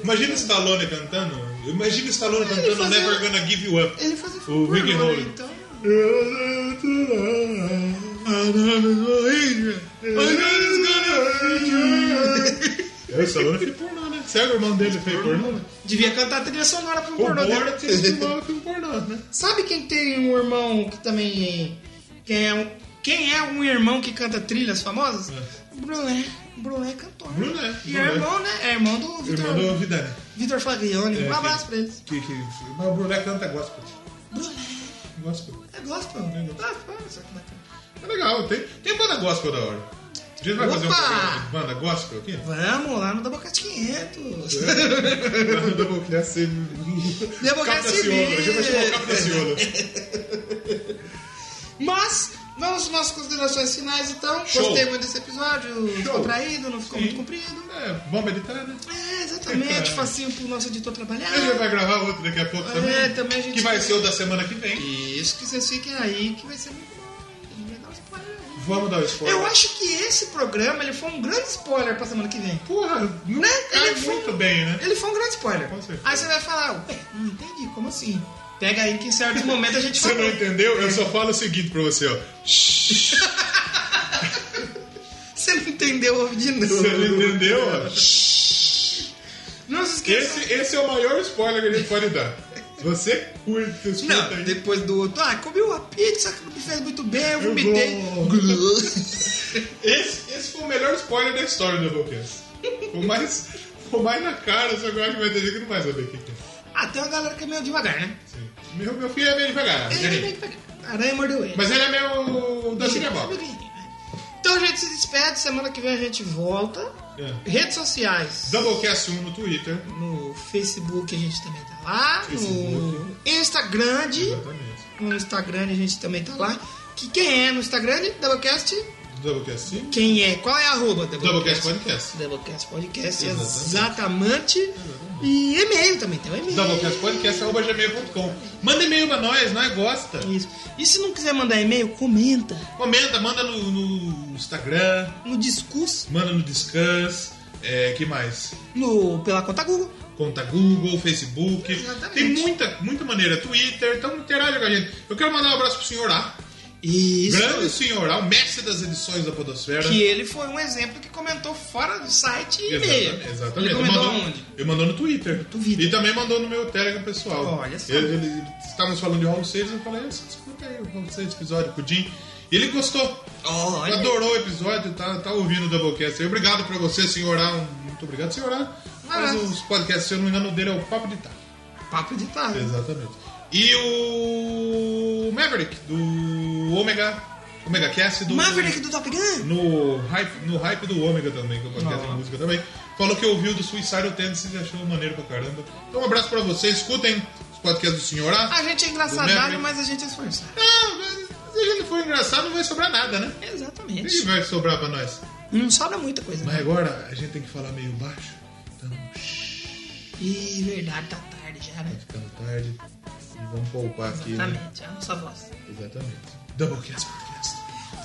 Speaker 2: Imagina o Stallone cantando. Imagina o Stallone cantando
Speaker 1: fazia-
Speaker 2: Never Gonna Give You Up.
Speaker 1: Ele fazia
Speaker 2: O
Speaker 1: por
Speaker 2: Rick
Speaker 1: nome,
Speaker 2: Rowling.
Speaker 1: Então...
Speaker 2: É, o Stallone fez pornô, né? Será que o irmão dele fez pornô? né?
Speaker 1: Devia cantar a trilha sonora pro
Speaker 2: O
Speaker 1: pornô né?
Speaker 2: Borat fez
Speaker 1: dele.
Speaker 2: filmado com pornô, né?
Speaker 1: Sabe quem tem um irmão que também. Quem é um, quem é um irmão que canta trilhas famosas?
Speaker 2: É.
Speaker 1: O Brulé. O Brulé é cantor.
Speaker 2: Brulé,
Speaker 1: E
Speaker 2: Brulé.
Speaker 1: é irmão, né? É irmão do
Speaker 2: Irmão do
Speaker 1: Vitor,
Speaker 2: Vidani.
Speaker 1: Vitor Faglione.
Speaker 2: É,
Speaker 1: Um abraço
Speaker 2: que-
Speaker 1: pra eles.
Speaker 2: Que, que, mas o Brulé canta gospel.
Speaker 1: Brulé.
Speaker 2: Gospel.
Speaker 1: É gospel.
Speaker 2: É
Speaker 1: Ah, fala, só que bacana.
Speaker 2: É legal, tem, tem banda gospel da hora. A gente vai fazer um
Speaker 1: Opa!
Speaker 2: programa de banda gospel aqui?
Speaker 1: é. Vamos lá no Dabocate 500.
Speaker 2: É.
Speaker 1: Democracia
Speaker 2: Democracia
Speaker 1: é
Speaker 2: Captaciolo. A gente vai chamar o
Speaker 1: Civil.
Speaker 2: Captaciolo.
Speaker 1: Mas, vamos às nossas considerações finais, então.
Speaker 2: Show.
Speaker 1: Gostei muito desse episódio.
Speaker 2: Show.
Speaker 1: Contraído, não ficou
Speaker 2: Sim.
Speaker 1: muito comprido.
Speaker 2: É, bomba editada.
Speaker 1: É, exatamente. Facinho pro nosso editor trabalhar.
Speaker 2: A gente vai gravar outro daqui a pouco
Speaker 1: É,
Speaker 2: também.
Speaker 1: também a gente
Speaker 2: Que vai
Speaker 1: vai-
Speaker 2: ser o da semana que vem.
Speaker 1: Isso, que vocês fiquem aí, que vai ser muito bom. A gente vai dar um spoiler.
Speaker 2: Vamos dar o spoiler.
Speaker 1: Eu acho que esse programa ele foi um grande spoiler pra semana que vem.
Speaker 2: Porra, não
Speaker 1: Né?
Speaker 2: cai
Speaker 1: Ele foi-
Speaker 2: muito bem, né?
Speaker 1: Ele foi um grande spoiler.
Speaker 2: Com certeza.
Speaker 1: Aí você vai falar, ué, não entendi, como assim? Pega aí que em certo momento a gente
Speaker 2: Você não
Speaker 1: fala.
Speaker 2: entendeu? Eu só falo o seguinte pra você, ó.
Speaker 1: Você não entendeu, ouve de novo.
Speaker 2: Você não entendeu? ó.
Speaker 1: Não se esqueça.
Speaker 2: Esse, esse é o maior spoiler que a gente pode dar. Você curta, escuta
Speaker 1: Não,
Speaker 2: aí.
Speaker 1: depois do outro, ah, comi uma pizza que me fez muito bem, eu vomitei.
Speaker 2: Esse, esse foi o melhor spoiler da história do Doublecast. O mais, o mais na cara, só que eu acho que vai ter gente que não vai saber o que que é.
Speaker 1: ah, tem uma galera que é meio devagar, né?
Speaker 2: Sim. Meu, meu filho é meio devagar.
Speaker 1: É,
Speaker 2: ele-
Speaker 1: meio devagar. Aranha mordeu ele.
Speaker 2: Mas ele é meio da Cinebox.
Speaker 1: é Então a gente se despede, semana que vem a gente volta.
Speaker 2: É.
Speaker 1: Redes sociais.
Speaker 2: Doublecast 1 no Twitter.
Speaker 1: No Facebook a gente também tá lá. No
Speaker 2: Facebook.
Speaker 1: Instagram.
Speaker 2: Exatamente.
Speaker 1: No Instagram a gente também tá lá. Que quem é no Instagram? Doublecast
Speaker 2: Doublecast sim.
Speaker 1: Quem é? Qual é a arroba?
Speaker 2: Doublecast Podcast.
Speaker 1: Doublecast Podcast,
Speaker 2: Exatamente.
Speaker 1: exatamente. E e-mail também, tem um e-mail.
Speaker 2: Doublecastpodcast.gmail.com Manda e-mail pra nós, nós gosta.
Speaker 1: Isso. E se não quiser mandar e-mail, comenta
Speaker 2: Comenta, manda no, no Instagram,
Speaker 1: no discurso,
Speaker 2: manda no Discuss, é, que mais?
Speaker 1: no, pela conta Google.
Speaker 2: Conta Google, Facebook.
Speaker 1: Exatamente.
Speaker 2: Tem muita, muita maneira. Twitter, então interaja com a gente. Eu quero mandar um abraço pro senhor A.
Speaker 1: Isso.
Speaker 2: Grande senhor A, o mestre das edições da Podosfera.
Speaker 1: Que ele foi um exemplo que comentou fora do site e
Speaker 2: Exatamente.
Speaker 1: e-mail.
Speaker 2: exatamente.
Speaker 1: Ele
Speaker 2: Ele
Speaker 1: comentou
Speaker 2: mandou,
Speaker 1: aonde?
Speaker 2: ele mandou no Twitter.
Speaker 1: Duvido.
Speaker 2: E também mandou no meu Telegram pessoal.
Speaker 1: Olha só.
Speaker 2: Ele, ele- estávamos falando de Round 6 e eu falei, "Ah, escuta aí o Round 6 episódio, pudim. E ele gostou,
Speaker 1: Olha.
Speaker 2: adorou o episódio, tá, tá ouvindo o Doublecast. aí. Obrigado pra você, senhor A. Um- Muito obrigado, senhor A. Mas
Speaker 1: Ah.
Speaker 2: os podcasts, se eu não me engano, o dele é o Papo de Taco.
Speaker 1: Papo de tarde.
Speaker 2: Exatamente. E o Maverick, do Omega, Omega Cast do...
Speaker 1: Maverick do é Top Gun?
Speaker 2: No hype, no hype do Ômega também, que é o podcast de
Speaker 1: Nossa.
Speaker 2: música também. Falou que ouviu do Suicidal Tendencies e achou maneiro pra caramba. Então um abraço pra vocês, escutem os podcasts do Senhor A.
Speaker 1: A gente é
Speaker 2: Do
Speaker 1: engraçadalho,
Speaker 2: Maverick.
Speaker 1: mas a gente é esforçado.
Speaker 2: Não, mas se ele não for engraçado, não vai sobrar nada, né? O que
Speaker 1: Exatamente.
Speaker 2: vai sobrar pra nós?
Speaker 1: Não sobra muita coisa. né?
Speaker 2: Mas agora a gente tem que falar meio baixo. Então,
Speaker 1: Ih, verdade, tá tarde já, né?
Speaker 2: ficando tarde. E vamos poupar aqui, né?
Speaker 1: Exatamente, é a nossa voz.
Speaker 2: Exatamente. Doublecast Podcast.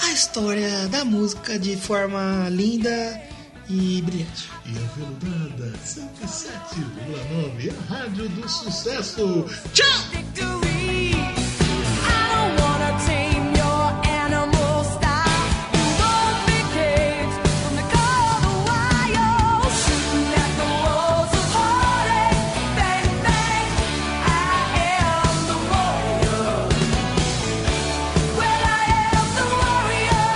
Speaker 1: A história da música de forma linda e brilhante.
Speaker 2: E a Veludada 107,9, a rádio do sucesso. Tchau!
Speaker 7: I don't wanna tame your animal style. You won't be caged from the cold wire, shooting at the walls of heartache. Bang bang, I am the warrior. Well, I am the warrior,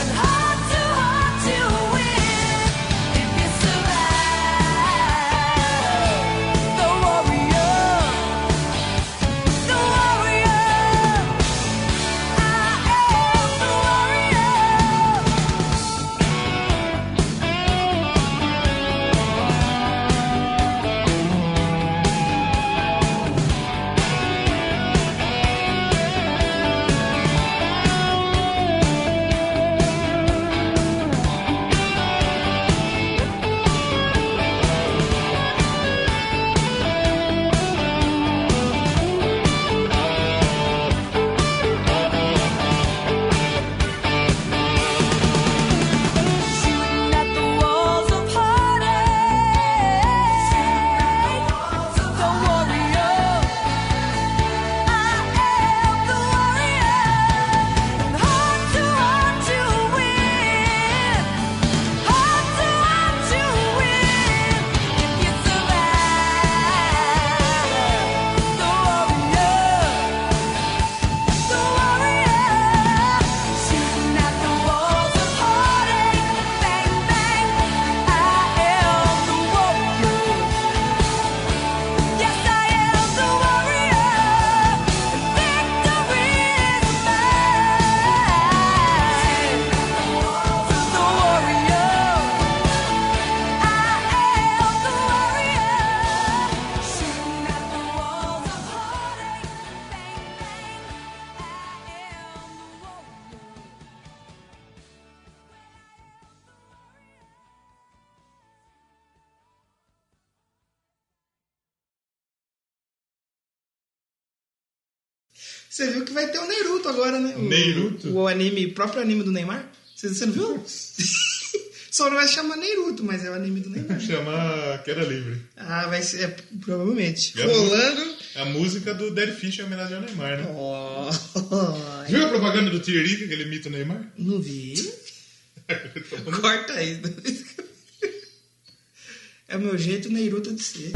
Speaker 7: and heart to heart to win. If you survive, the warrior. The warrior, I am the warrior. Shooting at the walls of heartache. The warrior, I am the warrior, and heart to heart to win, heart to heart to win. If you survive, the warrior. The warrior, shooting at the walls of heartache. Bang bang, I am the warrior. Yes, I am the warrior. Victory is mine. The warrior, I am the warrior. Shooting at the walls of heartache. Bang bang. I am the warrior.
Speaker 1: Você viu que vai ter o Naruto agora, né? O,
Speaker 2: Naruto?
Speaker 1: O anime, o próprio anime do Neymar. Você, você não viu? Só não vai se chamar Naruto, mas é o anime do Neymar.
Speaker 2: Chamar Queda Livre.
Speaker 1: Ah, vai ser, é, provavelmente.
Speaker 2: É.
Speaker 1: Rolando.
Speaker 2: A música do Dead Fish em homenagem ao Neymar, né?
Speaker 1: Ó,
Speaker 2: Viu a propaganda do Tiririca que ele imita o Neymar?
Speaker 1: não vi. Corta aí. É o meu jeito Naruto de ser.